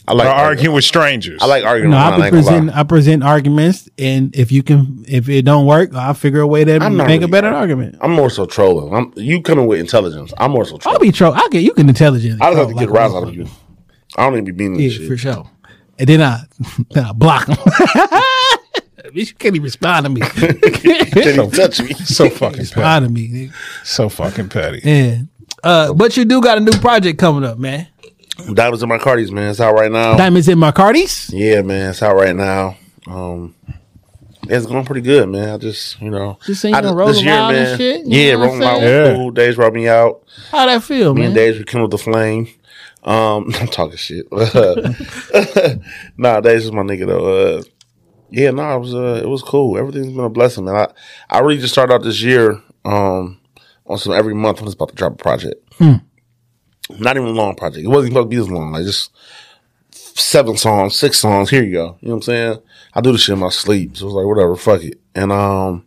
Speaker 5: I like
Speaker 4: or arguing with strangers.
Speaker 5: I like arguing.
Speaker 3: No,
Speaker 5: online,
Speaker 3: I
Speaker 5: ain't gonna lie.
Speaker 3: present. I present arguments, and if you can, if it don't work, I'll figure a way to
Speaker 5: I'm
Speaker 3: make
Speaker 5: not
Speaker 3: a
Speaker 5: really-
Speaker 3: better argument.
Speaker 5: I'm more so trolling. I'm you coming with intelligence. I'm more so
Speaker 3: I'll
Speaker 5: trolling.
Speaker 3: be troll. I'll get you can intelligently.
Speaker 5: I just have
Speaker 3: troll
Speaker 5: to get a
Speaker 3: like a
Speaker 5: rise out of you. I don't even be meaning
Speaker 3: Yeah,
Speaker 5: this shit.
Speaker 3: for sure. And then I, then I block them. Bitch, you can't even respond to me.
Speaker 5: Can't even touch me.
Speaker 4: so fucking petty.
Speaker 3: respond to me. nigga.
Speaker 4: So fucking petty.
Speaker 3: Yeah. Uh, but you do got a new project coming up, man.
Speaker 5: Diamonds in my cardies, man. It's out right now.
Speaker 3: Diamonds in my Cardies.
Speaker 5: Oh. yeah, man. It's out right now. Um, it's going pretty good, man. I just you know,
Speaker 3: Just singing
Speaker 5: I just-
Speaker 3: Rolling Loud and shit, you
Speaker 5: Yeah,
Speaker 3: know what I'm
Speaker 5: rolling loud.
Speaker 3: saying?
Speaker 5: was Cool. Days rubbed me out.
Speaker 3: How that feel,
Speaker 5: Me
Speaker 3: man?
Speaker 5: and Days rekindled the flame. Um, I'm talking shit. nah, Days is my nigga though. Uh, yeah, no, nah, it was uh, it was cool. Everything's been a blessing, man. I I really just started out this year um on some every month I'm just about to drop a project. Not even a long project. It wasn't supposed to be this long. Like just seven songs, six songs. Here you go. You know what I'm saying? I do this shit in my sleep. So it was like whatever, fuck it. And um,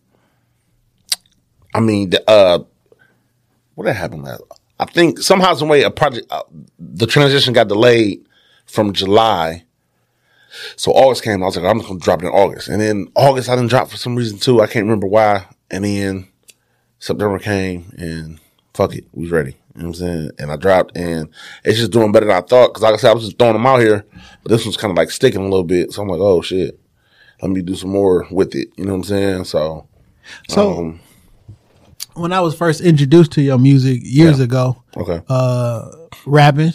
Speaker 5: I mean, the, uh, what that happened last? I think somehow, some way, a project, uh, the transition got delayed from July. So August came. I was like, I'm just gonna drop it in August. And then August, I didn't drop for some reason too. I can't remember why. And then September came, and fuck it, we was ready. You know what I'm saying? And I dropped, and it's just doing better than I thought. Cause like I said, I was just throwing them out here, but this one's kind of like sticking a little bit. So I'm like, oh shit, let me do some more with it. You know what I'm saying? So,
Speaker 3: So
Speaker 5: um,
Speaker 3: when I was first introduced to your music years ago,
Speaker 5: okay,
Speaker 3: Uh, rapping,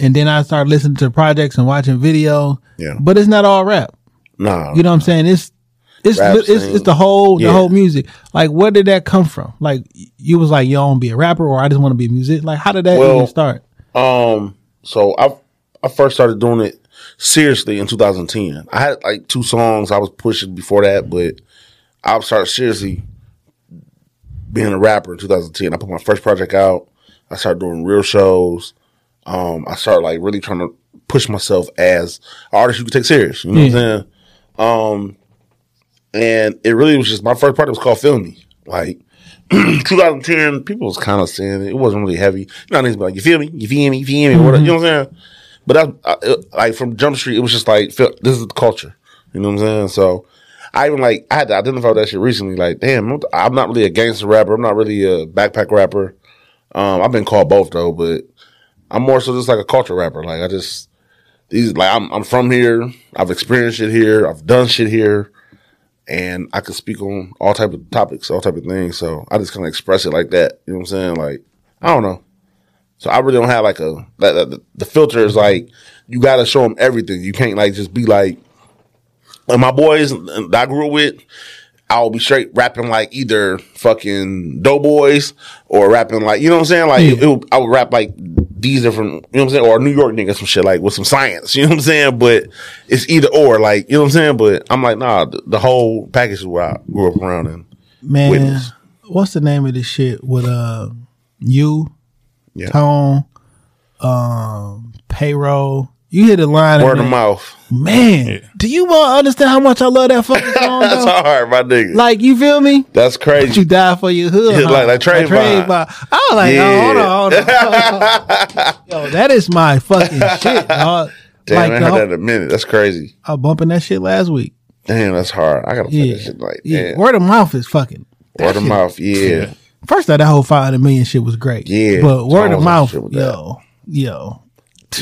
Speaker 3: and then I started listening to projects and watching videos.
Speaker 5: Yeah.
Speaker 3: But it's not all rap.
Speaker 5: nah,
Speaker 3: You know what I'm saying? It's it's
Speaker 5: Rap
Speaker 3: it's,
Speaker 5: scene.
Speaker 3: it's the whole the
Speaker 5: Yeah.
Speaker 3: whole music. Like where did that come from? Like you was like, yo, I want to be a rapper or I just want to be a music. Like how did that
Speaker 5: Well,
Speaker 3: even start?
Speaker 5: Um, so I I first started doing it seriously in 2010. I had like two songs I was pushing before that, but I started seriously being a rapper in 2010. I put my first project out. I started doing real shows. Um, I started like really trying to push myself as an artist you could take serious. You know what I'm saying? Um, and it really was just my first project was called "Feel Me." Like 2010, people was kind of saying it. It wasn't really heavy. You know, niggas be like, you feel me? You feel me? You feel me? Whatever. You know what I'm saying? But I, I it- like from Jump Street, it was just like, feel, this is the culture. You know what I'm saying? So I even like, I had to identify with that shit recently. Like, damn, I'm- I'm not really a gangster rapper. I'm not really a backpack rapper. Um, I've been called both though, but I'm more so just like a culture rapper. Like I just, these, like I'm, I'm from here. I've experienced shit here. I've done shit here and I could speak on all type of topics, all type of things. So I just kind of express it like that. You know what I'm saying? Like I don't know. So I really don't have like a that, that- the, the filter is like you got to show them everything. You can't like just be like and my boys that I grew up with. I would be straight rapping like either fucking Doughboys or rapping like you know what I'm saying. Like it, it would, I would rap like these are from you know what I'm saying or New York niggas some shit like with some science. You know what I'm saying. But it's either or like you know what I'm saying. But I'm like nah, the, the whole package is what I grew up around in.
Speaker 3: Man, what's the name of this shit with uh you,
Speaker 5: Yeah.
Speaker 3: Tone, um, payroll? You hit the line.
Speaker 5: Word
Speaker 3: and
Speaker 5: of
Speaker 3: then-
Speaker 5: mouth.
Speaker 3: Man, do you want understand how much I love that fucking song?
Speaker 5: That's
Speaker 3: though?
Speaker 5: hard, my nigga.
Speaker 3: Like you feel me?
Speaker 5: That's crazy.
Speaker 3: But you die for your hood.
Speaker 5: Yeah,
Speaker 3: huh?
Speaker 5: like- like Trayvon.
Speaker 3: Trayvon. I was like,
Speaker 5: Yeah.
Speaker 3: oh, hold on, hold on. Yo, that is my fucking shit, dog.
Speaker 5: Damn,
Speaker 3: like
Speaker 5: I
Speaker 3: the
Speaker 5: had
Speaker 3: whole-
Speaker 5: that in a minute. That's crazy.
Speaker 3: I was bumping that shit last week.
Speaker 5: Damn, that's hard. I gotta play that shit like
Speaker 3: Yeah.
Speaker 5: damn.
Speaker 3: Word of mouth is fucking.
Speaker 5: Word of mouth, yeah.
Speaker 3: First of that whole five hundred million shit was great.
Speaker 5: Yeah.
Speaker 3: But
Speaker 5: Songs
Speaker 3: word of
Speaker 5: and
Speaker 3: mouth,
Speaker 5: shit with
Speaker 3: yo, yo.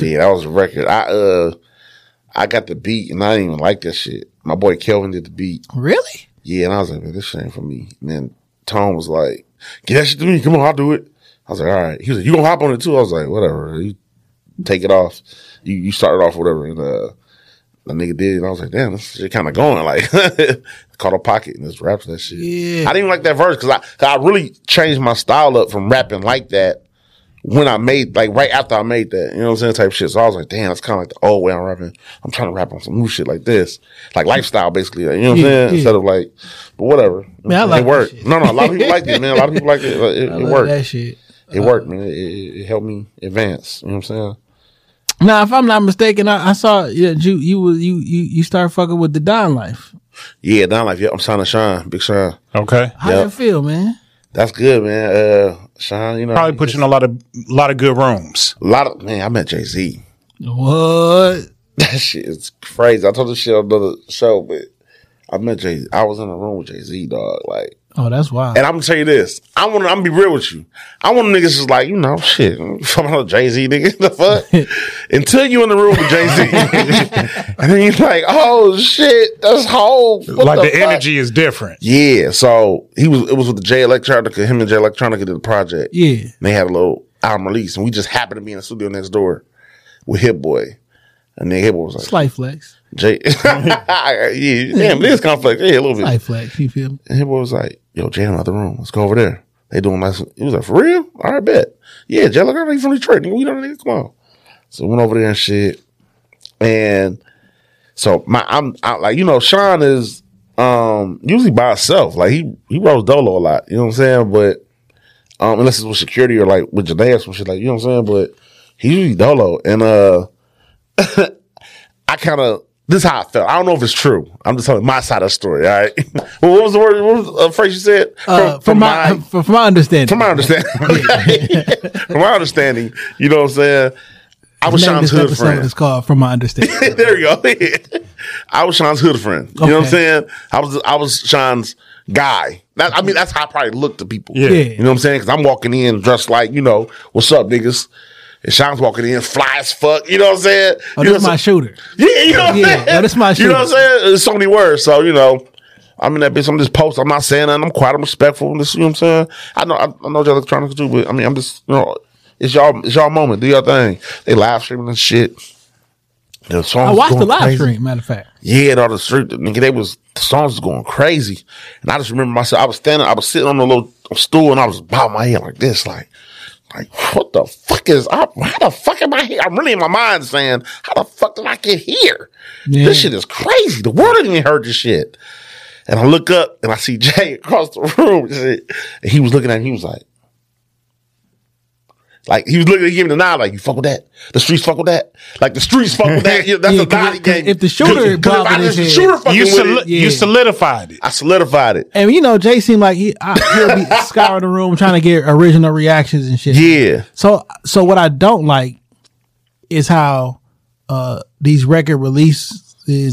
Speaker 5: Yeah, that was a record. I uh I got the beat and I didn't even like that shit. My boy Kelvin did the beat.
Speaker 3: Really?
Speaker 5: Yeah, and I was like, man, this shit ain't for me. And then Tom was like, Get that shit to me, come on, I'll do it. I was like, all right. He was like, You gonna hop on it too? I was like, whatever. You take it off. You you start it off, whatever. And uh the nigga did, and I was like, damn, this shit kind of going. Like, caught a pocket and just raps that shit.
Speaker 3: Yeah.
Speaker 5: I didn't even like that verse because I, 'cause I really changed my style up from rapping like that when I made, like, right after I made that, you know what I'm saying, type shit. So I was like, damn, that's kind of like the old way I'm rapping. I'm trying to rap on some new shit like this, like lifestyle, basically. like, you know what
Speaker 3: Yeah,
Speaker 5: I'm saying?
Speaker 3: yeah.
Speaker 5: Instead of like, but whatever.
Speaker 3: Man, I like
Speaker 5: it
Speaker 3: that
Speaker 5: worked.
Speaker 3: shit.
Speaker 5: No, no, a lot of people liked it, man. A lot of people liked it. Like, it
Speaker 3: I
Speaker 5: it
Speaker 3: love
Speaker 5: worked.
Speaker 3: that shit.
Speaker 5: It worked, man. It, it, it helped me advance. You know what I'm saying?
Speaker 3: Now, if I'm not mistaken, I, I saw yeah, you you was you you you start fucking with the Don life.
Speaker 5: Yeah, down like, yeah, I'm signing Sean, Big Sean.
Speaker 4: Okay.
Speaker 3: How
Speaker 5: Yep.
Speaker 3: that feel, man?
Speaker 5: That's good, man. Uh, Sean, you know,
Speaker 4: Probably put you in a lot of lot of good rooms.
Speaker 5: a lot of man. I met Jay Z.
Speaker 3: What?
Speaker 5: That shit is crazy. I told this shit on another show, but I met Jay. I was in a room with Jay Z, dog. Like,
Speaker 3: Oh, that's wild.
Speaker 5: and I'm gonna tell you this. I want. to I'm gonna be real with you. I want niggas just like you know, shit. Fucking with Jay Z, nigga. The fuck. Until you in the room with Jay Z, and then you're like, oh shit, that's whole. what
Speaker 4: like the,
Speaker 5: fuck?
Speaker 4: energy is different.
Speaker 5: Yeah, so he was it was with the J Electronica, him and J Electronica did the project.
Speaker 3: Yeah.
Speaker 5: And they had a little album release, and we just happened to be in the studio next door with Hip Boy. And then Hip Boy was like,
Speaker 3: Slight flex.
Speaker 5: J Yeah, damn, this complex. Yeah, a little bit.
Speaker 3: Slight flex. You feel me?
Speaker 5: And Hip Boy was like, Yo, Jay in the other room. Let's go over there. They doing nice. He was like, For real? All right, bet. Yeah, Jay Electronica he from Detroit. Nigga, we know that nigga. Come on. So we went over there and shit. And so my I'm I, like, you know, Sean is um usually by himself. Like he he rolls dolo a lot. You know what I'm saying? But um unless it's with security or like with Janae or some shit like you know what I'm saying? But he's usually dolo. And uh I kind of this is how I felt. I don't know if it's true. I'm just telling my side of the story. All right. well, what was the word? What was the uh, phrase you said?
Speaker 3: Uh, from, my, from, from my understanding.
Speaker 5: From my understanding, okay. from my understanding, you know what I'm saying. I was
Speaker 3: The name of
Speaker 5: Sean's
Speaker 3: this
Speaker 5: hood
Speaker 3: episode
Speaker 5: friend.
Speaker 3: is called From My Understanding.
Speaker 5: there you go. I was Sean's hood friend. You know what I'm
Speaker 3: Okay.
Speaker 5: saying? I was I was Sean's guy. That, I mean, that's how I probably look to people.
Speaker 4: Yeah.
Speaker 3: Yeah.
Speaker 5: You know what I'm saying? Because I'm walking in dressed like you know what's up, niggas. And Sean's walking in fly as fuck. You know what I'm saying?
Speaker 3: Oh,
Speaker 5: you know,
Speaker 3: this
Speaker 5: so-
Speaker 3: my shooter.
Speaker 5: yeah, you know what
Speaker 3: Yeah,
Speaker 5: I'm saying?
Speaker 3: yeah, that's my
Speaker 5: You know what I'm
Speaker 3: shit.
Speaker 5: saying? There's so many words. So, you know, I'm in that bitch. I'm just post. I'm not saying nothing. I'm quiet. I'm respectful. I'm just, you know what I'm saying? I know, I, I know y'all electronics too, but I mean, I'm just, you know, it's y'all, it's y'all moment. Do your thing. They live streaming and shit. The songs
Speaker 3: I watched
Speaker 5: going
Speaker 3: the live
Speaker 5: crazy.
Speaker 3: stream, matter of fact.
Speaker 5: Yeah, and all the street, nigga, they was the songs was going crazy, and I just remember myself. I was standing, I was sitting on a little stool, and I was bowing my head like this, like, like what the fuck is? I, how the fuck am I here? I'm really in my mind saying, how the fuck did I get here?
Speaker 3: Yeah.
Speaker 5: This shit is crazy. The world didn't even heard this shit. And I look up and I see Jay across the room, shit. and he was looking at me. He was like, like he was looking at giving the nod, like you fuck with that. The streets fuck with that. Like the streets fuck with that. Yeah, that's
Speaker 3: Yeah,
Speaker 5: a
Speaker 3: 'cause
Speaker 5: nod he
Speaker 3: if- 'cause
Speaker 5: gave.
Speaker 3: if the shooter
Speaker 5: 'Cause if
Speaker 3: bobbing
Speaker 5: I-
Speaker 3: his
Speaker 5: the
Speaker 3: head,
Speaker 5: shooter fucking
Speaker 4: You
Speaker 5: with
Speaker 4: soli-
Speaker 5: it,
Speaker 4: you
Speaker 3: yeah.
Speaker 4: solidified it.
Speaker 5: I solidified it.
Speaker 3: And you know, Jay seemed like he I, he'll be scouring the room trying to get original reactions and shit.
Speaker 5: Yeah,
Speaker 3: So so what I don't like is how uh these record releases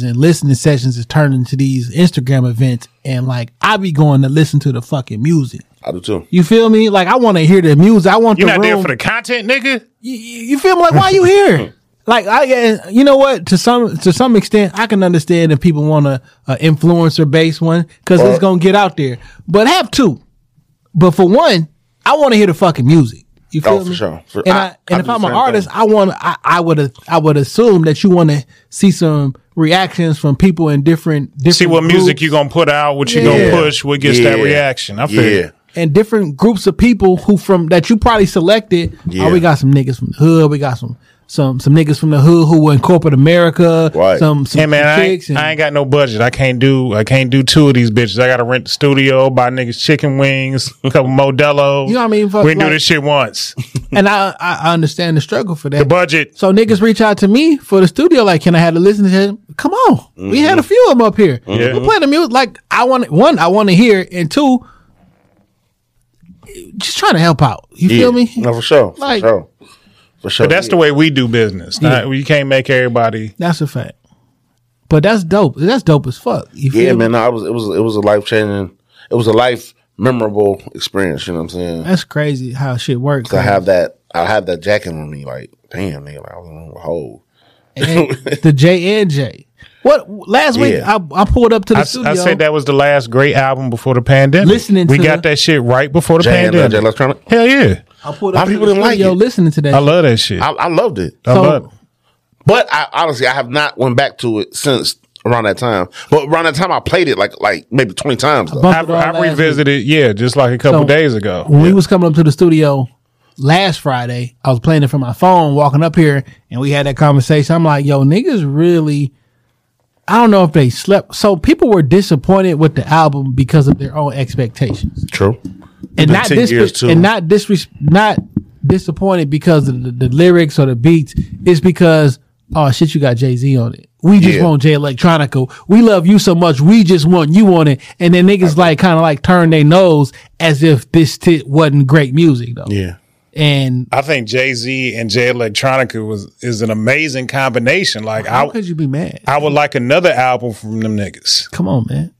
Speaker 3: and listening sessions is turned into these Instagram events and like I be going to listen to the fucking music.
Speaker 5: I do too.
Speaker 3: You feel me? Like I want to hear the music. I want
Speaker 4: You're
Speaker 3: the
Speaker 4: not
Speaker 3: room.
Speaker 4: there for the content, nigga.
Speaker 3: you, you you feel me? Like why you here? Like I, and you know what? To some to some extent, I can understand if people want a, a influencer based one because it's gonna get out there. But have two. But for one, I want to hear the fucking music. You feel
Speaker 5: Oh,
Speaker 3: me?
Speaker 5: for sure. For-
Speaker 3: and
Speaker 5: I-
Speaker 3: I,
Speaker 5: I
Speaker 3: and
Speaker 5: do
Speaker 3: if
Speaker 5: the
Speaker 3: I'm an
Speaker 5: same
Speaker 3: artist,
Speaker 5: thing.
Speaker 3: I want I, I would I would assume that you want to see some reactions from people in different different
Speaker 4: See what
Speaker 3: groups.
Speaker 4: music you gonna put out, what you
Speaker 3: Yeah.
Speaker 4: gonna push, what gets that
Speaker 3: Yeah.
Speaker 4: reaction. I feel you.
Speaker 3: and different groups of people who from that you probably selected.
Speaker 4: Yeah.
Speaker 3: Oh, we got some niggas from the hood. We got some some some niggas from the hood who were in corporate America. Some some
Speaker 4: hey man, I
Speaker 3: chicks.
Speaker 4: ain't, I ain't got no budget. I can't do I can't do two of these bitches. I gotta rent the studio, buy niggas chicken wings, a couple Modelo's.
Speaker 3: You know what I mean?
Speaker 4: We
Speaker 3: Fuck,
Speaker 4: didn't do
Speaker 3: like-
Speaker 4: this shit once.
Speaker 3: and I, I I understand the struggle for that.
Speaker 4: The budget.
Speaker 3: So niggas reach out to me for the studio, like, can I have the listeners? here? Come on, we had a few of them up here.
Speaker 4: Mm-hmm. Yeah.
Speaker 3: We're playing the music. Like, I want one, I want to hear, and two, just trying to help out. You feel me?
Speaker 5: No, for sure.
Speaker 3: Like-
Speaker 5: for sure. For sure.
Speaker 4: But that's the way we do business.
Speaker 3: Yeah.
Speaker 4: Not, you can't make everybody
Speaker 3: That's a fact. But that's dope. That's dope as fuck. You feel
Speaker 5: yeah,
Speaker 3: me?
Speaker 5: man. No, I was. It was. It was a life changing. It was a life memorable experience. You know what I'm saying?
Speaker 3: That's crazy how shit works.
Speaker 5: So I have that. I have that jacket on me. Like, damn, nigga. Like, I was on a hole.
Speaker 3: And the J and J. What last week
Speaker 4: Yeah.
Speaker 3: I, I pulled up to the
Speaker 4: I, s-
Speaker 3: studio.
Speaker 4: I said that was the last great album before the pandemic.
Speaker 3: Listening
Speaker 4: we
Speaker 3: to-
Speaker 4: got that shit right before the
Speaker 5: Jam,
Speaker 4: pandemic.
Speaker 5: Jam Electronic?
Speaker 4: Hell yeah,
Speaker 3: I pulled
Speaker 5: A lot
Speaker 3: up to
Speaker 5: of people
Speaker 3: the
Speaker 5: didn't like
Speaker 3: studio
Speaker 5: it.
Speaker 3: listening to that.
Speaker 4: I love that shit.
Speaker 5: I, I loved it.
Speaker 4: I So- love it.
Speaker 5: But I honestly, I have not went back to it since around that time. But around that time, I played it like like maybe twenty times. Though.
Speaker 3: bumped
Speaker 4: I,
Speaker 3: it all
Speaker 4: I
Speaker 3: last
Speaker 4: revisited, yeah, just like a couple
Speaker 3: So-
Speaker 4: days ago.
Speaker 3: when we was coming up to the studio last Friday, I was playing it from my phone, walking up here, and we had that conversation. I'm like, yo, niggas really I don't know if they slept. So people were disappointed with the album because of their own expectations.
Speaker 5: True.
Speaker 3: And not, dis- and not disres- not disappointed because of the, the lyrics or the beats. It's because oh shit, you got Jay Z on it. We just
Speaker 5: Yeah.
Speaker 3: want Jay Electronica. We love you so much. We just want you on it. And then niggas like kind of like turn their nose as if this tit wasn't great music though.
Speaker 5: Yeah.
Speaker 3: And
Speaker 4: I think Jay Z and Jay Electronica was is an amazing combination. Like
Speaker 3: how
Speaker 4: I,
Speaker 3: could you be mad?
Speaker 4: I would like another album from them niggas.
Speaker 3: Come on, man.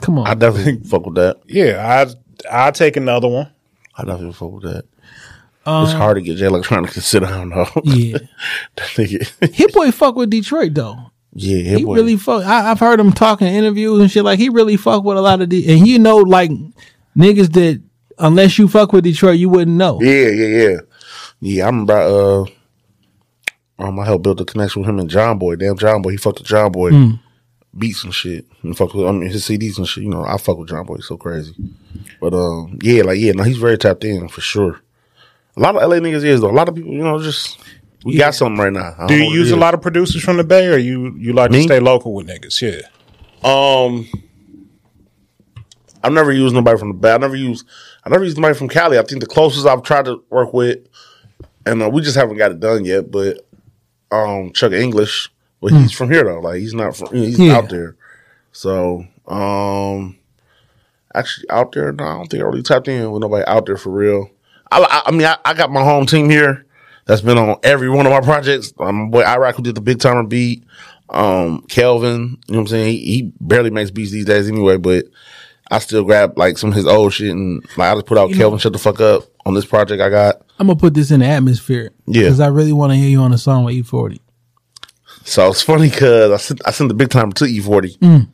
Speaker 3: Come on.
Speaker 5: I definitely fuck with that.
Speaker 4: Yeah, I I take another one.
Speaker 5: I definitely fuck with that.
Speaker 3: Um,
Speaker 5: it's hard to get Jay Electronica to sit down though.
Speaker 3: Yeah.
Speaker 5: that nigga.
Speaker 3: Hit boy fuck with Detroit though.
Speaker 5: Yeah,
Speaker 3: he
Speaker 5: it was.
Speaker 3: really fuck. I, I've heard him talking in interviews and shit. Like he really fuck with a lot of the, and you know, like niggas that unless you fuck with Detroit, you wouldn't know.
Speaker 4: Oh.
Speaker 5: Yeah, yeah, yeah. Yeah, I remember uh um I helped build the connection with him and John Boy. Damn John Boy, he fucked with John Boy
Speaker 3: Mm.
Speaker 5: beats and shit. And fuck with I mean his CDs and shit. You know, I fuck with John Boy, it's so crazy. But um yeah, like yeah, no, he's very tapped in for sure. A lot of LA niggas is though. A lot of people, you know, just we got something right now. I don't
Speaker 4: Do
Speaker 5: know
Speaker 4: you
Speaker 5: what it
Speaker 4: use a
Speaker 5: is.
Speaker 4: lot of producers from the Bay, or you you like
Speaker 5: Me?
Speaker 4: to stay local with niggas? Yeah.
Speaker 5: Um, I've never used nobody from the Bay. I never used, I never used nobody from Cali. I think the closest I've tried to work with, and uh, we just haven't got it done yet. But um, Chuck English, but he's from here though. Like he's not from, he's
Speaker 3: Yeah.
Speaker 5: out there. So um, actually out there, no, I don't think I really tapped in with nobody out there for real. I, I, I mean, I, I got my home team here. That's been on every one of my projects. Um, my boy Iraq who did the big timer beat. Um, Kelvin, you know what I'm saying? He, he barely makes beats these days anyway, but I still grab like some of his old shit and like I just put out
Speaker 3: You know-
Speaker 5: Kelvin shut the fuck up on this project I got.
Speaker 3: I'm gonna put this in the atmosphere.
Speaker 5: Yeah.
Speaker 3: because I really want to hear you on a song with E E40.
Speaker 5: So it's funny because I sent I sent the big timer to E forty
Speaker 3: Mm.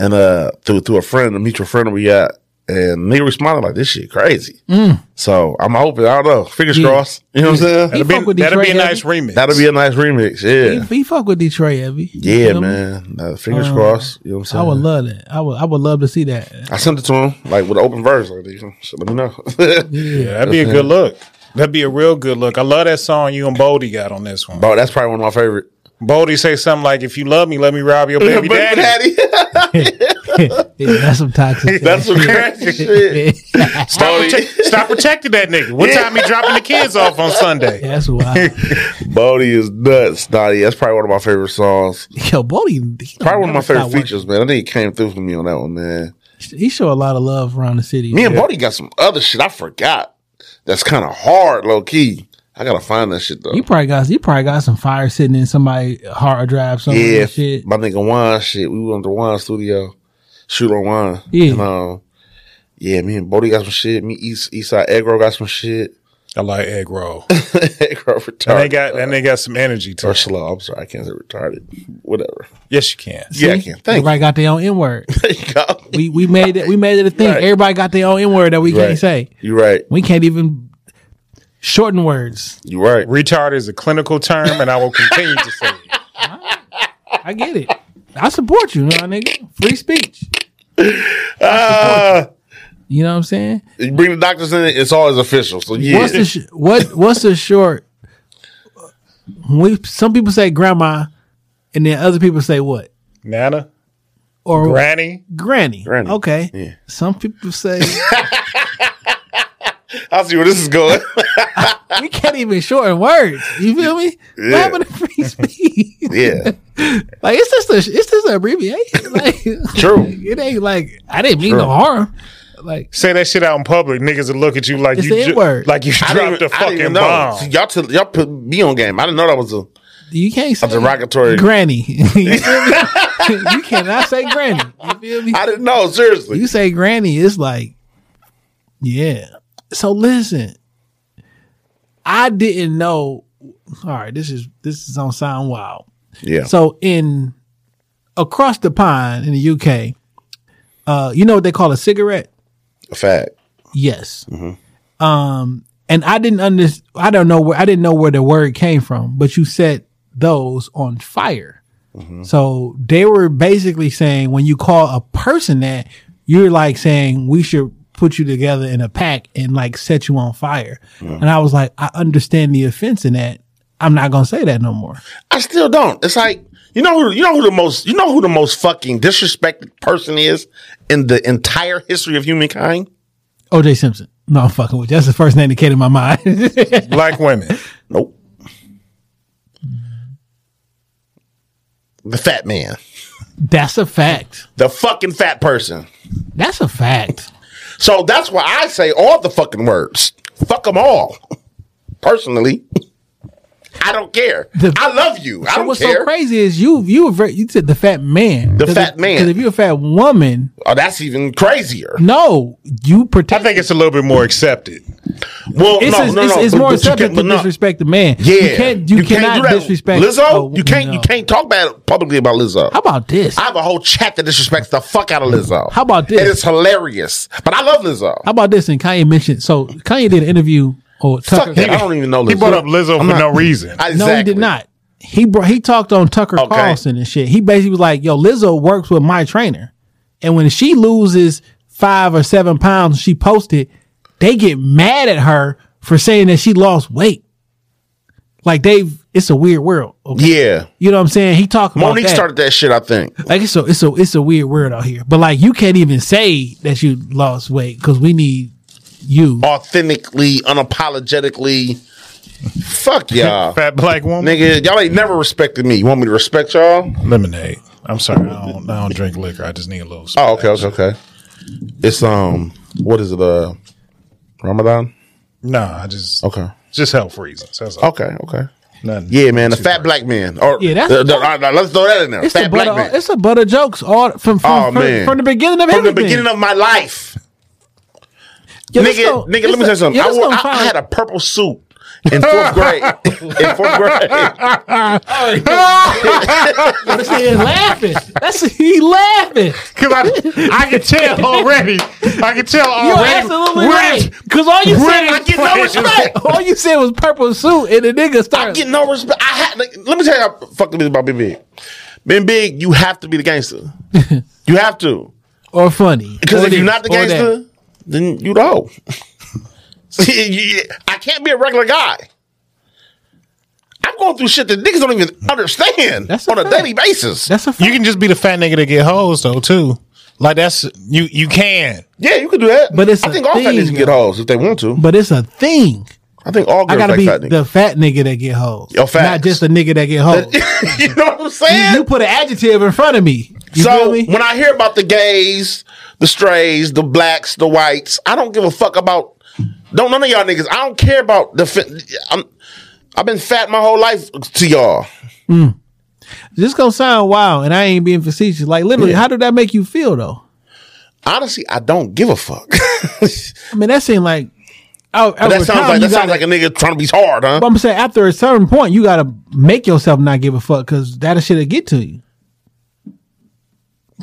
Speaker 5: and uh through through a friend, a mutual friend we got, and they responded like this shit crazy.
Speaker 3: Mm.
Speaker 5: So I'm hoping I don't know. Fingers
Speaker 3: Yeah.
Speaker 5: crossed. You know what I'm
Speaker 3: Yeah.
Speaker 5: saying?
Speaker 3: He That'd be- fuck with that'd be a Detroit nice heavy. remix.
Speaker 5: That'll be a nice remix. Yeah.
Speaker 3: He, he fuck with Detroit heavy. You
Speaker 5: Yeah,
Speaker 3: feel me?
Speaker 5: man. Uh, fingers
Speaker 3: Uh,
Speaker 5: crossed. You know what I'm saying?
Speaker 3: I would love that. I would. I would love to see that.
Speaker 5: I sent it to him like with an open verse. Like, you know, so let me know.
Speaker 4: Yeah, that'd be a good look. That'd be a real good look. I love that song you and Bodie got on this one.
Speaker 5: Bro, that's probably one of my favorite.
Speaker 4: Bodie say something like, "If you love me, let me rob your baby
Speaker 5: Baby
Speaker 4: daddy."
Speaker 3: Yeah, that's some toxic.
Speaker 5: That's some
Speaker 3: shit.
Speaker 5: crazy shit.
Speaker 4: Stop, protect- stop protecting that nigga. What
Speaker 5: Yeah.
Speaker 4: time he dropping the kids off on Sunday?
Speaker 3: Yeah, that's wild.
Speaker 5: Bodie is nuts, Dottie. That's probably one of my favorite songs.
Speaker 3: Yo, Bodie, he,
Speaker 5: Probably one of my
Speaker 3: never stop
Speaker 5: favorite features, man. I think he came through for me on that one, man.
Speaker 3: he show a lot of love around the city.
Speaker 5: Me and Bodie got some other shit I forgot. That's kind of hard, low key. I gotta find that shit though.
Speaker 3: You probably got you probably got some fire sitting in somebody hard drive somewhere.
Speaker 5: yeah,
Speaker 3: and shit.
Speaker 5: my nigga Juan shit. We went to Juan studio, shoot on Juan.
Speaker 3: Yeah.
Speaker 5: and, um, yeah. Me and Bodie got some shit. Me East Eastside Egro got some shit.
Speaker 4: I like egg roll.
Speaker 5: Egro
Speaker 4: And they
Speaker 5: retarded.
Speaker 4: got and they got some energy to
Speaker 5: Or
Speaker 4: it.
Speaker 5: slow. I'm sorry, I can't say retarded. Whatever.
Speaker 4: Yes, you can.
Speaker 5: Yeah, I can. Thank
Speaker 3: Everybody got their own N word.
Speaker 5: you. God.
Speaker 3: We we made it we made it a thing.
Speaker 5: Right.
Speaker 3: Everybody got their own N word that we
Speaker 5: Right.
Speaker 3: can't say.
Speaker 5: You're right.
Speaker 3: We can't even shorten words.
Speaker 5: You're right.
Speaker 4: Retard is a clinical term, and I will continue to say it.
Speaker 3: I get it. I support you, my nigga. Free speech.
Speaker 5: Uh,
Speaker 3: you know what I'm saying?
Speaker 5: You bring the doctors in, it's always official. So yeah,
Speaker 3: What's the sh- what? What's the short? We some people say grandma, and then other people say what?
Speaker 6: Nana
Speaker 3: Or
Speaker 6: Granny?
Speaker 3: Granny.
Speaker 5: Granny.
Speaker 3: Okay.
Speaker 5: Yeah.
Speaker 3: Some people say
Speaker 5: I see where this is going.
Speaker 3: we can't even shorten words. You feel me?
Speaker 5: Yeah.
Speaker 3: What happened to free speech?
Speaker 5: yeah,
Speaker 3: like it's just a it's just an abbreviation. Like
Speaker 5: true.
Speaker 3: it ain't like I didn't mean no
Speaker 6: True.
Speaker 3: harm. Like
Speaker 6: Say that shit out in public, niggas will look at you like
Speaker 3: It's the
Speaker 6: you ju-
Speaker 3: N-word.
Speaker 6: like you
Speaker 5: I
Speaker 6: dropped a
Speaker 5: didn't even- I didn't
Speaker 6: fucking
Speaker 5: even know.
Speaker 6: bomb.
Speaker 5: See, y'all, t- y'all put me on game. I didn't know that was a
Speaker 3: you can't say
Speaker 5: a derogatory.
Speaker 3: granny. you, feel me? you cannot say granny. You feel me?
Speaker 5: I didn't know. Seriously,
Speaker 3: You say granny, it's like, yeah. So listen, I didn't know. All right, this is this is on sound wild.
Speaker 5: yeah.
Speaker 3: So in across the pond in the UK, uh, you know what they call a cigarette?
Speaker 5: a fact.
Speaker 3: Yes. Um, and I didn't under I don't know where I didn't know where the word came from, but you set those on fire. So they were basically saying when you call a person that, you're like saying we should put you together in a pack and like set you on fire. And I was like, I understand the offense in that. I'm not gonna say that no more.
Speaker 5: I still don't. It's like you know who you know who the most you know who the most fucking disrespected person is in the entire history of humankind.
Speaker 3: OJ Simpson. No, I'm fucking with you. That's the first name that came to my mind.
Speaker 6: Black women.
Speaker 5: Nope. The fat man.
Speaker 3: That's a fact.
Speaker 5: The fucking fat person.
Speaker 3: That's a fact.
Speaker 5: So that's why I say all the fucking words. Fuck them all. Personally, I don't care.
Speaker 3: The-
Speaker 5: I love you. I
Speaker 3: So
Speaker 5: don't
Speaker 3: what's
Speaker 5: care.
Speaker 3: so crazy is you you were very, you said the fat man.
Speaker 5: The
Speaker 3: 'Cause
Speaker 5: fat
Speaker 3: if-
Speaker 5: man.
Speaker 3: 'cause if you're a fat woman,
Speaker 5: Oh, that's even crazier.
Speaker 3: no, you
Speaker 6: I
Speaker 3: protect.
Speaker 6: think it's a little bit more accepted.
Speaker 5: Well,
Speaker 3: it's
Speaker 5: no,
Speaker 3: it's,
Speaker 5: no,
Speaker 3: it's,
Speaker 5: no.
Speaker 3: it's
Speaker 5: but-
Speaker 3: more
Speaker 5: but you
Speaker 3: acceptable
Speaker 5: can't- but
Speaker 3: to
Speaker 5: no.
Speaker 3: disrespect the man.
Speaker 5: Yeah,
Speaker 3: you can't you, cannot
Speaker 5: do that.
Speaker 3: disrespect
Speaker 5: Lizzo.
Speaker 3: oh,
Speaker 5: you can't you
Speaker 3: no.
Speaker 5: can't talk bad publicly about Lizzo.
Speaker 3: How about this?
Speaker 5: I have a whole chat that disrespects the fuck out of Lizzo.
Speaker 3: How about this?
Speaker 5: And it's hilarious. But I love Lizzo.
Speaker 3: How about this? And Kanye mentioned so Kanye did an interview or Tucker.
Speaker 5: Fuck that. I don't even know Lizzo.
Speaker 6: He brought up Lizzo
Speaker 5: I'm
Speaker 6: for
Speaker 5: not-
Speaker 6: no reason.
Speaker 5: I-
Speaker 3: No, he
Speaker 5: exactly.
Speaker 3: did not. He brought he talked on Tucker
Speaker 5: Okay.
Speaker 3: Carlson and shit. He basically was like, "Yo, Lizzo works with my trainer, and when she loses five or seven pounds, she posted, they get mad at her for saying that she lost weight. Like they've, it's a weird world. Okay?
Speaker 5: Yeah.
Speaker 3: You know what I'm saying? He talked about
Speaker 5: Monique
Speaker 3: that.
Speaker 5: started that shit, I think.
Speaker 3: Like it's a it's a it's a weird world out here. But like you can't even say that you lost weight because we need you.
Speaker 5: Oh, Authentically, unapologetically. fuck y'all.
Speaker 6: Fat black woman.
Speaker 5: Oh. Nigga, y'all ain't never respected me. You want me to respect y'all?
Speaker 6: Lemonade. I'm sorry. I don't, I don't drink liquor. I just need a little.
Speaker 5: Oh, okay, okay, okay. It's um what is it, uh Ramadan?
Speaker 6: No, I just
Speaker 5: Okay.
Speaker 6: just health reasons. That's all.
Speaker 5: Okay, okay.
Speaker 6: Nothing.
Speaker 5: Yeah, man, the
Speaker 6: too crazy.
Speaker 5: fat black man. Or
Speaker 3: Yeah, that's-
Speaker 5: uh, no, no, no, let's throw that in there.
Speaker 3: It's a
Speaker 5: fat black
Speaker 3: butter.
Speaker 5: man.
Speaker 3: It's a butter jokes all from from,
Speaker 5: Oh,
Speaker 3: from,
Speaker 5: man.
Speaker 3: from the beginning of
Speaker 5: From
Speaker 3: everything.
Speaker 5: the beginning of my life.
Speaker 3: Yo, let's
Speaker 5: nigga,
Speaker 3: go-
Speaker 5: nigga,
Speaker 3: let's
Speaker 5: let me
Speaker 3: go-
Speaker 5: tell you something.
Speaker 3: yeah,
Speaker 5: I,
Speaker 3: let's
Speaker 5: wore,
Speaker 3: go
Speaker 5: I, I
Speaker 3: find-
Speaker 5: had a purple suit in fourth grade. in fourth grade.
Speaker 3: This nigga is laughing. That's he laughing.
Speaker 6: Cause I, I can tell already. I can tell
Speaker 3: You're
Speaker 6: already.
Speaker 3: absolutely
Speaker 6: We're-
Speaker 3: right. Cause all you said,
Speaker 6: Rick,
Speaker 5: I get no respect.
Speaker 3: all you said was purple suit, and the nigga
Speaker 5: I
Speaker 3: started.
Speaker 5: get no respect. I had like, let me tell you how fucking big about being big. Being big, you have to be the gangster. you have to.
Speaker 3: or funny.
Speaker 5: Because
Speaker 3: Or
Speaker 5: if you're
Speaker 3: this,
Speaker 5: not the
Speaker 3: or that.
Speaker 5: gangster, then you know. See, you- I can't be a regular guy. I'm going through shit that niggas don't even understand
Speaker 3: That's a
Speaker 5: on a
Speaker 3: fact.
Speaker 5: daily basis.
Speaker 3: that's a fact.
Speaker 6: You can just be the fat nigga that get hoes though too. Like that's you. You can.
Speaker 5: yeah, you can do that.
Speaker 3: But it's
Speaker 5: I
Speaker 3: a
Speaker 5: think all fat
Speaker 3: thing,
Speaker 5: niggas can get
Speaker 3: though.
Speaker 5: hoes if they want to.
Speaker 3: but it's a thing.
Speaker 5: I think all
Speaker 3: I
Speaker 5: girls
Speaker 3: gotta
Speaker 5: like
Speaker 3: be
Speaker 5: fat niggas.
Speaker 3: the fat nigga that get hoes,
Speaker 5: Yo, facts.
Speaker 3: not just a nigga that get hoes.
Speaker 5: you know what I'm saying?
Speaker 3: you, you put an adjective in front of me. You
Speaker 5: so
Speaker 3: feel me?
Speaker 5: when I hear about the gays, the strays, the blacks, the whites, I don't give a fuck about. Don't none of y'all niggas. I don't care about the. fa- I'm, I've been fat my whole life to y'all.
Speaker 3: this gonna sound wild, and I ain't being facetious. Like literally,
Speaker 5: Yeah.
Speaker 3: how did that make you feel though?
Speaker 5: Honestly, I don't give a fuck.
Speaker 3: I mean, that seemed like. Oh,
Speaker 5: that sounds like that sounds like a nigga trying to be hard, huh?
Speaker 3: But I'm saying after a certain point, you gotta make yourself not give a fuck because that shit'll get to you.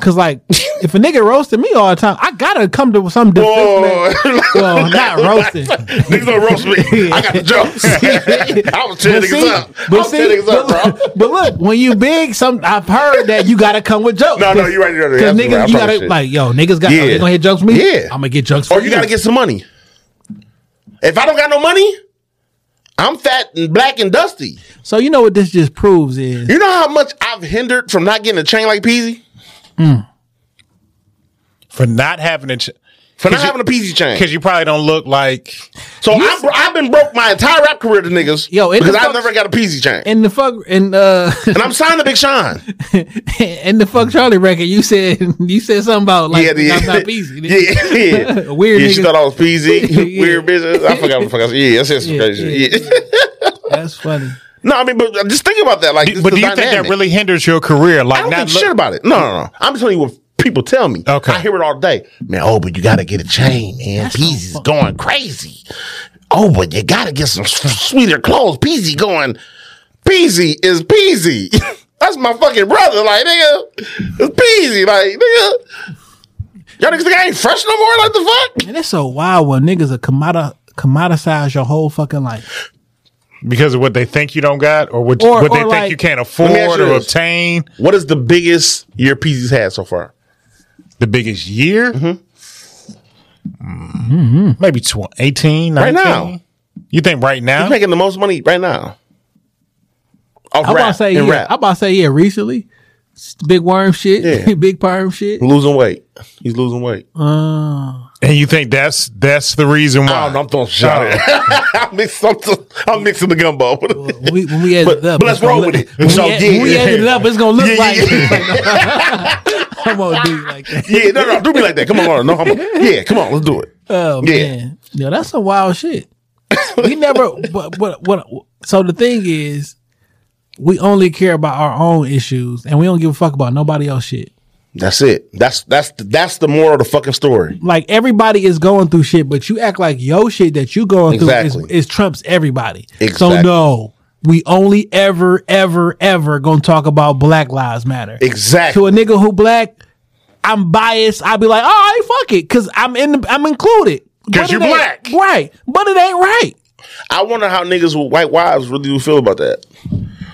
Speaker 3: Cause like, if a nigga roasted me all the time, I gotta come to some defense. man. Well, not roasted.
Speaker 5: niggas don't roast me. I got the jokes. I was tearing
Speaker 3: But
Speaker 5: niggas
Speaker 3: see-
Speaker 5: up. I
Speaker 3: but
Speaker 5: was tearing
Speaker 3: see-
Speaker 5: niggas up, bro.
Speaker 3: But look, when you big, some I've heard that you gotta come with jokes.
Speaker 5: No, no, you're right, you're right, you're
Speaker 3: Because
Speaker 5: absolutely
Speaker 3: niggas,
Speaker 5: right, I
Speaker 3: you
Speaker 5: promise
Speaker 3: gotta
Speaker 5: you.
Speaker 3: like, yo, niggas got.
Speaker 5: Yeah.
Speaker 3: Yeah. They gonna hit jokes me.
Speaker 5: Yeah.
Speaker 3: I'm gonna get jokes.
Speaker 5: Or
Speaker 3: from
Speaker 5: you gotta get some money. If I don't got no money, I'm fat and black and dusty.
Speaker 3: So you know what this just proves is
Speaker 5: You know how much I've hindered from not getting a chain like E Peasy?
Speaker 6: for not having a ch-
Speaker 5: For not having a Peasy chain.
Speaker 6: because you probably don't look like
Speaker 5: So I, bro- I've been broke my entire rap career to niggas
Speaker 3: Yo, it
Speaker 5: because
Speaker 3: the
Speaker 5: I've
Speaker 3: fuck-
Speaker 5: never got a Peasy chain.
Speaker 3: in the fuck in uh
Speaker 5: And I'm signed to Big Sean.
Speaker 3: in the fuck Charlie record. You said you said something about like I'm not easy.
Speaker 5: Yeah, yeah.
Speaker 3: Weird
Speaker 5: Yeah, she
Speaker 3: nigga.
Speaker 5: thought I was Peasy.
Speaker 3: Yeah.
Speaker 5: Weird business. I forgot what the fuck I was. Yeah, that's just some
Speaker 3: Yeah,
Speaker 5: crazy shit. Yeah.
Speaker 3: That's funny.
Speaker 5: no, I mean, but just think about that. Like,
Speaker 6: but do you think that really hinders your career like
Speaker 5: I don't
Speaker 6: not
Speaker 5: think
Speaker 6: look-
Speaker 5: shit about it. No, no, no. I'm just telling you what people tell me.
Speaker 6: Okay.
Speaker 5: I hear it all day. Man, oh, but you gotta get a chain, man. Peasy's going crazy. Oh, but you gotta get some s- sweeter clothes. Peasy going. Peasy is Peasy. That's my fucking brother. Like, nigga, it's Peasy. Like, nigga. Y'all niggas think I ain't fresh no more? Like the fuck?
Speaker 3: And it's so wild when niggas are commodi- commoditize your whole fucking life.
Speaker 6: because of what they think you don't got or what,
Speaker 3: Or-
Speaker 6: what they
Speaker 3: or
Speaker 6: think
Speaker 3: like-
Speaker 6: you can't
Speaker 5: Let me ask
Speaker 6: afford
Speaker 5: you
Speaker 6: or
Speaker 5: this.
Speaker 6: obtain
Speaker 5: What is the biggest year Peasy's had so far?
Speaker 6: the biggest year
Speaker 5: Mm-hmm.
Speaker 6: Mm, maybe tw- 18
Speaker 5: Right
Speaker 6: 19
Speaker 5: now.
Speaker 6: you think right now
Speaker 5: He's making the most money right now. Off
Speaker 3: I'm about to
Speaker 5: rap
Speaker 3: say
Speaker 5: and
Speaker 3: yeah.
Speaker 5: rap.
Speaker 3: I'm about to say yeah. Recently, S- big worm shit,
Speaker 5: Yeah.
Speaker 3: big perm shit.
Speaker 5: losing weight. He's losing weight.
Speaker 3: Uh,
Speaker 6: and you think that's that's the reason
Speaker 5: I
Speaker 6: why
Speaker 5: don't know. I'm throwing shot at I'm, mixing, I'm, t- I'm mixing the gumbo.
Speaker 3: when we, when we edit
Speaker 5: But-
Speaker 3: it up,
Speaker 5: but let's
Speaker 3: it's gonna
Speaker 5: roll
Speaker 3: look-
Speaker 5: with it.
Speaker 3: When we,
Speaker 5: So,
Speaker 3: ed-
Speaker 5: yeah.
Speaker 3: when we edit it up, it's gonna look
Speaker 5: Yeah,
Speaker 3: like
Speaker 5: yeah,
Speaker 3: come on, dude, like that.
Speaker 5: yeah, no, no, do me like that. Come on, no, I'm, yeah, come on, let's do it.
Speaker 3: Oh
Speaker 5: Yeah.
Speaker 3: man, yo, that's some wild shit. We never, but what, what? So the thing is, we only care about our own issues, and we don't give a fuck about nobody else shit.
Speaker 5: That's it. That's that's the, that's the moral of the fucking story.
Speaker 3: Like everybody is going through shit, but you act like yo shit that you going through
Speaker 5: Exactly.
Speaker 3: is, is trumps everybody.
Speaker 5: Exactly.
Speaker 3: So no, we only ever, ever, ever gonna talk about Black Lives Matter. To
Speaker 5: Exactly.
Speaker 3: a nigga who black, I'm biased. I'd be like, all right, fuck it, because I'm in, the, I'm included.
Speaker 6: 'Cause
Speaker 3: But
Speaker 6: you
Speaker 3: it ain't-
Speaker 6: black.
Speaker 3: right? But it ain't right.
Speaker 5: I wonder how niggas with white wives really do feel about that.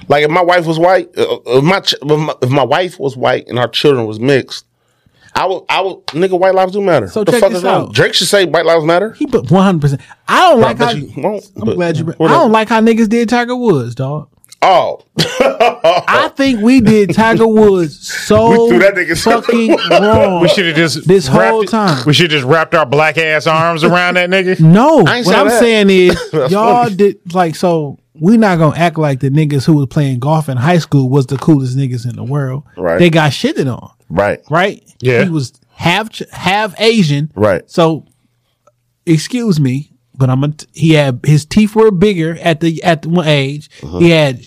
Speaker 5: Like if my wife was white, uh, uh, if my, ch- if my if my wife was white and our children was mixed, I would I would nigga white lives do matter.
Speaker 3: So
Speaker 5: What the
Speaker 3: check
Speaker 5: fuck
Speaker 3: this
Speaker 5: is wrong?
Speaker 3: out.
Speaker 5: Drake should say white lives matter.
Speaker 3: He put one hundred percent. I don't like
Speaker 5: bet
Speaker 3: how.
Speaker 5: you won't,
Speaker 3: I'm
Speaker 5: but
Speaker 3: glad you. bring- I
Speaker 5: whatever.
Speaker 3: don't like how niggas did Tiger Woods, dog.
Speaker 5: Oh,
Speaker 3: I think we did Tiger Woods so
Speaker 5: We threw that nigga so-
Speaker 3: fucking wrong.
Speaker 6: we should have just
Speaker 3: This
Speaker 6: wrapped
Speaker 3: whole
Speaker 6: it-
Speaker 3: time.
Speaker 6: we should just wrapped our black ass arms around that nigga
Speaker 3: no,
Speaker 5: I ain't
Speaker 3: what
Speaker 5: say
Speaker 3: I'm
Speaker 5: that.
Speaker 3: saying is
Speaker 5: That's
Speaker 3: y'all
Speaker 5: funny.
Speaker 3: did like so. We not gonna act like the niggas who was playing golf in high school was the coolest niggas in the world.
Speaker 5: Right.
Speaker 3: They got shitted on.
Speaker 5: right.
Speaker 3: Right.
Speaker 6: Yeah.
Speaker 3: He was half Ch- half Asian.
Speaker 5: Right.
Speaker 3: So, excuse me, but I'm a. T- he had his teeth were bigger at the at the one age.
Speaker 5: Uh-huh.
Speaker 3: He had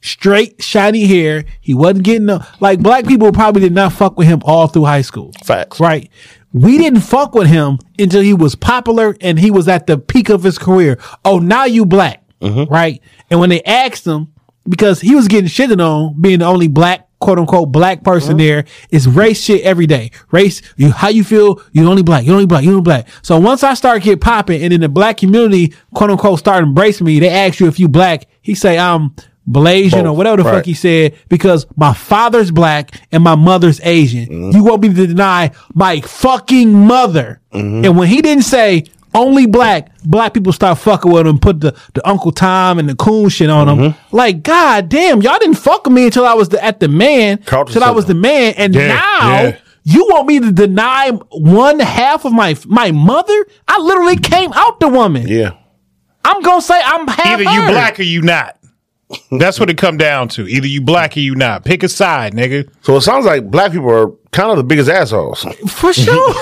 Speaker 3: straight shiny hair. He wasn't getting no, like black people probably did not fuck with him all through high school.
Speaker 5: Facts.
Speaker 3: Right. We didn't fuck with him until he was popular and he was at the peak of his career. Oh, now you black.
Speaker 5: Mm-hmm.
Speaker 3: Right. And when they asked him, because he was getting shitted on being the only black, quote unquote, black person
Speaker 5: Mm-hmm.
Speaker 3: there, it's race shit every day. Race, you, how you feel, you only black, you only black, you only black. So once I start get popping and in the black community, quote unquote, start embracing me, they ask you if you black. He say, I'm Blasian or
Speaker 5: Both,
Speaker 3: whatever the
Speaker 5: right.
Speaker 3: fuck he said because my father's black and my mother's Asian.
Speaker 6: Mm-hmm.
Speaker 3: You won't be to deny my fucking mother.
Speaker 6: Mm-hmm.
Speaker 3: And when he didn't say only black, black people start fucking with him, put the, the Uncle Tom and the coon shit on him.
Speaker 6: Mm-hmm.
Speaker 3: Like, god damn, y'all didn't fuck with me until I was the, at the man,
Speaker 5: Carlton
Speaker 3: till I was the
Speaker 5: syndrome.
Speaker 3: man. And
Speaker 6: Yeah,
Speaker 3: now
Speaker 6: yeah.
Speaker 3: you want me to deny one half of my, my mother? I literally came out the woman.
Speaker 5: Yeah.
Speaker 3: I'm going to say I'm half
Speaker 6: either you
Speaker 3: her.
Speaker 6: black or you not that's what it come down to either you black or you not pick a side nigga
Speaker 5: So it sounds like black people are kind of the biggest assholes.
Speaker 3: For sure.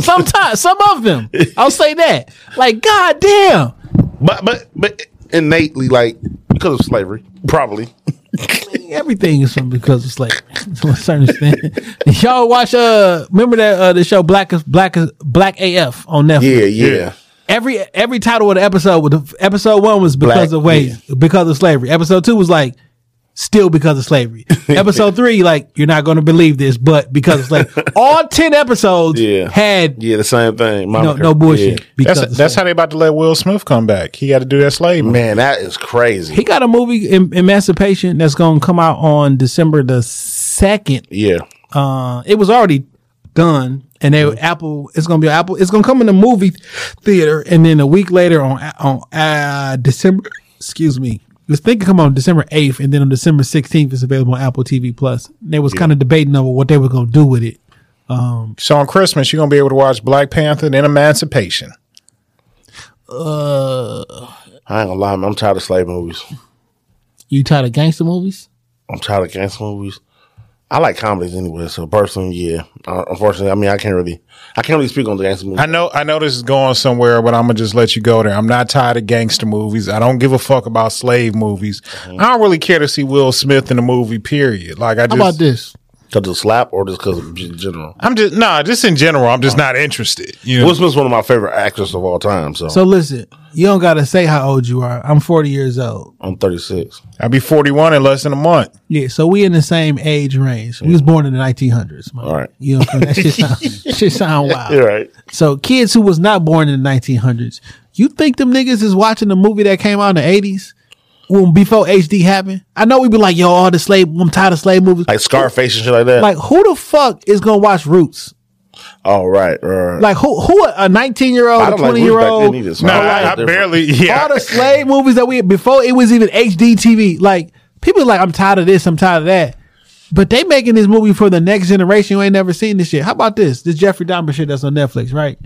Speaker 3: Sometimes, some of them. I'll say that. Like, god damn.
Speaker 5: But but but innately, like because of slavery, probably.
Speaker 3: Everything is from because of slavery to a certain extent. Y'all watch uh remember that uh the show Black is Black is Black AF on Netflix.
Speaker 5: Yeah, yeah.
Speaker 3: Every every title of the episode was episode one was because
Speaker 5: Black,
Speaker 3: of ways because of slavery. Episode two was like still because of slavery. Episode three, like you're not going to believe this, but because of slavery, all ten episodes
Speaker 5: Yeah.
Speaker 3: had
Speaker 5: Yeah, the same thing. Monica.
Speaker 3: no bullshit, because
Speaker 4: That's,
Speaker 3: of
Speaker 4: that's how they about to let Will Smith come back. He got to do that slave.
Speaker 5: Man, that is crazy.
Speaker 3: he got a movie em- Emancipation that's going to come out on December the second.
Speaker 5: Yeah.
Speaker 3: Uh, it was already done, and they Apple. It's going to be on Apple. It's going to come in the movie theater, and then a week later on on uh, December. Excuse me. This thing could come on December eighth, and then on December sixteenth, it's available on Apple TV Plus. They was kind of debating over what they were going to do with it. Um,
Speaker 4: So on Christmas, you're gonna be able to watch Black Panther and Emancipation.
Speaker 3: uh,
Speaker 5: I ain't gonna lie, man. I'm tired of slave movies.
Speaker 3: you tired of gangster movies?
Speaker 5: I'm tired of gangster movies. I like comedies anyway, so personally, yeah. Uh, unfortunately, I mean, I can't really, I can't really speak on the gangster movies.
Speaker 4: I know, I know this is going somewhere, but I'm gonna just let you go there. I'm not tired of gangster movies. I don't give a fuck about slave movies.
Speaker 5: Mm-hmm.
Speaker 4: I don't really care to see Will Smith in a movie. Period. Like I just,
Speaker 3: How about this?
Speaker 5: Because of slap or just because of in general.
Speaker 4: I'm just nah, just in general. I'm just not interested. You know,
Speaker 5: Will Smith's one of my favorite actors of all time, so,
Speaker 3: So listen, you don't got to say how old you are. I'm 40 years old.
Speaker 5: I'm 36.
Speaker 4: I'll be 41 in less than a month.
Speaker 3: Yeah, so we in the same age range. We was born in the 1900s. Man.
Speaker 5: All right.
Speaker 3: You know what I'm saying? That shit sound, shit sound wild.
Speaker 5: You're right.
Speaker 3: So kids who was not born in the 1900s, you think them niggas is watching the movie that came out in the 80s? When before HD happened, I know we be like, yo, all the slave, I'm tired of slave movies.
Speaker 5: Like Scarface and shit like that.
Speaker 3: Like, who the fuck is gonna watch Roots?
Speaker 5: all Oh, right, all right.
Speaker 3: Like, who, who, a 19 year old,
Speaker 5: I
Speaker 3: a
Speaker 5: don't like
Speaker 3: 20
Speaker 5: movies
Speaker 3: year
Speaker 5: back
Speaker 3: old,
Speaker 5: then either, so
Speaker 4: No,
Speaker 5: don't like
Speaker 4: I, I
Speaker 5: it different.
Speaker 4: barely. Yeah,
Speaker 3: all the slave movies that we before it was even HD TV. Like people like, I'm tired of this, I'm tired of that. But they making this movie for the next generation who ain't never seen this shit. How about this? This Jeffrey Dahmer shit that's on Netflix, right?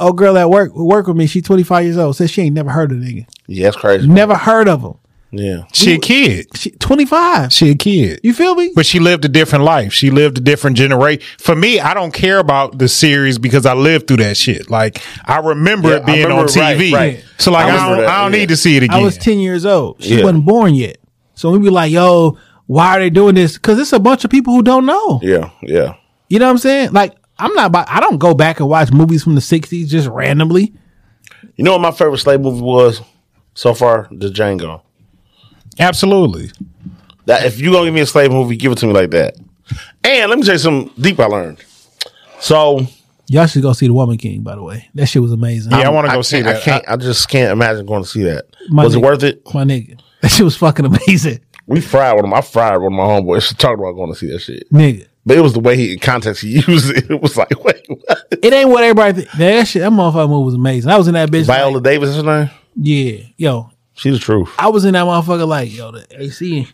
Speaker 3: Oh, girl at work work with me. She 25 years old. Says she ain't never heard of nigga.
Speaker 5: Yeah, that's crazy.
Speaker 3: Never heard of him.
Speaker 5: Yeah.
Speaker 4: she a kid.
Speaker 3: She 25.
Speaker 4: She a kid.
Speaker 3: You feel me?
Speaker 4: but she lived a different life. She lived a different generation. For me, I don't care about the series because I lived through that shit. Like I remember
Speaker 5: Yeah,
Speaker 4: it being
Speaker 5: I remember,
Speaker 4: on TV.
Speaker 5: right, right.
Speaker 4: So like
Speaker 5: I
Speaker 4: I,
Speaker 5: remember
Speaker 4: don't,
Speaker 5: that,
Speaker 4: I don't
Speaker 5: yeah.
Speaker 4: need to see it again.
Speaker 3: I was 10 years old. She
Speaker 5: Yeah.
Speaker 3: wasn't born yet. So we be like, yo, why are they doing this? Cause it's a bunch of people who don't know.
Speaker 5: Yeah, yeah.
Speaker 3: You know what I'm saying? Like I'm not. About, I don't go back and watch movies from the '60s just randomly.
Speaker 5: You know what my favorite slave movie was so far? The Django.
Speaker 4: Absolutely.
Speaker 5: That if you gonna give me a slave movie, give it to me like that. And let me tell you something deep I learned. So
Speaker 3: Y'all should go see The Woman King. By the way, that shit was amazing.
Speaker 4: Yeah, I want to go
Speaker 5: can't-
Speaker 4: see
Speaker 5: um, I
Speaker 4: that.
Speaker 5: can't. I, just can't imagine going to see that.
Speaker 3: My
Speaker 5: was it
Speaker 3: nigga.
Speaker 5: worth it?
Speaker 3: my nigga, that shit was fucking amazing,
Speaker 5: We fried with him. I fried with my homeboys talking about going to see that shit.
Speaker 3: nigga.
Speaker 5: But it was the way he in context he used it. It was like, wait, what?
Speaker 3: It ain't what everybody. Th- that shit, that motherfucking movie was amazing. I was in that bitch. like,
Speaker 5: Viola Davis is her name.
Speaker 3: yeah, yo,
Speaker 5: She the truth.
Speaker 3: I was in that motherfucker like, yo, the AC,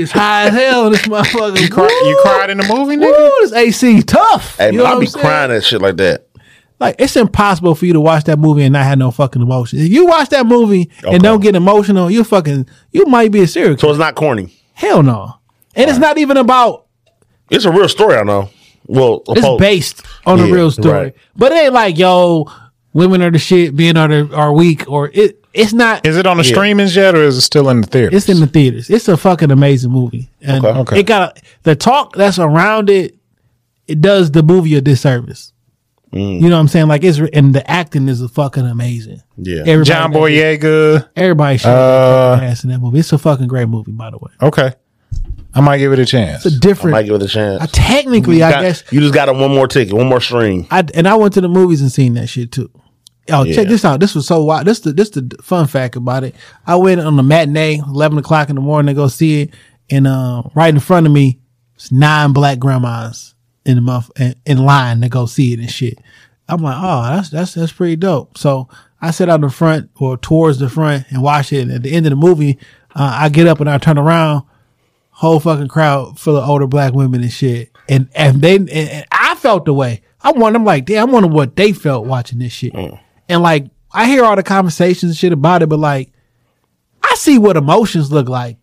Speaker 3: is high as hell. in This motherfucker,
Speaker 4: You, cry, you cried in the movie,
Speaker 3: Woo,
Speaker 4: nigga.
Speaker 3: woo, this AC tough.
Speaker 5: Hey,
Speaker 3: You
Speaker 5: man,
Speaker 3: know
Speaker 5: I'll
Speaker 3: what
Speaker 5: be
Speaker 3: I'm saying?
Speaker 5: crying at shit like that.
Speaker 3: Like it's impossible for you to watch that movie and not have no fucking emotion. If you watch that movie
Speaker 5: Okay.
Speaker 3: and don't get emotional, you fucking you might be a serial
Speaker 5: So it's not corny.
Speaker 3: Hell no. And it's not even about
Speaker 5: It's a real story, I know. Well,
Speaker 3: it's
Speaker 5: supposed-
Speaker 3: based on a
Speaker 5: Yeah,
Speaker 3: real story.
Speaker 5: right.
Speaker 3: But it ain't like, yo, women are the shit, men are the, are weak or it it's not
Speaker 4: Is it on the streamings yet, or is it still in the theater?
Speaker 3: it's in the theaters. It's a fucking amazing movie. And
Speaker 5: Okay.
Speaker 4: Okay.
Speaker 3: it got a, the talk that's around it, it does the movie a disservice.
Speaker 5: Mm.
Speaker 3: You know what I'm saying? Like it's re- and the acting is fucking amazing.
Speaker 5: Yeah.
Speaker 3: Everybody
Speaker 4: John
Speaker 3: that-
Speaker 4: Boyega.
Speaker 3: Everybody should
Speaker 4: Uh,
Speaker 3: ass in that movie. It's a fucking great movie, by the way.
Speaker 4: Okay, I might give it a chance.
Speaker 5: I might
Speaker 3: Different.
Speaker 5: give it a chance.
Speaker 3: I, technically, I
Speaker 5: Got-
Speaker 3: guess
Speaker 5: you just got a one more ticket, one more string.
Speaker 3: I and I went to the movies and seen that shit too. Oh,
Speaker 5: Yeah.
Speaker 3: check this out. This was so wild. This the this the fun fact about it. I went on the matinee, eleven o'clock in the morning to go see it, and uh, right in front of me, was nine black grandmas in the month in, in line to go see it and shit. I'm like, oh, that's that's that's pretty dope. So I sit out in the front or towards the front and watch it. And at the end of the movie, uh, I get up and I turn around whole fucking crowd full of older black women and shit. And and they and, and I felt the way. I wonder, I'm like, damn, I wonder what they felt watching this shit.
Speaker 5: Mm.
Speaker 3: And like, I hear all the conversations and shit about it, but like, I see what emotions look like,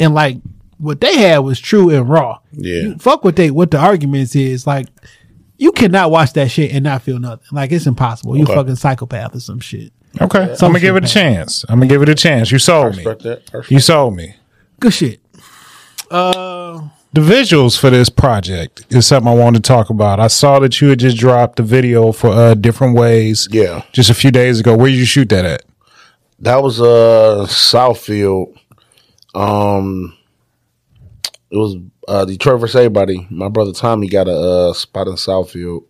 Speaker 3: and like what they had was true and raw.
Speaker 5: Yeah.
Speaker 3: You fuck what they what the arguments is like. You cannot watch that shit and not feel nothing. Like it's impossible. You
Speaker 5: Okay.
Speaker 3: fucking psychopath or some shit.
Speaker 4: Okay, I'm gonna give it a chance. I'm gonna give it a chance. You sold me. You sold me.
Speaker 3: Good shit.
Speaker 4: The visuals for this project is something I wanted to talk about. I saw that you had just dropped the video for uh, different ways.
Speaker 5: Yeah.
Speaker 4: Just a few days ago. Where did you shoot that at?
Speaker 5: That was uh Southfield. Um It was uh, Detroit versus everybody. My brother Tommy got a uh, spot in Southfield,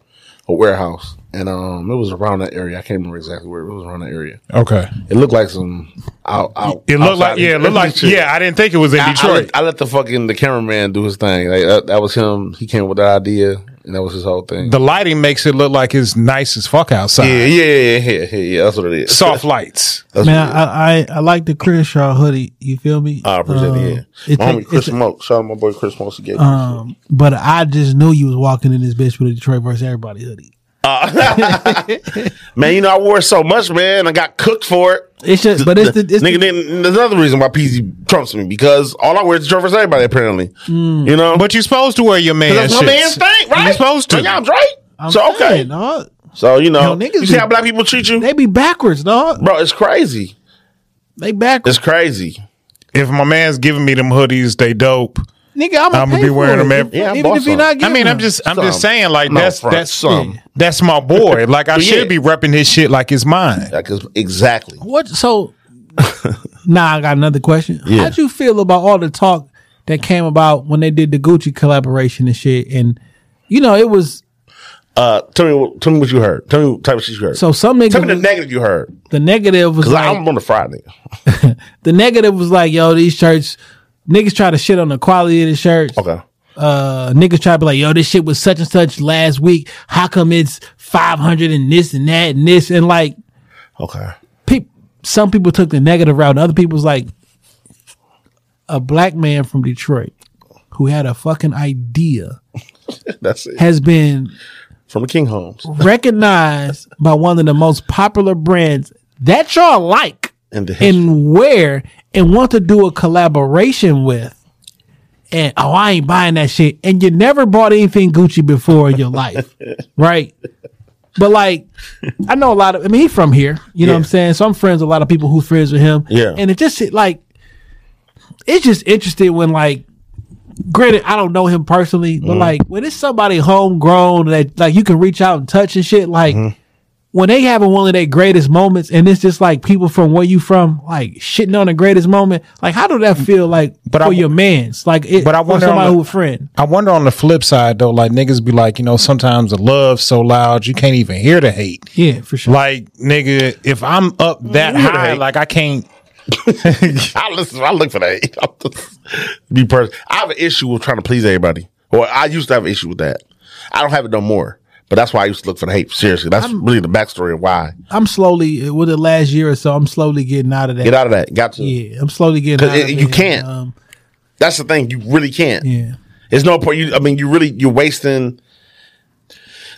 Speaker 5: a warehouse, and um, it was around that area. I can't remember exactly where it was around that area.
Speaker 4: Okay.
Speaker 5: It looked like some out. out
Speaker 4: It looked like-
Speaker 5: outside-
Speaker 4: yeah, it looked like-
Speaker 5: shit.
Speaker 4: yeah, I didn't think it was in
Speaker 5: I- I
Speaker 4: Detroit.
Speaker 5: let- I let the fucking the cameraman do his thing. Like, that, that was him. He came with that idea, and that was his whole thing.
Speaker 4: The lighting makes it look like it's nice as fuck outside.
Speaker 5: Yeah, yeah, yeah, yeah, yeah, yeah. That's what it is.
Speaker 4: Soft lights.
Speaker 5: That's
Speaker 3: Man, I, I I like the Crenshaw hoodie. You feel me?
Speaker 5: I appreciate it. Yeah.
Speaker 3: it
Speaker 5: my
Speaker 3: take-
Speaker 5: homie Chris
Speaker 3: uh, it's-
Speaker 5: Smoke. Shout out my boy Chris Smoke. He gave me this
Speaker 3: Um, but I just knew you was walking in this bitch with a Detroit versus everybody hoodie. Uh,
Speaker 5: shit. man, you know I wore it so much, man. I got cooked for it.
Speaker 3: It's just, but it's the, it's
Speaker 5: nigga. then there's another reason why PZ trumps me because all I wear is Detroit versus everybody. Apparently,
Speaker 3: Mm.
Speaker 5: you know.
Speaker 4: But you're supposed to wear your man.
Speaker 5: 'Cause that's my
Speaker 4: shits.
Speaker 5: man's thing, right?
Speaker 4: You're supposed to.
Speaker 5: Like, I'm Drake.
Speaker 3: I'm
Speaker 5: so okay.
Speaker 3: saying, dawg.
Speaker 5: So you know,
Speaker 3: Yo, niggas
Speaker 5: you see
Speaker 3: be-
Speaker 5: how black people treat you,
Speaker 3: They be backwards, dog.
Speaker 5: bro. It's crazy.
Speaker 3: They backwards.
Speaker 5: It's crazy.
Speaker 4: If my man's giving me them hoodies, they dope.
Speaker 3: Nigga, I'm
Speaker 4: I'ma
Speaker 3: gonna
Speaker 4: be wearing them
Speaker 3: every.
Speaker 4: every-
Speaker 5: Yeah, I
Speaker 3: even
Speaker 5: bought
Speaker 3: if you're
Speaker 5: some.
Speaker 3: not
Speaker 4: I
Speaker 3: getting.
Speaker 4: mean,
Speaker 3: them.
Speaker 4: I'm just, I'm just
Speaker 5: Some.
Speaker 4: saying, like
Speaker 5: No,
Speaker 4: that's
Speaker 5: front,
Speaker 4: that's
Speaker 5: some.
Speaker 4: that's my boy. Like I
Speaker 5: Yeah.
Speaker 4: should be repping his shit like it's mine.
Speaker 5: Like it's- exactly.
Speaker 3: What? So, nah, I got another question.
Speaker 5: Yeah.
Speaker 3: How'd you feel about all the talk that came about when they did the Gucci collaboration and shit? And you know, it was
Speaker 5: Uh, tell me, what- tell me what you heard. Tell me what type of shit you heard.
Speaker 3: so some nigga.
Speaker 5: tell me the
Speaker 3: was-
Speaker 5: negative you heard.
Speaker 3: the negative was
Speaker 5: Cause
Speaker 3: like
Speaker 5: I'm on the Friday.
Speaker 3: the negative was like, yo, these shirts, niggas try to shit on the quality of the shirts.
Speaker 5: Okay.
Speaker 3: Uh, niggas try to be like, yo, this shit was such and such last week. How come it's five hundred and this and that and this and like
Speaker 5: Okay.
Speaker 3: peop some people took the negative route and other people was like a black man from Detroit who had a fucking idea
Speaker 5: That's it.
Speaker 3: has been
Speaker 5: From the King Homes.
Speaker 3: recognized by one of the most popular brands that y'all like
Speaker 5: In the history.
Speaker 3: and wear and want to do a collaboration with. And oh, I ain't buying that shit. And you never bought anything Gucci before in your life, right? But like, I know a lot of. I mean, he from here. You know what I'm
Speaker 5: Yeah.
Speaker 3: saying? So I'm friends with a lot of people who friends with him.
Speaker 5: Yeah.
Speaker 3: And it just like, it's just interesting when like, granted, I don't know him personally,
Speaker 5: Mm-hmm.
Speaker 3: but like when it's somebody homegrown that like you can reach out and touch and shit, like
Speaker 5: Mm-hmm.
Speaker 3: when they having one of their greatest moments and it's just like people from where you from like shitting on the greatest moment like how do that feel like
Speaker 4: But
Speaker 3: for
Speaker 4: I-
Speaker 3: your man's like it,
Speaker 4: but I
Speaker 3: for
Speaker 4: wonder
Speaker 3: somebody
Speaker 4: on the-
Speaker 3: who a friend
Speaker 4: I wonder on the flip side though, like niggas be like, you know, sometimes the love so loud you can't even hear the hate.
Speaker 3: yeah for sure
Speaker 4: Like nigga, if I'm up that
Speaker 5: hear the
Speaker 4: high,
Speaker 5: hate.
Speaker 4: like I can't.
Speaker 5: I listen. I look for that. I'm just- Be person. I have an issue with trying to please everybody. Or I used to have an issue with that. I don't have it no more. But that's why I used to look for the hate. Seriously, that's really the backstory of why.
Speaker 3: i'm slowly with the last year or so i'm slowly getting out of that
Speaker 5: Get out of that. Got to.
Speaker 3: yeah i'm slowly getting
Speaker 5: 'Cause
Speaker 3: out
Speaker 5: it-
Speaker 3: of
Speaker 5: you
Speaker 3: it.
Speaker 5: can't.
Speaker 3: um,
Speaker 5: That's the thing. You really can't.
Speaker 3: yeah
Speaker 5: There's no point. You, I mean, you really you're wasting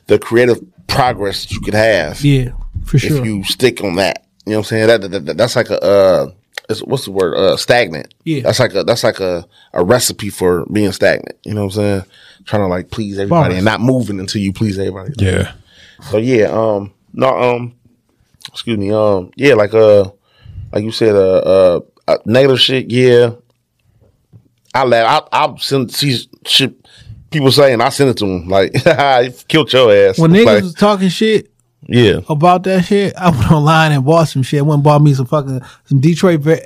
Speaker 5: the creative progress that you could have
Speaker 3: yeah for
Speaker 5: if
Speaker 3: sure
Speaker 5: you stick on that. You know what I'm saying? That, that, that- that's like a uh, it's, what's the word? Uh, stagnant.
Speaker 3: Yeah.
Speaker 5: That's like a that's like a a recipe for being stagnant. You know what I'm saying? Trying to like please everybody
Speaker 3: Bars.
Speaker 5: and not moving until you please everybody.
Speaker 4: Yeah.
Speaker 5: So yeah, um, no, um, excuse me, um, yeah, like uh, like you said, uh, uh, uh negative shit, yeah. I laugh. I I send see shit people saying I send it to them like killed your ass.
Speaker 3: when niggas
Speaker 5: Like,
Speaker 3: was talking shit
Speaker 5: yeah,
Speaker 3: about that shit, I went online and bought some shit. I went and bought me some fucking some Detroit ver-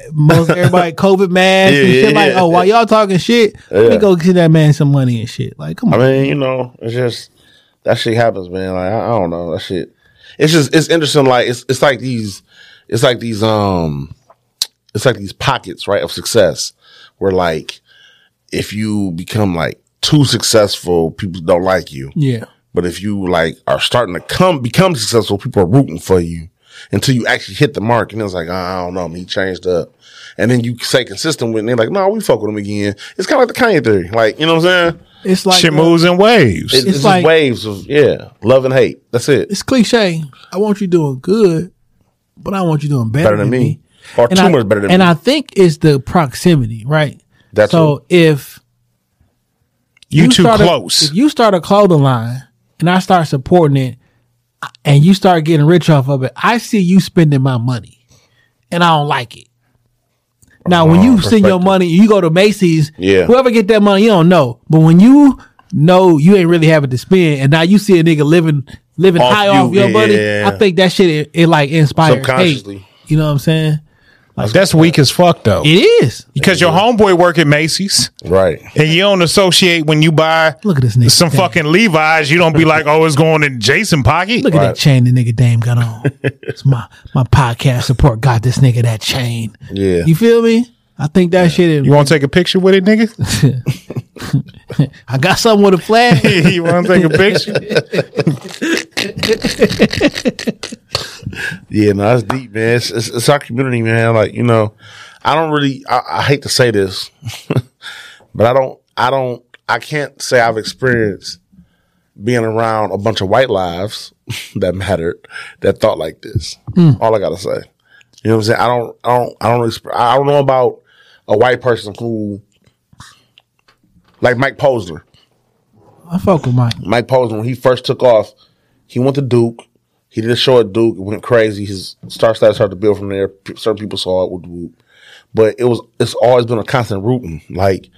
Speaker 3: most everybody COVID masks
Speaker 5: Yeah,
Speaker 3: and
Speaker 5: yeah,
Speaker 3: shit. Like,
Speaker 5: yeah.
Speaker 3: oh, while y'all talking shit, let me
Speaker 5: Yeah.
Speaker 3: go get that man some money and shit. Like, come
Speaker 5: I
Speaker 3: on.
Speaker 5: mean, you know, it's just that shit happens, man. Like I, I don't know that shit. It's just it's interesting. Like it's it's like these it's like these um it's like these pockets right of success where like if you become like too successful, people don't like you.
Speaker 3: yeah,
Speaker 5: But if you like are starting to come become successful, people are rooting for you until you actually hit the mark. And it's like, "Ah, I don't know, man, he changed up. And then you say consistent with, it, and they're like, no, we fuck with him again. It's kind of like the Kanye theory, like you know what I'm saying?
Speaker 3: it's like
Speaker 4: shit
Speaker 3: uh,
Speaker 4: moves in waves.
Speaker 5: It's,
Speaker 3: It's
Speaker 5: it's
Speaker 3: like-
Speaker 5: just waves of yeah, love and hate. That's it.
Speaker 3: It's cliche. I want you doing good, but I want you doing better,
Speaker 5: Better than me, or
Speaker 3: And
Speaker 5: too
Speaker 3: I,
Speaker 5: much better than
Speaker 3: and
Speaker 5: me.
Speaker 3: I think it's the proximity, right?
Speaker 5: That's
Speaker 3: so.
Speaker 5: it.
Speaker 3: If
Speaker 4: you too
Speaker 3: start a-
Speaker 4: close.
Speaker 3: if you start a clothing line and I start supporting it, and you start getting rich off of it, I see you spending my money, and I don't like it. Now, when you send your
Speaker 5: Oh, perspective.
Speaker 3: money, you go to Macy's.
Speaker 5: Yeah.
Speaker 3: Whoever get that money, you don't know. But when you know you ain't really having to spend, and now you see a nigga living living
Speaker 5: Off
Speaker 3: high
Speaker 5: you,
Speaker 3: off your money,
Speaker 5: yeah.
Speaker 3: I think that shit it, it like inspires hate.
Speaker 5: Subconsciously.
Speaker 3: You know what I'm saying?
Speaker 4: Like that's weak as fuck though.
Speaker 3: It is
Speaker 4: because your homeboy work at Macy's,
Speaker 5: right?
Speaker 4: And you don't associate when you buy.
Speaker 3: Look at this nigga.
Speaker 4: Some fucking Levi's. You don't be like, oh, it's going in Jason pocket.
Speaker 3: Look at that chain the nigga Dame got on. it's my my podcast support got this nigga that chain.
Speaker 4: Yeah.
Speaker 3: You feel me? I think that shit is.
Speaker 4: You want to take a picture with it, nigga?
Speaker 3: I got something with a flag.
Speaker 4: you want to take a picture?
Speaker 5: Yeah, no, that's deep, man. It's, it's, it's our community, man. Like you know, I don't really. I, I hate to say this, but I don't. I don't. I can't say I've experienced being around a bunch of white lives that mattered that thought like this.
Speaker 3: Mm.
Speaker 5: All I gotta say, you know what I'm saying? I don't. I don't. I don't. Exp- I don't know about a white person who, like Mike Posner.
Speaker 3: I fuck with Mike.
Speaker 5: Mike Posner, when he first took off, he went to Duke. He did a show at Duke. It went crazy. His star status started to build from there. P- Certain people saw it with Whoop. But it was it's always been a constant rooting. Like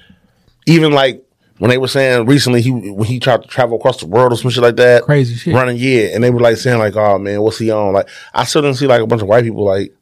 Speaker 5: even like when they were saying recently he when he tried to travel across the world or some shit like that.
Speaker 3: Crazy shit.
Speaker 5: Running yeah. And they were like saying like, oh man, what's he on? Like I still didn't see like a bunch of white people like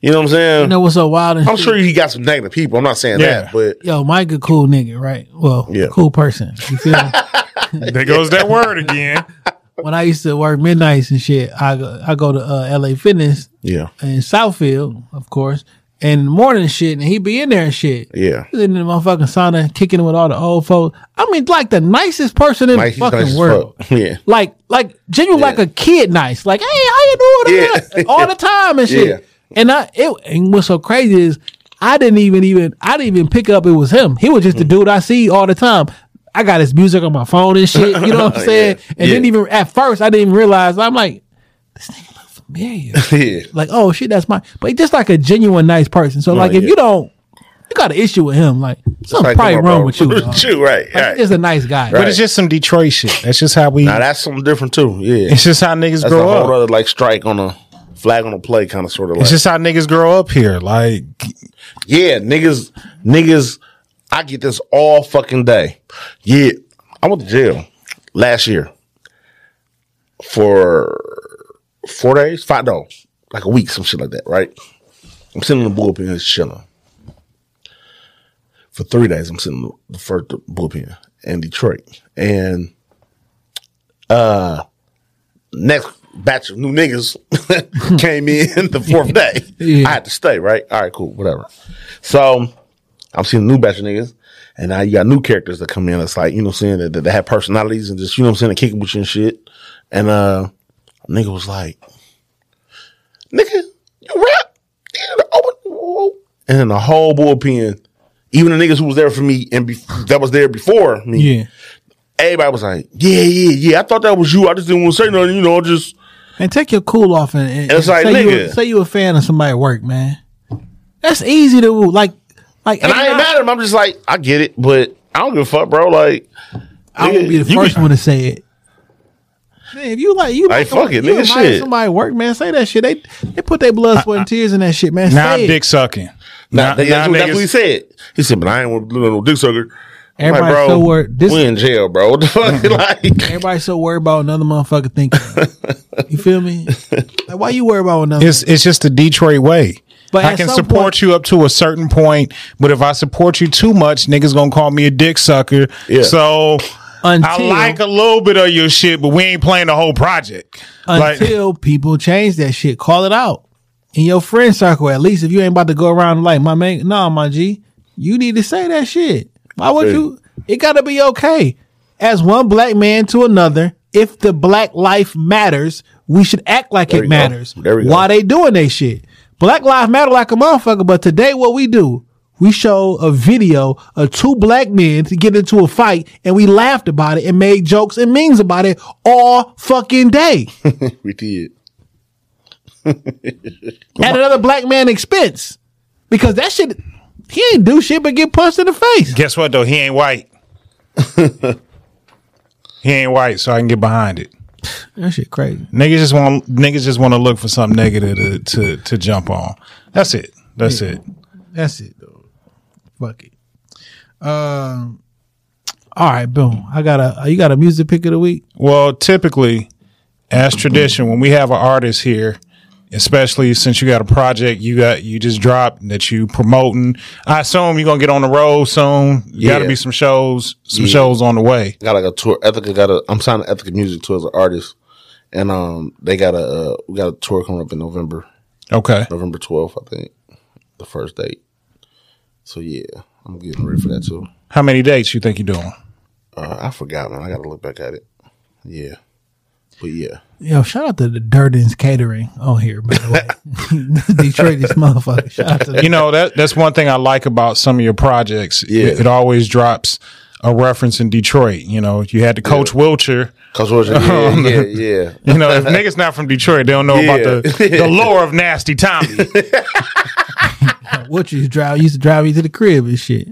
Speaker 5: you know what I'm saying?
Speaker 3: You know what's so wild? And
Speaker 5: I'm
Speaker 3: shit?
Speaker 5: sure he got some negative people. I'm not saying
Speaker 3: Yeah.
Speaker 5: that, but
Speaker 3: Yo, Mike a cool nigga, right? Well,
Speaker 5: Yeah.
Speaker 3: cool person. You feel me?
Speaker 4: there goes that word again.
Speaker 3: when I used to work midnights and shit, I go, I go to uh, LA Fitness
Speaker 5: Yeah.
Speaker 3: in Southfield, of course, and in the morning and shit, and he be in there and shit.
Speaker 5: Yeah.
Speaker 3: He's in the motherfucking sauna, kicking it with all the old folks. I mean, like the nicest person in
Speaker 5: Mike, he's
Speaker 3: the fucking
Speaker 5: nice as
Speaker 3: world.
Speaker 5: fuck. Yeah.
Speaker 3: Like, like genuine, like a kid, nice. Like, hey, how you doing?
Speaker 5: Yeah.
Speaker 3: all the time and shit.
Speaker 5: Yeah.
Speaker 3: And I, it, and what's so crazy is I didn't even even I didn't even pick up it was him. He was just
Speaker 5: Mm.
Speaker 3: the dude I see all the time. I got his music on my phone and shit. You know what I'm saying?
Speaker 5: Yeah.
Speaker 3: And didn't
Speaker 5: Yeah.
Speaker 3: even at first I didn't even realize. I'm like, this nigga look familiar.
Speaker 5: yeah.
Speaker 3: Like, oh shit, that's my. But he just like a genuine nice person. So
Speaker 5: No,
Speaker 3: like, if
Speaker 5: Oh, yeah.
Speaker 3: you don't, you got an issue with him. Like
Speaker 5: Like, come
Speaker 3: something probably
Speaker 5: on,
Speaker 3: wrong
Speaker 5: bro.
Speaker 3: with you. dog.
Speaker 5: you, right?
Speaker 3: Like,
Speaker 5: right.
Speaker 3: He's a nice guy.
Speaker 5: Right.
Speaker 4: But it's just some Detroit shit. That's just how we.
Speaker 5: Now that's something different too. Yeah,
Speaker 4: It's just how niggas
Speaker 5: that's
Speaker 4: grow
Speaker 5: a
Speaker 4: up.
Speaker 5: whole other like strike on a flag on a play kind of sort of like.
Speaker 4: It's just how niggas grow up here. Like
Speaker 5: yeah, niggas, niggas. I get this all fucking day. Yeah, I went to jail last year for four days, five no, like a week, some shit like that. Right? I'm sitting in the bullpen, just chilling. For three days, I'm sitting in the first bullpen in Detroit, and uh, next batch of new niggas came in the fourth day. I had to stay, right? All right, cool, whatever. So I'm seeing a new batch of niggas, and now you got new characters that come in. It's like, you know what I'm saying, that, that have personalities and just, you know what I'm saying, they kicking with you and shit. And uh nigga was like, nigga, you rap? Yeah, the open- whoa." And then the whole bullpen, even the niggas who was there for me and bef that was there before me,
Speaker 3: Yeah.
Speaker 5: everybody was like, yeah, yeah, yeah. I thought that was you. I just didn't want to say nothing, you know, just
Speaker 3: And take your cool off and, and-
Speaker 5: And it's like,
Speaker 3: say, You,
Speaker 5: nigga.
Speaker 3: say you a fan of somebody at work, man. That's easy to like, like.
Speaker 5: And I ain't mad at him. I'm just like, I get it, but I don't give a fuck, bro. Like,
Speaker 3: I won't be the
Speaker 5: you
Speaker 3: first
Speaker 5: can-
Speaker 3: one to say it. Man, if you like, you
Speaker 5: Like,
Speaker 3: like,
Speaker 5: fuck it,
Speaker 3: you
Speaker 5: nigga,
Speaker 3: admire
Speaker 5: shit.
Speaker 3: Somebody at work, man. Say that shit. They they put their blood, sweat, and tears in that shit, man.
Speaker 4: now,
Speaker 3: say it.
Speaker 4: dick sucking.
Speaker 5: Nah,
Speaker 4: Now,
Speaker 5: that's,
Speaker 4: now
Speaker 5: what, that's what he
Speaker 4: niggas-
Speaker 5: said. He said, but I ain't want to do no dick sucker. I'm
Speaker 3: Everybody so worried. This- Mm-hmm.
Speaker 5: we in jail, bro. What the fuck? like,
Speaker 3: Everybody's so worried about another motherfucker thinking. you feel me? Like, why you worry about another?
Speaker 4: It's it's just the Detroit way.
Speaker 3: But
Speaker 4: I
Speaker 3: at
Speaker 4: can
Speaker 3: some
Speaker 4: support
Speaker 3: point-
Speaker 4: you up to a certain point, but if I support you too much, niggas gonna call me a dick sucker.
Speaker 5: Yeah.
Speaker 4: So I
Speaker 3: Until-
Speaker 4: like a little bit of your shit, but we ain't playing the whole project. like
Speaker 3: until people change that shit. Call it out in your friend circle. At least if you ain't about to go around like my man, no, my G, you need to say that shit. Why would
Speaker 5: Yeah.
Speaker 3: you? It gotta be okay. As one black man to another, if the black life matters, we should act like
Speaker 5: There
Speaker 3: it
Speaker 5: you go.
Speaker 3: matters.
Speaker 5: There we go.
Speaker 3: Why they doing they shit? Black lives matter like a motherfucker, but today what we do, we show a video of two black men to get into a fight and we laughed about it and made jokes and memes about it all fucking day.
Speaker 5: we did.
Speaker 3: at another black man expense because that shit he ain't do shit but get punched in the face.
Speaker 4: guess what though? He ain't white. he ain't white, so I can get behind it.
Speaker 3: That shit crazy.
Speaker 4: Niggas just want niggas just want to look for something negative to to, to jump on. That's it. That's it.
Speaker 3: That's it though. Fuck it. Um. All right, boom. I got a you got a music pick of the week.
Speaker 4: Well, typically, as tradition, when we have an artist here, especially since you got a project you got you just dropped that you promoting. I assume you're gonna get on the road soon. You Got to
Speaker 5: Yeah.
Speaker 4: be some shows, some
Speaker 5: Yeah.
Speaker 4: shows on the way.
Speaker 5: Got like a tour. Ethica got a. I'm signing Ethica Music Tour as an artist, and um, they got a uh, we got a tour coming up in November.
Speaker 4: Okay.
Speaker 5: November 12th, I think, the first date. So yeah, I'm getting ready for that too.
Speaker 4: How many dates you think you're doing?
Speaker 5: Uh, I forgot, man. I got to look back at it. Yeah, but yeah,
Speaker 3: Yo, shout out to the Durden's Catering on here, by the way. Detroit, this motherfucker. Shout out to
Speaker 4: you know that that's one thing I like about some of your projects.
Speaker 5: Yeah.
Speaker 4: It, it always drops a reference in Detroit. You know, you had the Coach Wilcher.
Speaker 5: Coach Wilcher, yeah, yeah, yeah.
Speaker 4: You know, if niggas not from Detroit, they don't know about the
Speaker 5: Yeah.
Speaker 4: the lore of Nasty Tommy.
Speaker 3: what you drive used to drive you to the crib and shit.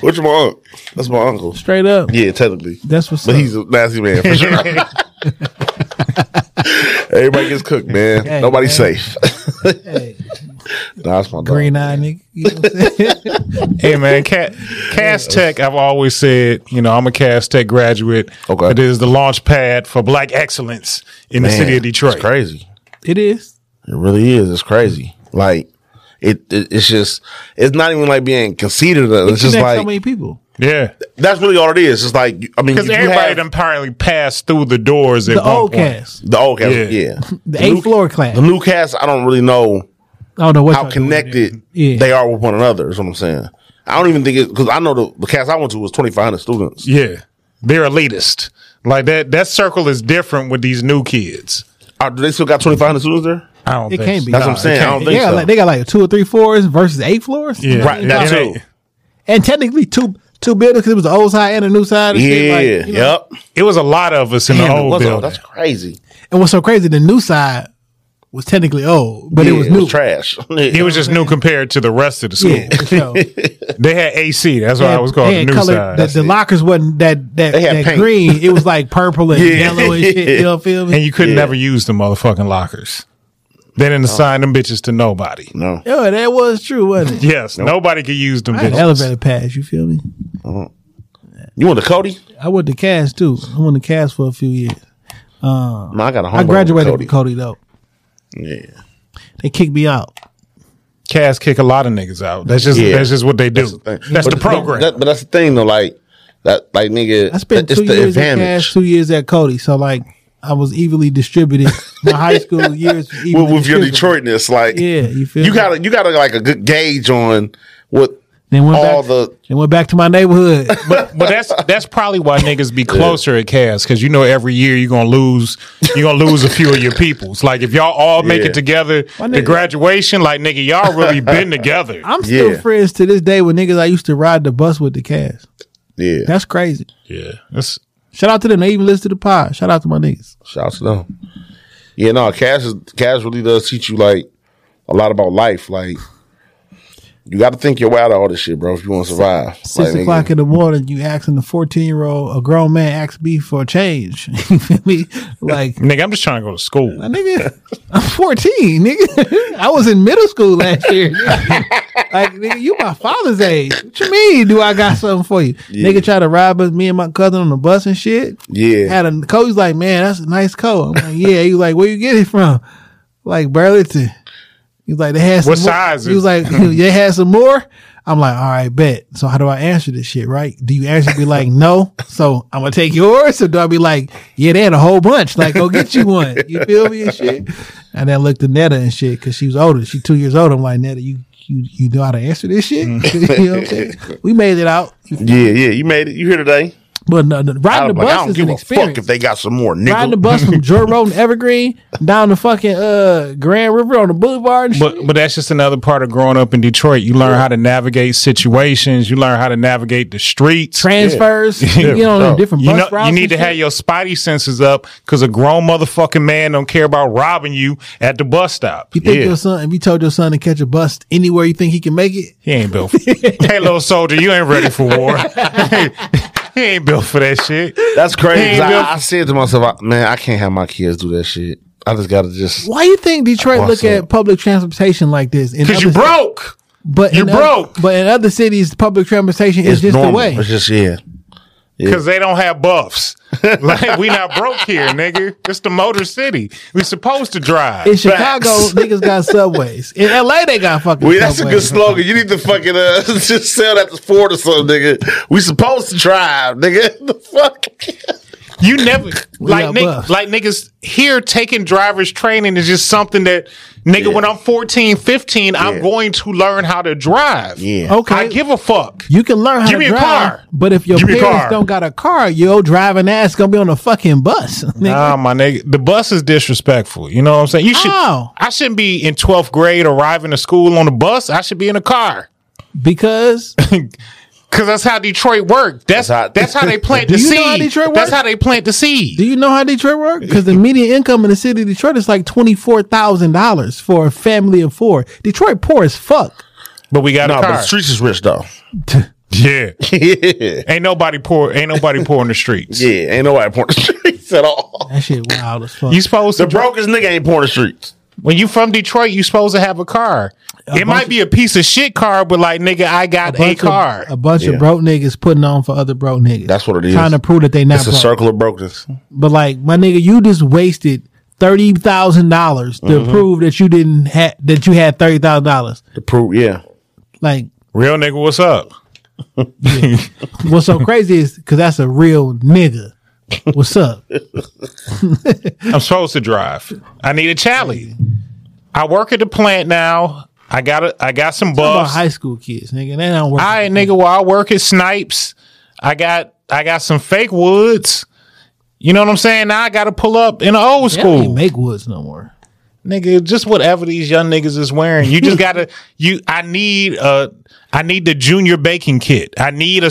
Speaker 5: which my uncle? That's my uncle.
Speaker 3: Straight up.
Speaker 5: Yeah, technically.
Speaker 3: That's what's
Speaker 5: But
Speaker 3: up.
Speaker 5: he's a nasty man for sure. Everybody gets cooked, man.
Speaker 3: Hey,
Speaker 5: Nobody's
Speaker 3: man.
Speaker 5: safe. nah, that's my
Speaker 3: Green eye nigga. You know what I'm saying?
Speaker 4: hey man, Cat Cast Tech. I've always said, you know, I'm a Cast Tech graduate. Okay, it is the launch pad for Black excellence in the
Speaker 5: Man,
Speaker 4: city of Detroit.
Speaker 5: It's crazy.
Speaker 3: it is.
Speaker 5: It really is. It's crazy. Like it, it it's just it's not even like being conceited. It's just
Speaker 3: Connect
Speaker 5: like
Speaker 3: so many people.
Speaker 4: Yeah,
Speaker 5: that's really all it is. It's like I mean,
Speaker 4: because
Speaker 5: you
Speaker 4: everybody
Speaker 5: have-
Speaker 4: done apparently passed through the doors at
Speaker 3: The
Speaker 4: one
Speaker 3: old
Speaker 4: point.
Speaker 3: cast.
Speaker 5: the old cast,
Speaker 4: Yeah.
Speaker 5: yeah.
Speaker 3: The eighth floor class.
Speaker 5: The new cast, I don't really know
Speaker 3: I don't know what
Speaker 5: how
Speaker 3: y'all doing
Speaker 5: connected
Speaker 3: there. Yeah.
Speaker 5: they are with one another. Is what I'm saying. I don't even think it's because I know the, the cast I went to was 2,500 students.
Speaker 4: Yeah, they're elitist. Like that. That circle is different with these new kids.
Speaker 5: Are, Uh, do they still got 2,500 students there?
Speaker 4: I don't.
Speaker 3: It
Speaker 4: think
Speaker 3: can't
Speaker 4: so.
Speaker 3: be.
Speaker 5: That's what I'm saying. I don't
Speaker 3: they,
Speaker 5: think
Speaker 3: got
Speaker 5: so.
Speaker 3: like, they got like two or three floors versus eight floors.
Speaker 4: Yeah.
Speaker 5: Right,
Speaker 4: Yeah.
Speaker 5: that too.
Speaker 3: And technically two two buildings because it was the old side and the new side. And shit,
Speaker 5: Yeah,
Speaker 3: like, you know.
Speaker 5: yep.
Speaker 4: It was a lot of us in
Speaker 5: Damn,
Speaker 4: the
Speaker 5: it
Speaker 4: old
Speaker 5: was all-
Speaker 4: building.
Speaker 5: that's crazy.
Speaker 3: And what's so crazy, the new side was technically old, but
Speaker 5: Yeah,
Speaker 3: it was new.
Speaker 5: trash.
Speaker 4: It was just new compared to the rest of the school.
Speaker 3: Yeah, for sure.
Speaker 4: They had AC. That's why
Speaker 3: They
Speaker 4: I
Speaker 3: had-
Speaker 4: was called
Speaker 3: they
Speaker 4: the
Speaker 3: had
Speaker 4: new
Speaker 3: colored-
Speaker 4: side.
Speaker 3: The, the lockers wasn't that that,
Speaker 5: They had
Speaker 3: that
Speaker 5: paint.
Speaker 3: green. It was like purple and
Speaker 5: Yeah.
Speaker 3: yellow and shit. You know, feel me?
Speaker 4: and you could
Speaker 5: Yeah.
Speaker 4: not never use the motherfucking lockers. They didn't assign them bitches to nobody.
Speaker 5: no.
Speaker 3: yeah, that was true, wasn't it?
Speaker 4: Yes, nobody could use them
Speaker 3: I had an
Speaker 4: bitches.
Speaker 3: elevator pass. You feel me?
Speaker 5: You went to Cody?
Speaker 3: I went to Cass too. I went to Cass for a few years.
Speaker 5: No, I got a
Speaker 3: I
Speaker 5: homeboy
Speaker 3: graduated
Speaker 5: with
Speaker 3: from Cody though.
Speaker 5: Yeah.
Speaker 3: They kicked me out.
Speaker 4: Cats kick a lot of niggas out. That's just
Speaker 5: Yeah.
Speaker 4: that's just what they do. That's the,
Speaker 5: thing.
Speaker 4: program.
Speaker 5: That, but that's the thing though, like that, like nigga,
Speaker 3: I spent
Speaker 5: that-
Speaker 3: two years at Cass, two years at Cody. So like I was evenly distributed. My high school years was
Speaker 5: with,
Speaker 3: evenly
Speaker 5: with your
Speaker 3: distributed.
Speaker 5: Detroitness. Like,
Speaker 3: Yeah, you feel
Speaker 5: you
Speaker 3: me?
Speaker 5: gotta, you gotta like a good gauge on what
Speaker 3: Then went
Speaker 5: all
Speaker 3: back,
Speaker 5: the
Speaker 3: then went back to my neighborhood.
Speaker 4: but but that's that's probably why niggas be closer at Cavs because you know every year you're gonna lose you're gonna lose a few of your peoples. Like if y'all all make
Speaker 5: Yeah.
Speaker 4: it together to
Speaker 3: nigga-
Speaker 4: graduation, like nigga, y'all really been together.
Speaker 3: I'm still
Speaker 5: Yeah.
Speaker 3: friends to this day with niggas I used to ride the bus with the Cass.
Speaker 5: yeah.
Speaker 3: That's crazy.
Speaker 4: yeah, that's
Speaker 3: Shout out to them. They even listen to the pod. Shout out to my niggas.
Speaker 5: Shout out to them. Yeah, no, Cash is Cash really does teach you like a lot about life. Like you got to think your way out of all this shit, bro. If you want to survive,
Speaker 3: Six
Speaker 5: Like, nigga,
Speaker 3: o'clock in the morning, you asking the fourteen year old, a grown man asks me for a change. you feel me? Like
Speaker 4: nigga. I'm just trying to go to school.
Speaker 3: my nigga, I'm fourteen, nigga. I was in middle school last year. nigga. like nigga, you my father's age. What you mean? Do I got something for you? Nigga try to rob us, me and my cousin on the bus and shit.
Speaker 5: yeah,
Speaker 3: Had a coat. He's like, man, that's a nice coat. I'm like, yeah. He was like, where you get it from? Like Burlington. He's like, they had some
Speaker 4: What
Speaker 3: more.
Speaker 4: size
Speaker 3: He was
Speaker 4: is-
Speaker 3: like, they had some more. I'm like, all right, bet. So how do I answer this shit? Right? Do you answer be like, no? So I'm gonna take yours, or do I be like, yeah, they had a whole bunch. Like, go get you one. You feel me and shit. And then I looked at Netta and shit because she was older. She two years older. I'm like, Netta, you you you know how to answer this shit. you know what I'm saying? We made it out,
Speaker 5: yeah, yeah. You made it. You here today?
Speaker 3: but no, no,
Speaker 5: I,
Speaker 3: riding the
Speaker 5: was like, I
Speaker 3: bus
Speaker 5: don't
Speaker 3: is an
Speaker 5: give a
Speaker 3: experience
Speaker 5: fuck if they got some more
Speaker 3: riding the
Speaker 5: nigga.
Speaker 3: bus from Joe Road and Evergreen down to fucking uh Grand River on the boulevard and shit.
Speaker 4: But but that's just another part of growing up in Detroit. You learn how to navigate situations. You learn how to navigate the streets.
Speaker 3: transfers, you know,
Speaker 5: bro.
Speaker 3: different
Speaker 4: You
Speaker 3: bus
Speaker 4: know,
Speaker 3: routes.
Speaker 4: you need
Speaker 3: and
Speaker 4: to
Speaker 3: shit.
Speaker 4: have your spidey senses up because a grown motherfucking man don't care about robbing you at the bus stop.
Speaker 3: You think
Speaker 4: yeah.
Speaker 3: your son, if you told your son to catch a bus anywhere you think he can make it,
Speaker 4: he ain't built. For- hey, little soldier, you ain't ready for war. he ain't built for that shit.
Speaker 5: That's
Speaker 4: Hey,
Speaker 5: crazy.
Speaker 4: bro.
Speaker 5: I, I said to myself, I- man, I can't have my kids do that shit. I just gotta just.
Speaker 3: why you think Detroit look
Speaker 5: Awesome.
Speaker 3: at public transportation like this? In
Speaker 4: Because you
Speaker 3: other-
Speaker 4: broke.
Speaker 3: but
Speaker 4: you
Speaker 3: in other-
Speaker 4: broke.
Speaker 3: but in other cities, public transportation is just
Speaker 5: normal.
Speaker 3: the way.
Speaker 5: It's just yeah,
Speaker 4: because they don't have buffs. like we not broke here, nigga. It's the Motor City. We supposed to drive.
Speaker 3: In Chicago, niggas got subways. In LA, they got fucking.
Speaker 5: Well, that's a good
Speaker 3: subways.
Speaker 5: slogan. You need to fucking uh, just sell that to Ford or something, nigga. We supposed to drive, nigga. The fuck?
Speaker 4: You never like
Speaker 5: got
Speaker 4: nigg-
Speaker 5: buffs.
Speaker 4: like niggas here taking driver's training is just something that nigga when I'm 14, 15, I'm going to learn how to drive.
Speaker 5: Yeah.
Speaker 3: Okay.
Speaker 4: I give a fuck.
Speaker 3: You can learn how
Speaker 4: Give
Speaker 3: to
Speaker 4: me a
Speaker 3: drive,
Speaker 4: car.
Speaker 3: but if your
Speaker 4: Give me a
Speaker 3: parents
Speaker 4: car.
Speaker 3: don't got a car, your driving ass gonna be on a fucking bus.
Speaker 4: Nah, my nigga. The bus is disrespectful. You know what I'm saying? You should
Speaker 3: How?
Speaker 4: I shouldn't be in 12th grade arriving to school on the bus. I should be in a car.
Speaker 3: Because
Speaker 4: Cause that's how Detroit worked. That's that's how, they plant
Speaker 3: Do
Speaker 4: the
Speaker 3: you
Speaker 4: seed.
Speaker 3: know how Detroit
Speaker 4: That's
Speaker 3: work?
Speaker 4: how they plant the seed.
Speaker 3: Do you know how Detroit work? Because the median income in the city of Detroit is like twenty four thousand dollars for a family of four. Detroit poor as fuck.
Speaker 4: But we got
Speaker 5: No,
Speaker 4: a car.
Speaker 5: but the streets is rich though.
Speaker 4: yeah.
Speaker 5: yeah.
Speaker 4: Ain't nobody poor. Ain't nobody poor in the streets.
Speaker 5: Yeah, ain't nobody pouring the streets at all.
Speaker 3: That shit wild as fuck.
Speaker 4: You supposed
Speaker 5: The
Speaker 4: to drive-
Speaker 5: brokest nigga ain't pouring the streets.
Speaker 4: when you from Detroit, you supposed to have a car. it might be a piece of shit car, but like nigga, I got a,
Speaker 3: bunch of-
Speaker 4: car.
Speaker 3: a bunch
Speaker 5: Yeah.
Speaker 3: of broke niggas putting on for other broke niggas.
Speaker 5: That's what it is.
Speaker 3: Trying to prove that they not
Speaker 5: It's a
Speaker 3: broke.
Speaker 5: circle of brokenness.
Speaker 3: But like my nigga, you just wasted thirty thousand dollars to
Speaker 5: Mm-hmm.
Speaker 3: prove that you didn't have that you had thirty thousand dollars.
Speaker 5: The proof, yeah.
Speaker 3: Like
Speaker 4: Real nigga, what's up?
Speaker 3: what's so crazy is because that's a real nigga. What's up?
Speaker 4: I'm supposed to drive. I need a chally. I work at the plant now. I got a, I got some
Speaker 3: About
Speaker 4: buffs.
Speaker 3: high school kids, nigga. They don't work.
Speaker 4: All right, nigga. While I work at Snipes, I got I got some fake woods. You know what I'm saying? Now I got to pull up in the old
Speaker 3: They don't even
Speaker 4: school,
Speaker 3: make woods no more.
Speaker 4: nigga. Just whatever these young niggas is wearing. You just gotta. You, I need a. I need the junior baking kit. I need a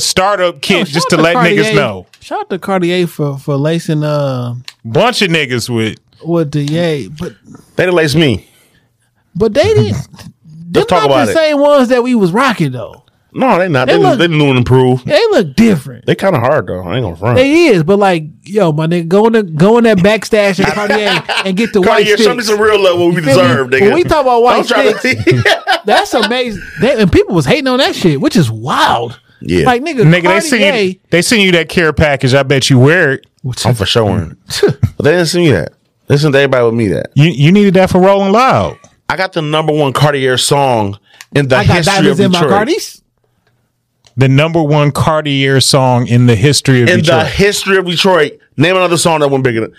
Speaker 4: startup kit
Speaker 3: Shout
Speaker 4: just to
Speaker 3: out
Speaker 4: let
Speaker 3: Cartier-
Speaker 4: niggas know.
Speaker 3: Shout out to Cartier for for lacing uh
Speaker 4: Bunch of niggas with.
Speaker 3: with the yay, but
Speaker 5: They done laced me.
Speaker 3: but they didn't. Them
Speaker 5: talk
Speaker 3: not
Speaker 5: about
Speaker 3: the
Speaker 5: it.
Speaker 3: same ones that we was rocking though.
Speaker 5: No, they not.
Speaker 3: They
Speaker 5: They, look,
Speaker 3: look-
Speaker 5: they new and improved.
Speaker 3: They look different.
Speaker 5: They kind of hard though. I ain't gonna front.
Speaker 3: They is, but like, yo, my nigga, go in the, go in that backstash at Cartier and get the
Speaker 5: Cartier,
Speaker 3: white
Speaker 5: show me
Speaker 3: sticks.
Speaker 5: some real love what we
Speaker 3: feel me?
Speaker 5: deserve, nigga.
Speaker 3: When we talk about
Speaker 5: Don't
Speaker 3: white
Speaker 5: try to-
Speaker 3: That's amazing. They, and people was hating on that shit, which is wild.
Speaker 5: Yeah.
Speaker 3: like nigga,
Speaker 4: Nigga,
Speaker 3: Cartier,
Speaker 4: they send you, they send you that care package. I bet you wear it.
Speaker 5: I'm for sure. wearing it. but they didn't see me that. They sent everybody with me that.
Speaker 4: You you needed that for Rolling Loud.
Speaker 5: I got the number one Cartier song in the
Speaker 3: I got
Speaker 5: history of
Speaker 3: diamonds in my
Speaker 5: Detroit.
Speaker 3: Cardies.
Speaker 4: The number one Cartier song in the history of
Speaker 5: in the
Speaker 4: Detroit.
Speaker 5: history of Detroit. Name another song that went bigger than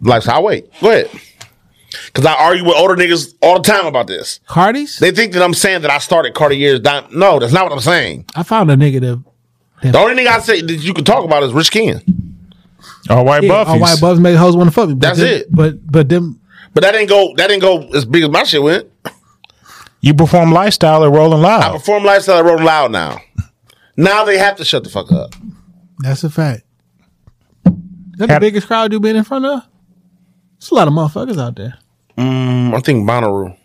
Speaker 5: Life's Highway. Go ahead. Cause I argue with older niggas all the time about this.
Speaker 3: Cardies.
Speaker 5: They think that I'm saying that I started Cartier's dime. No, that's not what I'm saying.
Speaker 3: I found a nigga that
Speaker 5: The only thing I say that you can talk about is Rich Ken.
Speaker 4: All white
Speaker 3: yeah,
Speaker 4: Buffies.
Speaker 3: all white buffs make hoes want to fuck me. but
Speaker 5: That's
Speaker 3: them-
Speaker 5: it.
Speaker 3: But but them
Speaker 5: But that didn't go that didn't go as big as my shit went.
Speaker 4: you perform lifestyle at Rolling
Speaker 5: I
Speaker 4: Loud.
Speaker 5: perform lifestyle I wrote loud now. Now they have to shut the fuck up.
Speaker 3: That's a fact. That the
Speaker 4: Had-
Speaker 3: biggest crowd you been in front of? It's a lot of motherfuckers out there.
Speaker 5: Mm, I think Bonnaroo.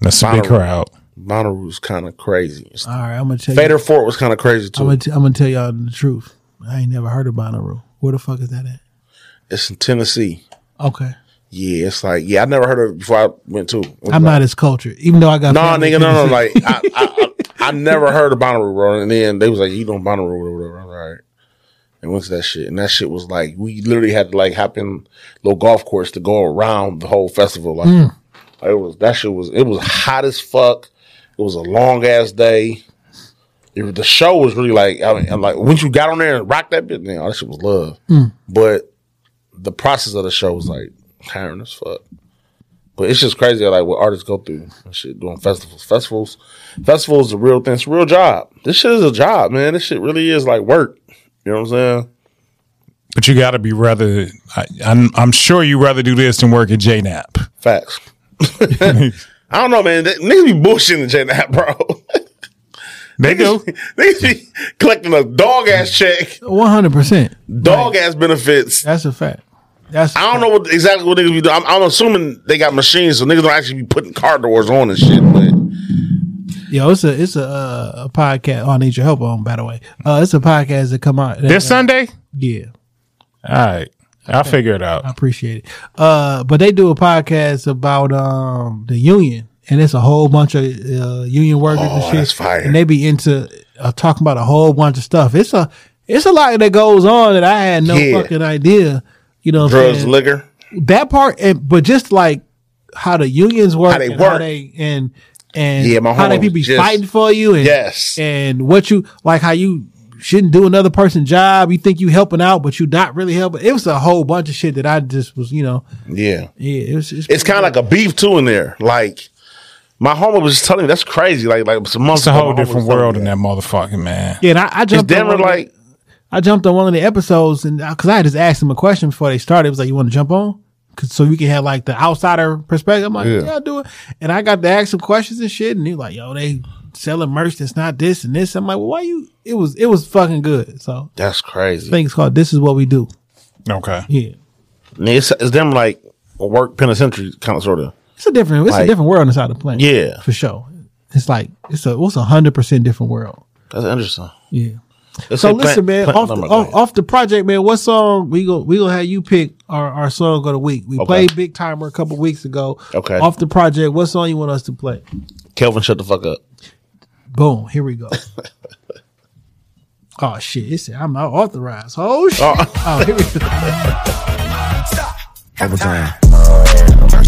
Speaker 4: That's a big crowd.
Speaker 5: Bonnaroo's kind of crazy.
Speaker 3: All right, I'm gonna tell
Speaker 5: Fader
Speaker 3: you.
Speaker 5: Fort was kind of crazy too.
Speaker 3: Uh, I'm gonna, t- I'm gonna tell y'all the truth. I ain't never heard of Bonnaroo. Where the fuck is that at?
Speaker 5: it's in Tennessee.
Speaker 3: Okay,
Speaker 5: Yeah, it's like yeah, I never heard of it before I went to. It was
Speaker 3: I'm
Speaker 5: like-
Speaker 3: not as cultured, even though I got.
Speaker 5: No,
Speaker 3: family
Speaker 5: nigga,
Speaker 3: in
Speaker 5: no, no.
Speaker 3: Tennessee.
Speaker 5: Like I, I, I, I never heard of Bonnaroo, bro. And then they was like, "You doing Bonnaroo or whatever?" I was like, all right. And went to that shit, and that shit was like we literally had to like hop in little golf course to go around the whole festival. Like it was that shit was it was hot as fuck. It was a long ass day. It was, the show was really like I mean, I'm like once you got on there and rocked that bit, man, all that shit was love. But the process of the show was like tiring as fuck. But it's just crazy like what artists go through and shit doing festivals. Festivals, festivals is a real thing. It's a real job. This shit is a job, man. This shit really is like work. You know what I'm saying?
Speaker 4: But you got to be rather. I, I'm, I'm sure you rather do this than work at JNAP.
Speaker 5: Facts. I don't know, man. That, niggas be bullshitting J Nap, bro.
Speaker 4: They do.
Speaker 5: niggas be collecting a dog ass check,
Speaker 3: One hundred percent.
Speaker 5: dog ass benefits.
Speaker 3: That's a fact. That's
Speaker 5: I don't know what exactly what niggas be doing. I'm, I'm assuming they got machines, so niggas don't actually be putting car doors on and shit. But
Speaker 3: yo. It's a it's a, uh, a podcast. Oh, I need your help on. By the way, uh, it's a podcast that come out
Speaker 4: This Sunday?
Speaker 3: Yeah,
Speaker 4: All right. I'll figure it out.
Speaker 3: I appreciate it. Uh, but they do a podcast about um the union, and it's a whole bunch of uh, union workers and
Speaker 5: Oh,
Speaker 3: shit.
Speaker 5: that's fire.
Speaker 3: And they be into uh, talking about a whole bunch of stuff. It's a it's a lot that goes on that I had no
Speaker 5: Yeah.
Speaker 3: fucking idea. You know, what I'm
Speaker 5: Drugs,
Speaker 3: saying?
Speaker 5: liquor.
Speaker 3: that part, and, but just like how the unions work,
Speaker 5: How they
Speaker 3: and
Speaker 5: work.
Speaker 3: how they, and and
Speaker 5: Yeah, my
Speaker 3: how they
Speaker 5: homie
Speaker 3: people be
Speaker 5: just-
Speaker 3: fighting for you, and yes, and what you like, how you shouldn't do another person's job. You think you helping out, but you not really helping. It was a whole bunch of shit that I just was, you know,
Speaker 5: Yeah.
Speaker 3: yeah, it was, it's,
Speaker 5: it's kind of like a beef too in there. Like my homie was just telling me that's crazy. Like like some
Speaker 6: It's a whole different world in that motherfucking man.
Speaker 3: Yeah, and I, I jumped.
Speaker 5: damn
Speaker 3: on one
Speaker 5: near
Speaker 3: of the- I jumped on one of the episodes, and because I had just asked him a question before they started, it was like, "You want to jump on?" 'Cause- so we can have like the outsider perspective. I'm like,
Speaker 7: Yeah.
Speaker 3: "Yeah, I'll do it." And I got to ask him questions and shit, and he was like, "Yo, they selling merch that's not this and this." I'm like, well, "Why you?" It was it was fucking good. So
Speaker 5: That's crazy.
Speaker 3: things called "This Is What We Do."
Speaker 6: Okay.
Speaker 3: Yeah,
Speaker 5: Nigga, It's, it's them like a work penitentiary kind of sort of.
Speaker 3: it's a different it's
Speaker 5: Like-
Speaker 3: a different world inside the planet.
Speaker 5: Yeah.
Speaker 3: for sure. It's like it's a what's a hundred percent different world.
Speaker 5: That's interesting.
Speaker 3: Yeah.
Speaker 5: Let's
Speaker 3: so
Speaker 5: say plant-
Speaker 3: listen, man.
Speaker 5: plant-
Speaker 3: off,
Speaker 5: no,
Speaker 3: the,
Speaker 5: no, go
Speaker 3: off, off the project, man. What song we go? We gonna have you pick our, our song of the week. We
Speaker 5: Okay.
Speaker 3: played Big Timer a couple weeks ago.
Speaker 5: Okay.
Speaker 3: Off the project, what song you want us to play?
Speaker 5: Kelvin, shut the fuck up.
Speaker 3: Boom. Here we go. oh shit! It said I'm not authorized. Oh shit! Oh, here we go.
Speaker 5: Overtime.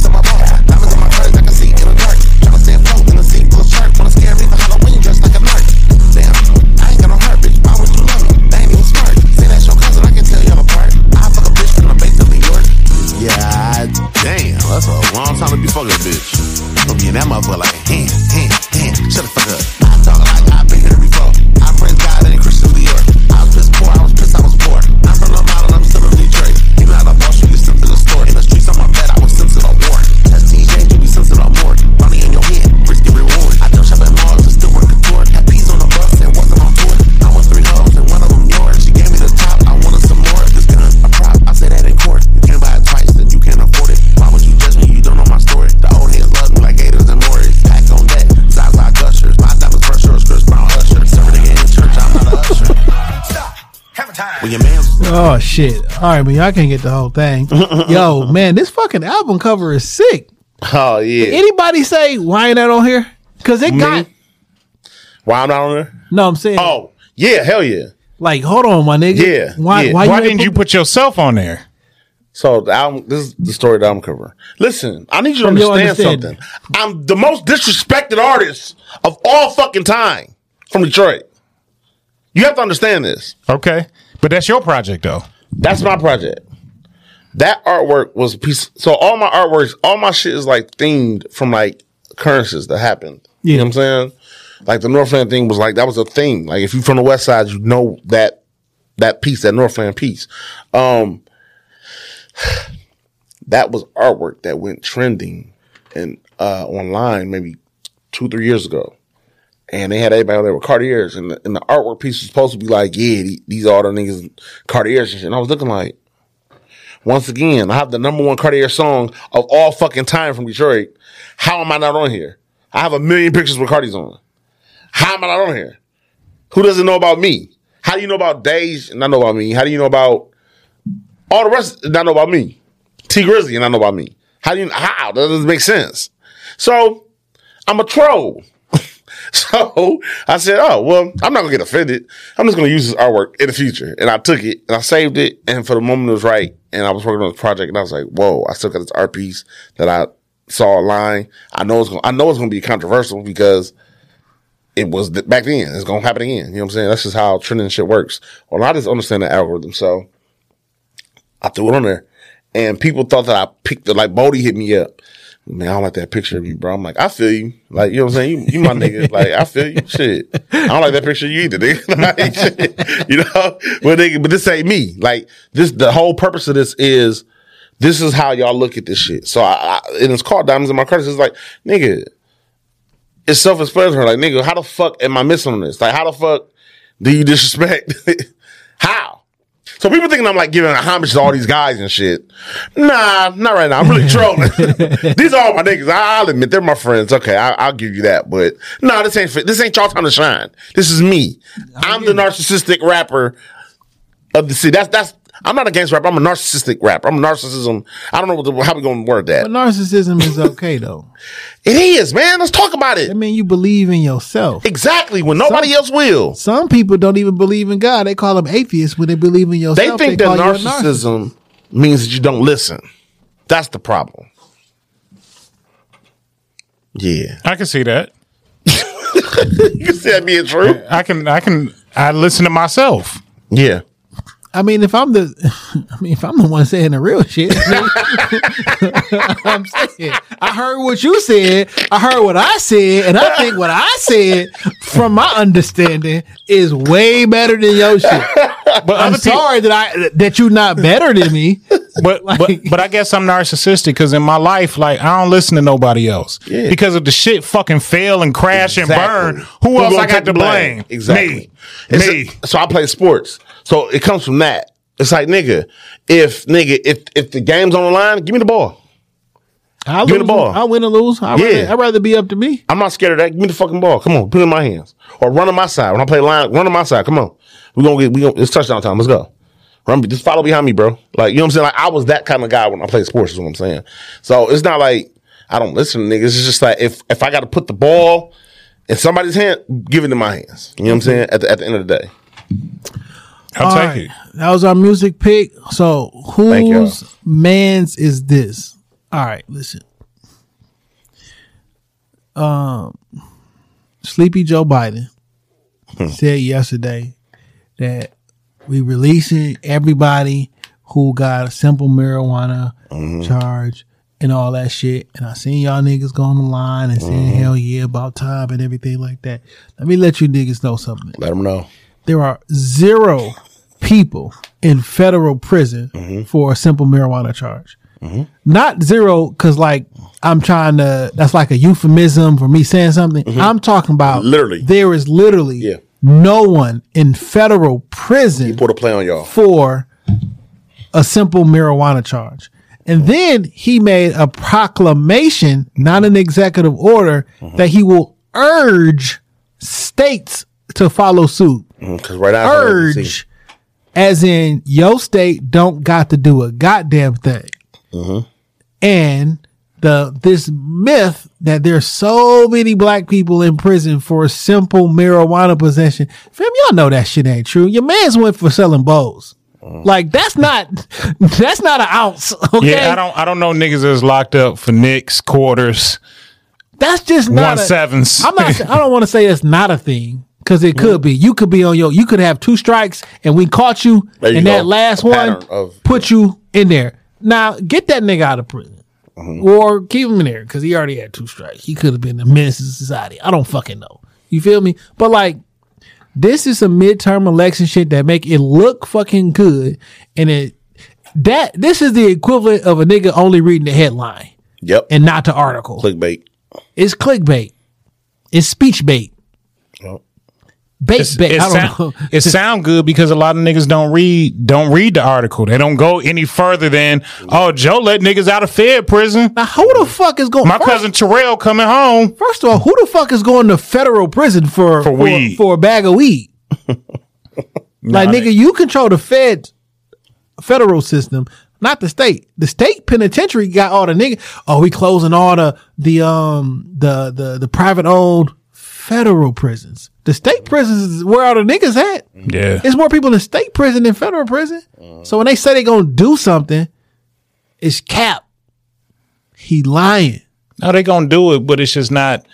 Speaker 10: Yeah, damn, that's a long time to be fucking a bitch. From being that motherfucker like, hand, hand, hand, shut the fuck up. I talk like I've been here before. I praise God and Christian Dior. I was pissed poor, I was pissed, I was poor. I'm from Long Island, I'm still in Detroit. You know how the boss, you get sent to the store. In the streets, on my bed, I was sent to the war. Test TJ, you be sent to the war. Money in your hand, risk and reward. I don't shop at malls, just still work couture. Had peas on the bus and wasn't on tour. I was three hoes and one of them yours. She gave me the top, I wanted some more. This gun, a prop, I say that in court. You can't buy it twice, then you can't afford it. Why would you judge me? You don't know my story. The old heads love me like haters and Morris. Pack on deck, Zaza gushers. My diamonds brush yours, Chris Brown usher. Serving again in church, I'm not a usher. When your man's
Speaker 3: Oh shit! All right, man. Y'all can't get the whole thing. Yo, man, this fucking album cover is sick.
Speaker 5: Oh yeah.
Speaker 3: Anybody say why ain't that on here? Because it got
Speaker 5: Why I'm not on there?
Speaker 3: No, I'm saying.
Speaker 5: Oh yeah, hell yeah.
Speaker 3: Like, hold on, my nigga.
Speaker 5: Yeah.
Speaker 3: Why- why you ain't put-
Speaker 5: put yourself on there? So the album, this is the story that I'm covering. Listen, I need you to
Speaker 3: From your
Speaker 5: understand,
Speaker 3: understanding.
Speaker 5: something. I'm the most disrespected artist of all fucking time from Detroit. You have to understand this. Okay, but that's your project though. That's my project. That artwork was a piece. So all my artworks, all my shit is like themed from like occurrences that happened. You know what I'm saying? Like the Northland thing was like that was a thing. Like if you from the West Side, you know that that piece, that Northland piece. Um, that was artwork that went trending and uh, online maybe two three years ago, and they had everybody on there with Cartiers, and the, and the artwork piece was supposed to be like, yeah, the- these all the niggas Cartiers and shit. And I was looking like, once again, I have the number one Cartier song of all fucking time from Detroit. How am I not on here? I have a million pictures with Cardi's on. How am I not on here? Who doesn't know about me? How do you know about Dej and not know about me? How do you know about all the rest and not know about me? T Grizzly and not know about me. How do you how? That doesn't make sense. So I'm a troll. so I said, Oh, well, I'm not gonna get offended. I'm just gonna use this artwork in the future. And I took it and I saved it. And for the moment it was right. And I was working on this project and I was like, whoa, I still got this art piece that I saw online. I know it's gonna I know it's gonna be controversial because it was th- back then. It's gonna happen again. You know what I'm saying? That's just how trending shit works. Well, I just understand the algorithm, so I threw it on there, and people thought that I picked it. Like Bodie hit me up. Man, I don't like that picture of you, bro. I'm like, I feel you. Like, you know what I'm saying? You, you my nigga. Like, I feel you. Shit. I don't like that picture of you either, nigga. Like, shit. You know? But nigga, but this ain't me. Like, this, the whole purpose of this is, this is how y'all look at this shit. So I, I and it's called Diamonds in My Curtis. It's like, nigga, it's self-explanatory. Like, nigga, how the fuck am I missing on this? Like, how the fuck do you disrespect? how? So people thinking I'm like giving a homage to all these guys and shit. Nah, not right now. I'm really trolling. these are all my niggas. I- I'll admit they're my friends. Okay, I, I'll give you that. But nah, this ain't fit. this ain't y'all time to shine. This is me. I'm the narcissistic rapper of the city. That's that's I'm not against rap. I'm a narcissistic rapper. I'm a narcissism. I don't know what the, how we gonna word that.
Speaker 3: But narcissism is okay though.
Speaker 5: It is, man. Let's talk about it.
Speaker 3: I mean, you believe in yourself.
Speaker 5: Exactly. When nobody
Speaker 3: Some-
Speaker 5: else will.
Speaker 3: Some people don't even believe in God. They call them atheists when they believe in
Speaker 5: They
Speaker 3: yourself.
Speaker 5: think
Speaker 3: call
Speaker 5: that
Speaker 3: you a narcissist.
Speaker 5: narcissism means that you don't listen. That's the problem. Yeah.
Speaker 6: I can see that.
Speaker 5: you see that being true?
Speaker 6: I can. I can. I listen to myself.
Speaker 5: Yeah.
Speaker 3: I mean, if I'm the, I mean, if I'm the one saying the real shit, I'm saying I heard what you said, I heard what I said, and I think what I said, from my understanding, is way better than your shit. But I'm
Speaker 6: other people-
Speaker 3: sorry that I that you're not better than me.
Speaker 6: But but but I guess I'm narcissistic because in my life, like I don't listen to nobody else
Speaker 5: Yeah.
Speaker 6: because if the shit fucking fail and crash and burn, who, else
Speaker 5: gonna
Speaker 6: I
Speaker 5: take
Speaker 6: got
Speaker 5: the
Speaker 6: to blame?
Speaker 5: Exactly.
Speaker 6: Me.
Speaker 5: It's-
Speaker 6: Me.
Speaker 5: so I play sports. So it comes from that. It's like nigga, if nigga, if if the game's on the line, give me the ball.
Speaker 3: I
Speaker 5: Give me
Speaker 3: lose,
Speaker 5: the ball.
Speaker 3: I win or lose. I
Speaker 5: Yeah.
Speaker 3: rather, I'd rather be up to me.
Speaker 5: I'm not scared of that. Give me the fucking ball. Come on, put it in my hands or run on my side. When I play line, run on my side. Come on, we gonna get we gonna it's touchdown time. Let's go. Run, just follow behind me, bro. Like you know what I'm saying. Like I was that kind of guy when I played sports. Is what I'm saying. So it's not like I don't listen to niggas. It's just like if if I got to put the ball in somebody's hand, give it in my hands. You know what I'm saying. At the, at the end of the day,
Speaker 6: I'll
Speaker 3: All
Speaker 6: take
Speaker 3: right.
Speaker 6: it.
Speaker 3: That was our music pick. So
Speaker 5: Thank y'all.
Speaker 3: whose man's is this? All right, listen. Um, Sleepy Joe Biden
Speaker 5: Hmm.
Speaker 3: said yesterday that we releasing everybody who got a simple marijuana
Speaker 5: Mm-hmm.
Speaker 3: charge and all that shit. And I seen y'all niggas go on the line and saying
Speaker 5: Mm-hmm.
Speaker 3: hell yeah about time and everything like that. Let me let you niggas know something
Speaker 5: let them know.
Speaker 3: there are zero people in federal prison
Speaker 5: Mm-hmm.
Speaker 3: for a simple marijuana charge. Not zero, because like I'm trying to. That's like a euphemism for me saying something. I'm talking about
Speaker 5: Mm-hmm. Literally.
Speaker 3: There is literally
Speaker 5: Yeah.
Speaker 3: no one in federal prison
Speaker 5: Put a play on y'all.
Speaker 3: for a simple marijuana charge. And then he made a proclamation, not an executive order,
Speaker 5: Mm-hmm.
Speaker 3: that he will urge states to follow suit.
Speaker 5: Because Mm, right now, it's on ABC.
Speaker 3: Urge, as in your state don't got to do a goddamn thing. And the this myth that there's so many black people in prison for simple marijuana possession. Fam, y'all know that shit ain't true. Your man's went for selling bowls. Like that's not that's not an ounce. Okay,
Speaker 6: Yeah, I don't. I don't know niggas that's locked up for nicks, quarters,
Speaker 3: that's just not
Speaker 6: one
Speaker 3: a-
Speaker 6: sevens.
Speaker 3: I'm not. I don't want to say that's not a thing because it could be. You could be on your. You could have two strikes, and we caught you,
Speaker 5: There you
Speaker 3: and that
Speaker 5: go.
Speaker 3: last
Speaker 5: A
Speaker 3: one
Speaker 5: pattern of-
Speaker 3: put you in there. Now get that nigga out of prison.
Speaker 5: Mm-hmm.
Speaker 3: Or keep him in there because he already had two strikes. He could have been a menace to society. I don't fucking know. You feel me? But like, this is some midterm election shit that make it look fucking good, and it that this is the equivalent of a nigga only reading the headline
Speaker 5: Yep.
Speaker 3: and not the article.
Speaker 5: Clickbait.
Speaker 3: It's clickbait. It's speech bait.
Speaker 5: Yep.
Speaker 3: Bait
Speaker 6: It's-
Speaker 3: bait.
Speaker 6: it,
Speaker 3: I don't
Speaker 6: sound,
Speaker 3: know.
Speaker 6: it sound good because a lot of niggas don't read don't read the article. They don't go any further than oh Joe let niggas out of Fed prison.
Speaker 3: Now, who the fuck is going?
Speaker 6: My
Speaker 3: first,
Speaker 6: cousin Terrell coming home.
Speaker 3: First of all, who the fuck is going to federal prison for
Speaker 6: For
Speaker 3: for,
Speaker 6: weed.
Speaker 3: for a bag of weed? like
Speaker 6: I
Speaker 3: nigga, you control the Fed federal system, not the state. The state penitentiary got all the nigga. Oh, we closing all the the um the the the private owned federal prisons. The state prisons is where all the niggas at.
Speaker 6: Yeah.
Speaker 3: It's more people in state prison than federal prison. So when they say they gonna do something, it's cap. He lying.
Speaker 6: No, they gonna do it, but it's just not.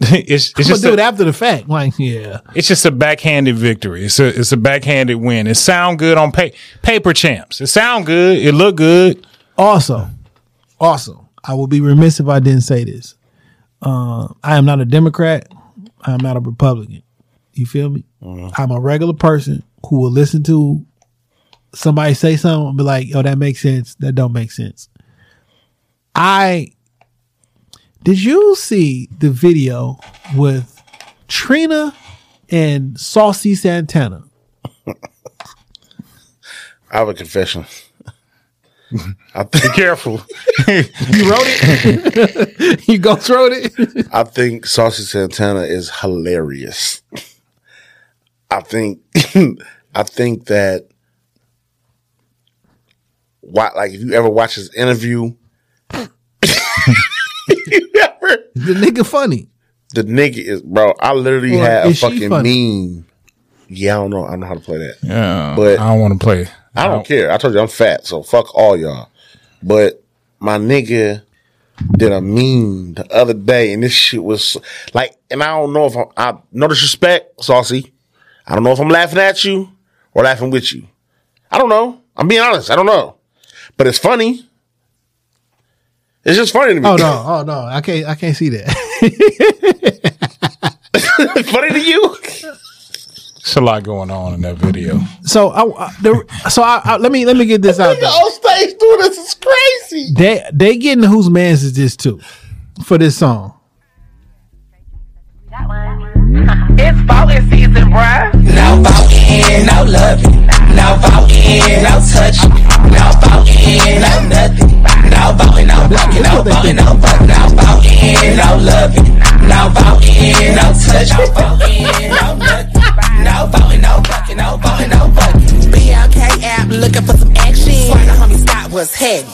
Speaker 6: It's it's
Speaker 3: But
Speaker 6: just
Speaker 3: do it
Speaker 6: a,
Speaker 3: after the fact. Like, yeah.
Speaker 6: it's just a backhanded victory. It's a it's a backhanded win. It sound good on pa- paper champs. It sound good. It look good.
Speaker 3: Also, also, I would be remiss if I didn't say this. Um, I am not a Democrat. I am not a Republican. You feel me? I'm a regular person who will listen to somebody say something and be like, "Yo, that makes sense. That don't make sense." I did you see the video with Trina and Saucy Santana?
Speaker 5: I have a confession. I think
Speaker 6: Careful.
Speaker 3: You wrote it. you ghost wrote it.
Speaker 5: I think Saucy Santana is hilarious. I think I think that wa- like if you ever watch his interview, you ever
Speaker 3: the nigga funny.
Speaker 5: The nigga is bro. I literally
Speaker 6: Like,
Speaker 5: had a
Speaker 6: is she
Speaker 5: fucking
Speaker 6: funny?
Speaker 5: meme. Yeah, I don't know. I don't know how to play that.
Speaker 6: Yeah,
Speaker 5: but
Speaker 6: Um, I don't want to play.
Speaker 5: I don't care. I told you I'm fat, so fuck all y'all. But my nigga did a meme the other day, and this shit was like, and I don't know if I'm, I no disrespect, saucy. I don't know if I'm laughing at you or laughing with you. I don't know. I'm being honest. I don't know, but it's funny. It's just funny to me.
Speaker 3: Oh no, oh no, I can't, I can't see that.
Speaker 5: funny to you?
Speaker 6: It's a lot going on in that video.
Speaker 3: So I, I- there, so I, I, let me let me get this out. there.
Speaker 5: stage doing this is crazy.
Speaker 3: They they getting whose man's is this to for this song?
Speaker 7: It's voting season, bruh. No voting, no loving. No voting, no touching. No voting, no nothing. No voting, no blocking. No voting, no fuck. No voting, no loving. No voting, no touching. No voting, no nothing. No voting, no fucking. No voting, no fucking. BLK app looking for some action. Why the homie Scott was heading.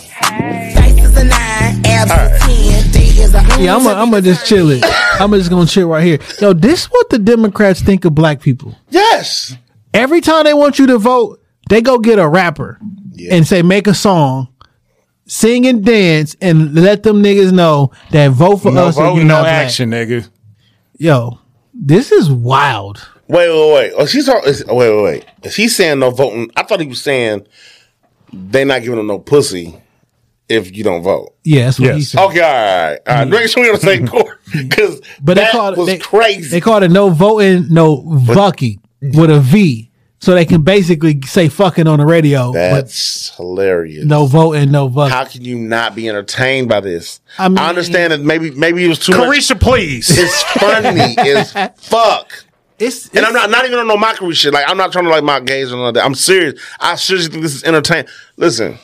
Speaker 7: Face is a nine, abs is ten, D is a hundred.
Speaker 3: Yeah, I'm i I'm gonna just chill it. I'm just gonna chill right here. Yo, this what the Democrats think of black people.
Speaker 5: Yes.
Speaker 3: Every time they want you to vote, they go get a rapper and say make a song, sing and dance, and let them niggas know that vote for
Speaker 6: no
Speaker 3: us.
Speaker 6: vote,
Speaker 3: or you
Speaker 6: no
Speaker 3: not black.
Speaker 6: action, nigga.
Speaker 3: Yo, this is wild.
Speaker 5: Wait, wait, wait. Oh, she's talking. Wait, wait, wait. Is he saying no voting? I thought he was saying they not giving him no pussy if you don't vote.
Speaker 3: Yeah, that's what he said.
Speaker 5: Okay, all right, all right. Make sure we on the same court because
Speaker 3: But
Speaker 5: that
Speaker 3: they called it
Speaker 5: was
Speaker 3: they,
Speaker 5: crazy.
Speaker 3: They called it no voting, no fucking with a V, so they can basically say fucking on the radio.
Speaker 5: That's hilarious.
Speaker 3: but no voting, no fucking.
Speaker 5: How can you not be entertained by this?
Speaker 3: I
Speaker 5: I,
Speaker 3: mean-
Speaker 5: understand that maybe maybe it was too
Speaker 6: Carisha, please.
Speaker 5: It's funny as fuck.
Speaker 3: It's,
Speaker 5: and I'm not not even on no mockery shit. Like I'm not trying to like mock gays or none of that. I'm serious. I seriously think this is entertaining. Listen,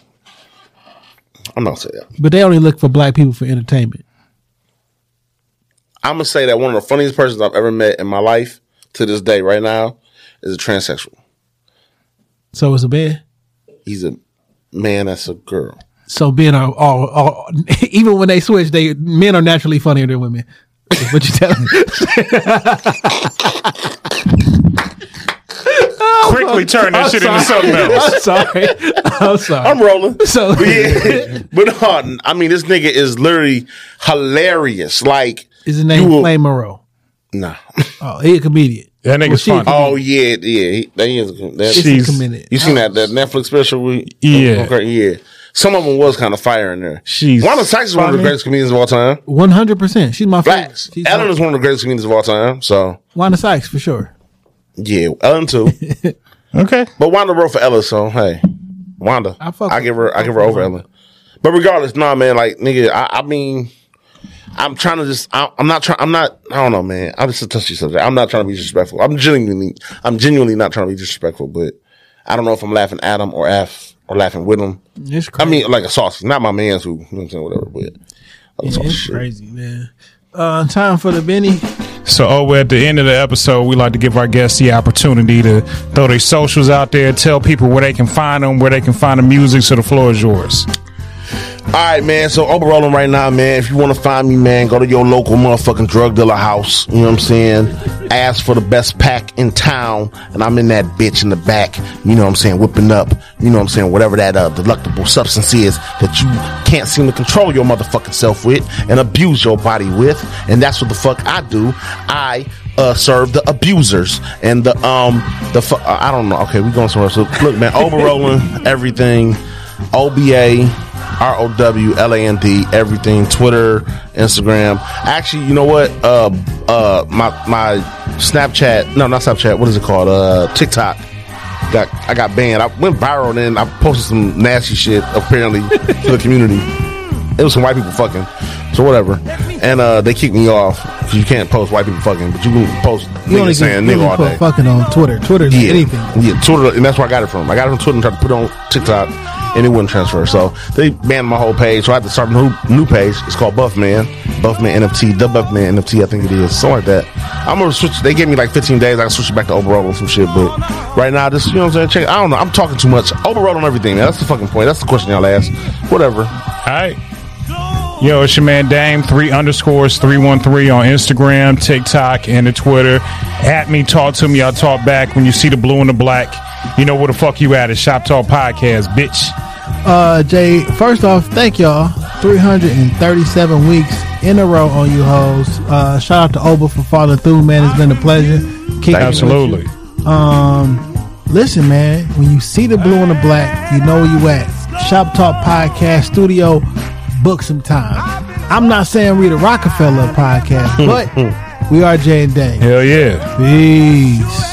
Speaker 5: I'm not saying that.
Speaker 3: But they only look for black people for entertainment.
Speaker 5: I'm gonna say that one of the funniest persons I've ever met in my life to this day, right now, is a transsexual.
Speaker 3: So it's a bad.
Speaker 5: He's a man that's a girl.
Speaker 3: So men are all, all even when they switch, they men are naturally funnier than women. Is What you tell
Speaker 6: Quickly turn that
Speaker 3: I'm
Speaker 6: shit into
Speaker 3: sorry.
Speaker 6: something else.
Speaker 3: I'm sorry. I'm sorry.
Speaker 5: I'm rolling.
Speaker 3: So
Speaker 5: but, yeah, but no, I mean this nigga is literally hilarious. Like
Speaker 3: is his name
Speaker 5: you will-
Speaker 3: Flame Moreau?
Speaker 5: Nah.
Speaker 3: Oh, he a comedian.
Speaker 6: That nigga's
Speaker 3: Well, she- funny.
Speaker 5: Oh yeah, yeah. He, that is. That,
Speaker 3: She's- She's a committed.
Speaker 5: Oh, You seen that that Netflix special? We,
Speaker 6: Yeah.
Speaker 5: okay, yeah. Some of them was kind of fire in there.
Speaker 6: She's
Speaker 5: Wanda Sykes is one of the
Speaker 3: funny.
Speaker 5: greatest comedians of all time.
Speaker 3: One hundred percent. She's my favorite.
Speaker 5: Facts. Ellen is one of the greatest comedians of all time. So
Speaker 3: Wanda Sykes for sure.
Speaker 5: yeah, Ellen too.
Speaker 6: okay,
Speaker 5: but Wanda wrote for Ella, so hey, Wanda, I, give her, I give her over Ellen. But regardless, nah, man, like nigga, I, I mean, I'm trying to just, I, I'm not trying, I'm not, I don't know, man. I'm just a touchy subject. I'm not trying to be disrespectful. I'm genuinely, I'm genuinely not trying to be disrespectful, but I don't know if I'm laughing at him or F or laughing with him.
Speaker 3: It's
Speaker 5: I mean, like a saucy, not my man's who, you know what I'm saying, whatever, but. I was talking
Speaker 3: Yeah, it's
Speaker 5: Oh, shit.
Speaker 3: crazy, man. Uh, time for the Benny.
Speaker 4: So over at the end of the episode, we like to give our guests the opportunity to throw their socials out there, tell people where they can find them, where they can find the music. So the floor is yours.
Speaker 5: All right, man. So overall, right now, man. If you want to find me, man, go to your local motherfucking drug dealer house. You know what I'm saying? Ask for the best pack in town, and I'm in that bitch in the back. You know what I'm saying? Whipping up. You know what I'm saying? Whatever that uh, delectable substance is that you can't seem to control your motherfucking self with and abuse your body with, and that's what the fuck I do. I uh, serve the abusers and the um the fu- uh, I don't know. Okay, we going somewhere. So look, man, overrolling everything. OBA. R O W L A N D everything Twitter, Instagram. Actually, you know what? Uh, uh, my my Snapchat, no, not Snapchat. What is it called? Uh, TikTok. Got I got banned. I went viral and then I posted some nasty shit apparently to the community. It was some white people fucking, so whatever. And uh, they kicked me off 'cause you can't post white people fucking, but you can post
Speaker 3: You only
Speaker 5: niggas saying nigga
Speaker 3: you only
Speaker 5: all
Speaker 3: put
Speaker 5: day.
Speaker 3: fucking on Twitter. Twitter is
Speaker 5: Yeah,
Speaker 3: anything.
Speaker 5: yeah, Twitter, and that's where I got it from. I got it from Twitter and tried to put it on TikTok, and it wouldn't transfer. So they banned my whole page. So I had to start a new, new page. It's called Buffman, Buffman NFT, the Buffman NFT, I think it is, something like that. I'm gonna switch. They gave me like 15 days. I can switch it back to overall or some shit. But right now, this you know what I'm saying. Check. I don't know. I'm talking too much. Overall on everything. Man. That's the fucking point. That's the question y'all ask. Whatever. All
Speaker 4: right. Yo, it's your man Dame three underscores three one three on Instagram, TikTok, and the Twitter. At me, talk to me, I'll talk back. When you see the blue and the black, you know where the fuck you at? It's Shop Talk Podcast, bitch.
Speaker 3: Uh, Jay, first off, thank y'all. 337 weeks in a row on you hoes. Uh, shout out to Oba for following through, man. It's been a pleasure. kicking it with
Speaker 4: Absolutely.
Speaker 3: you. Um, listen, man, when you see the blue and the black, you know where you at. Shop Talk Podcast Studio, book some time. I'm not saying we the Rockefeller podcast, but we are Jay and Dane.
Speaker 4: Hell yeah.
Speaker 3: Peace.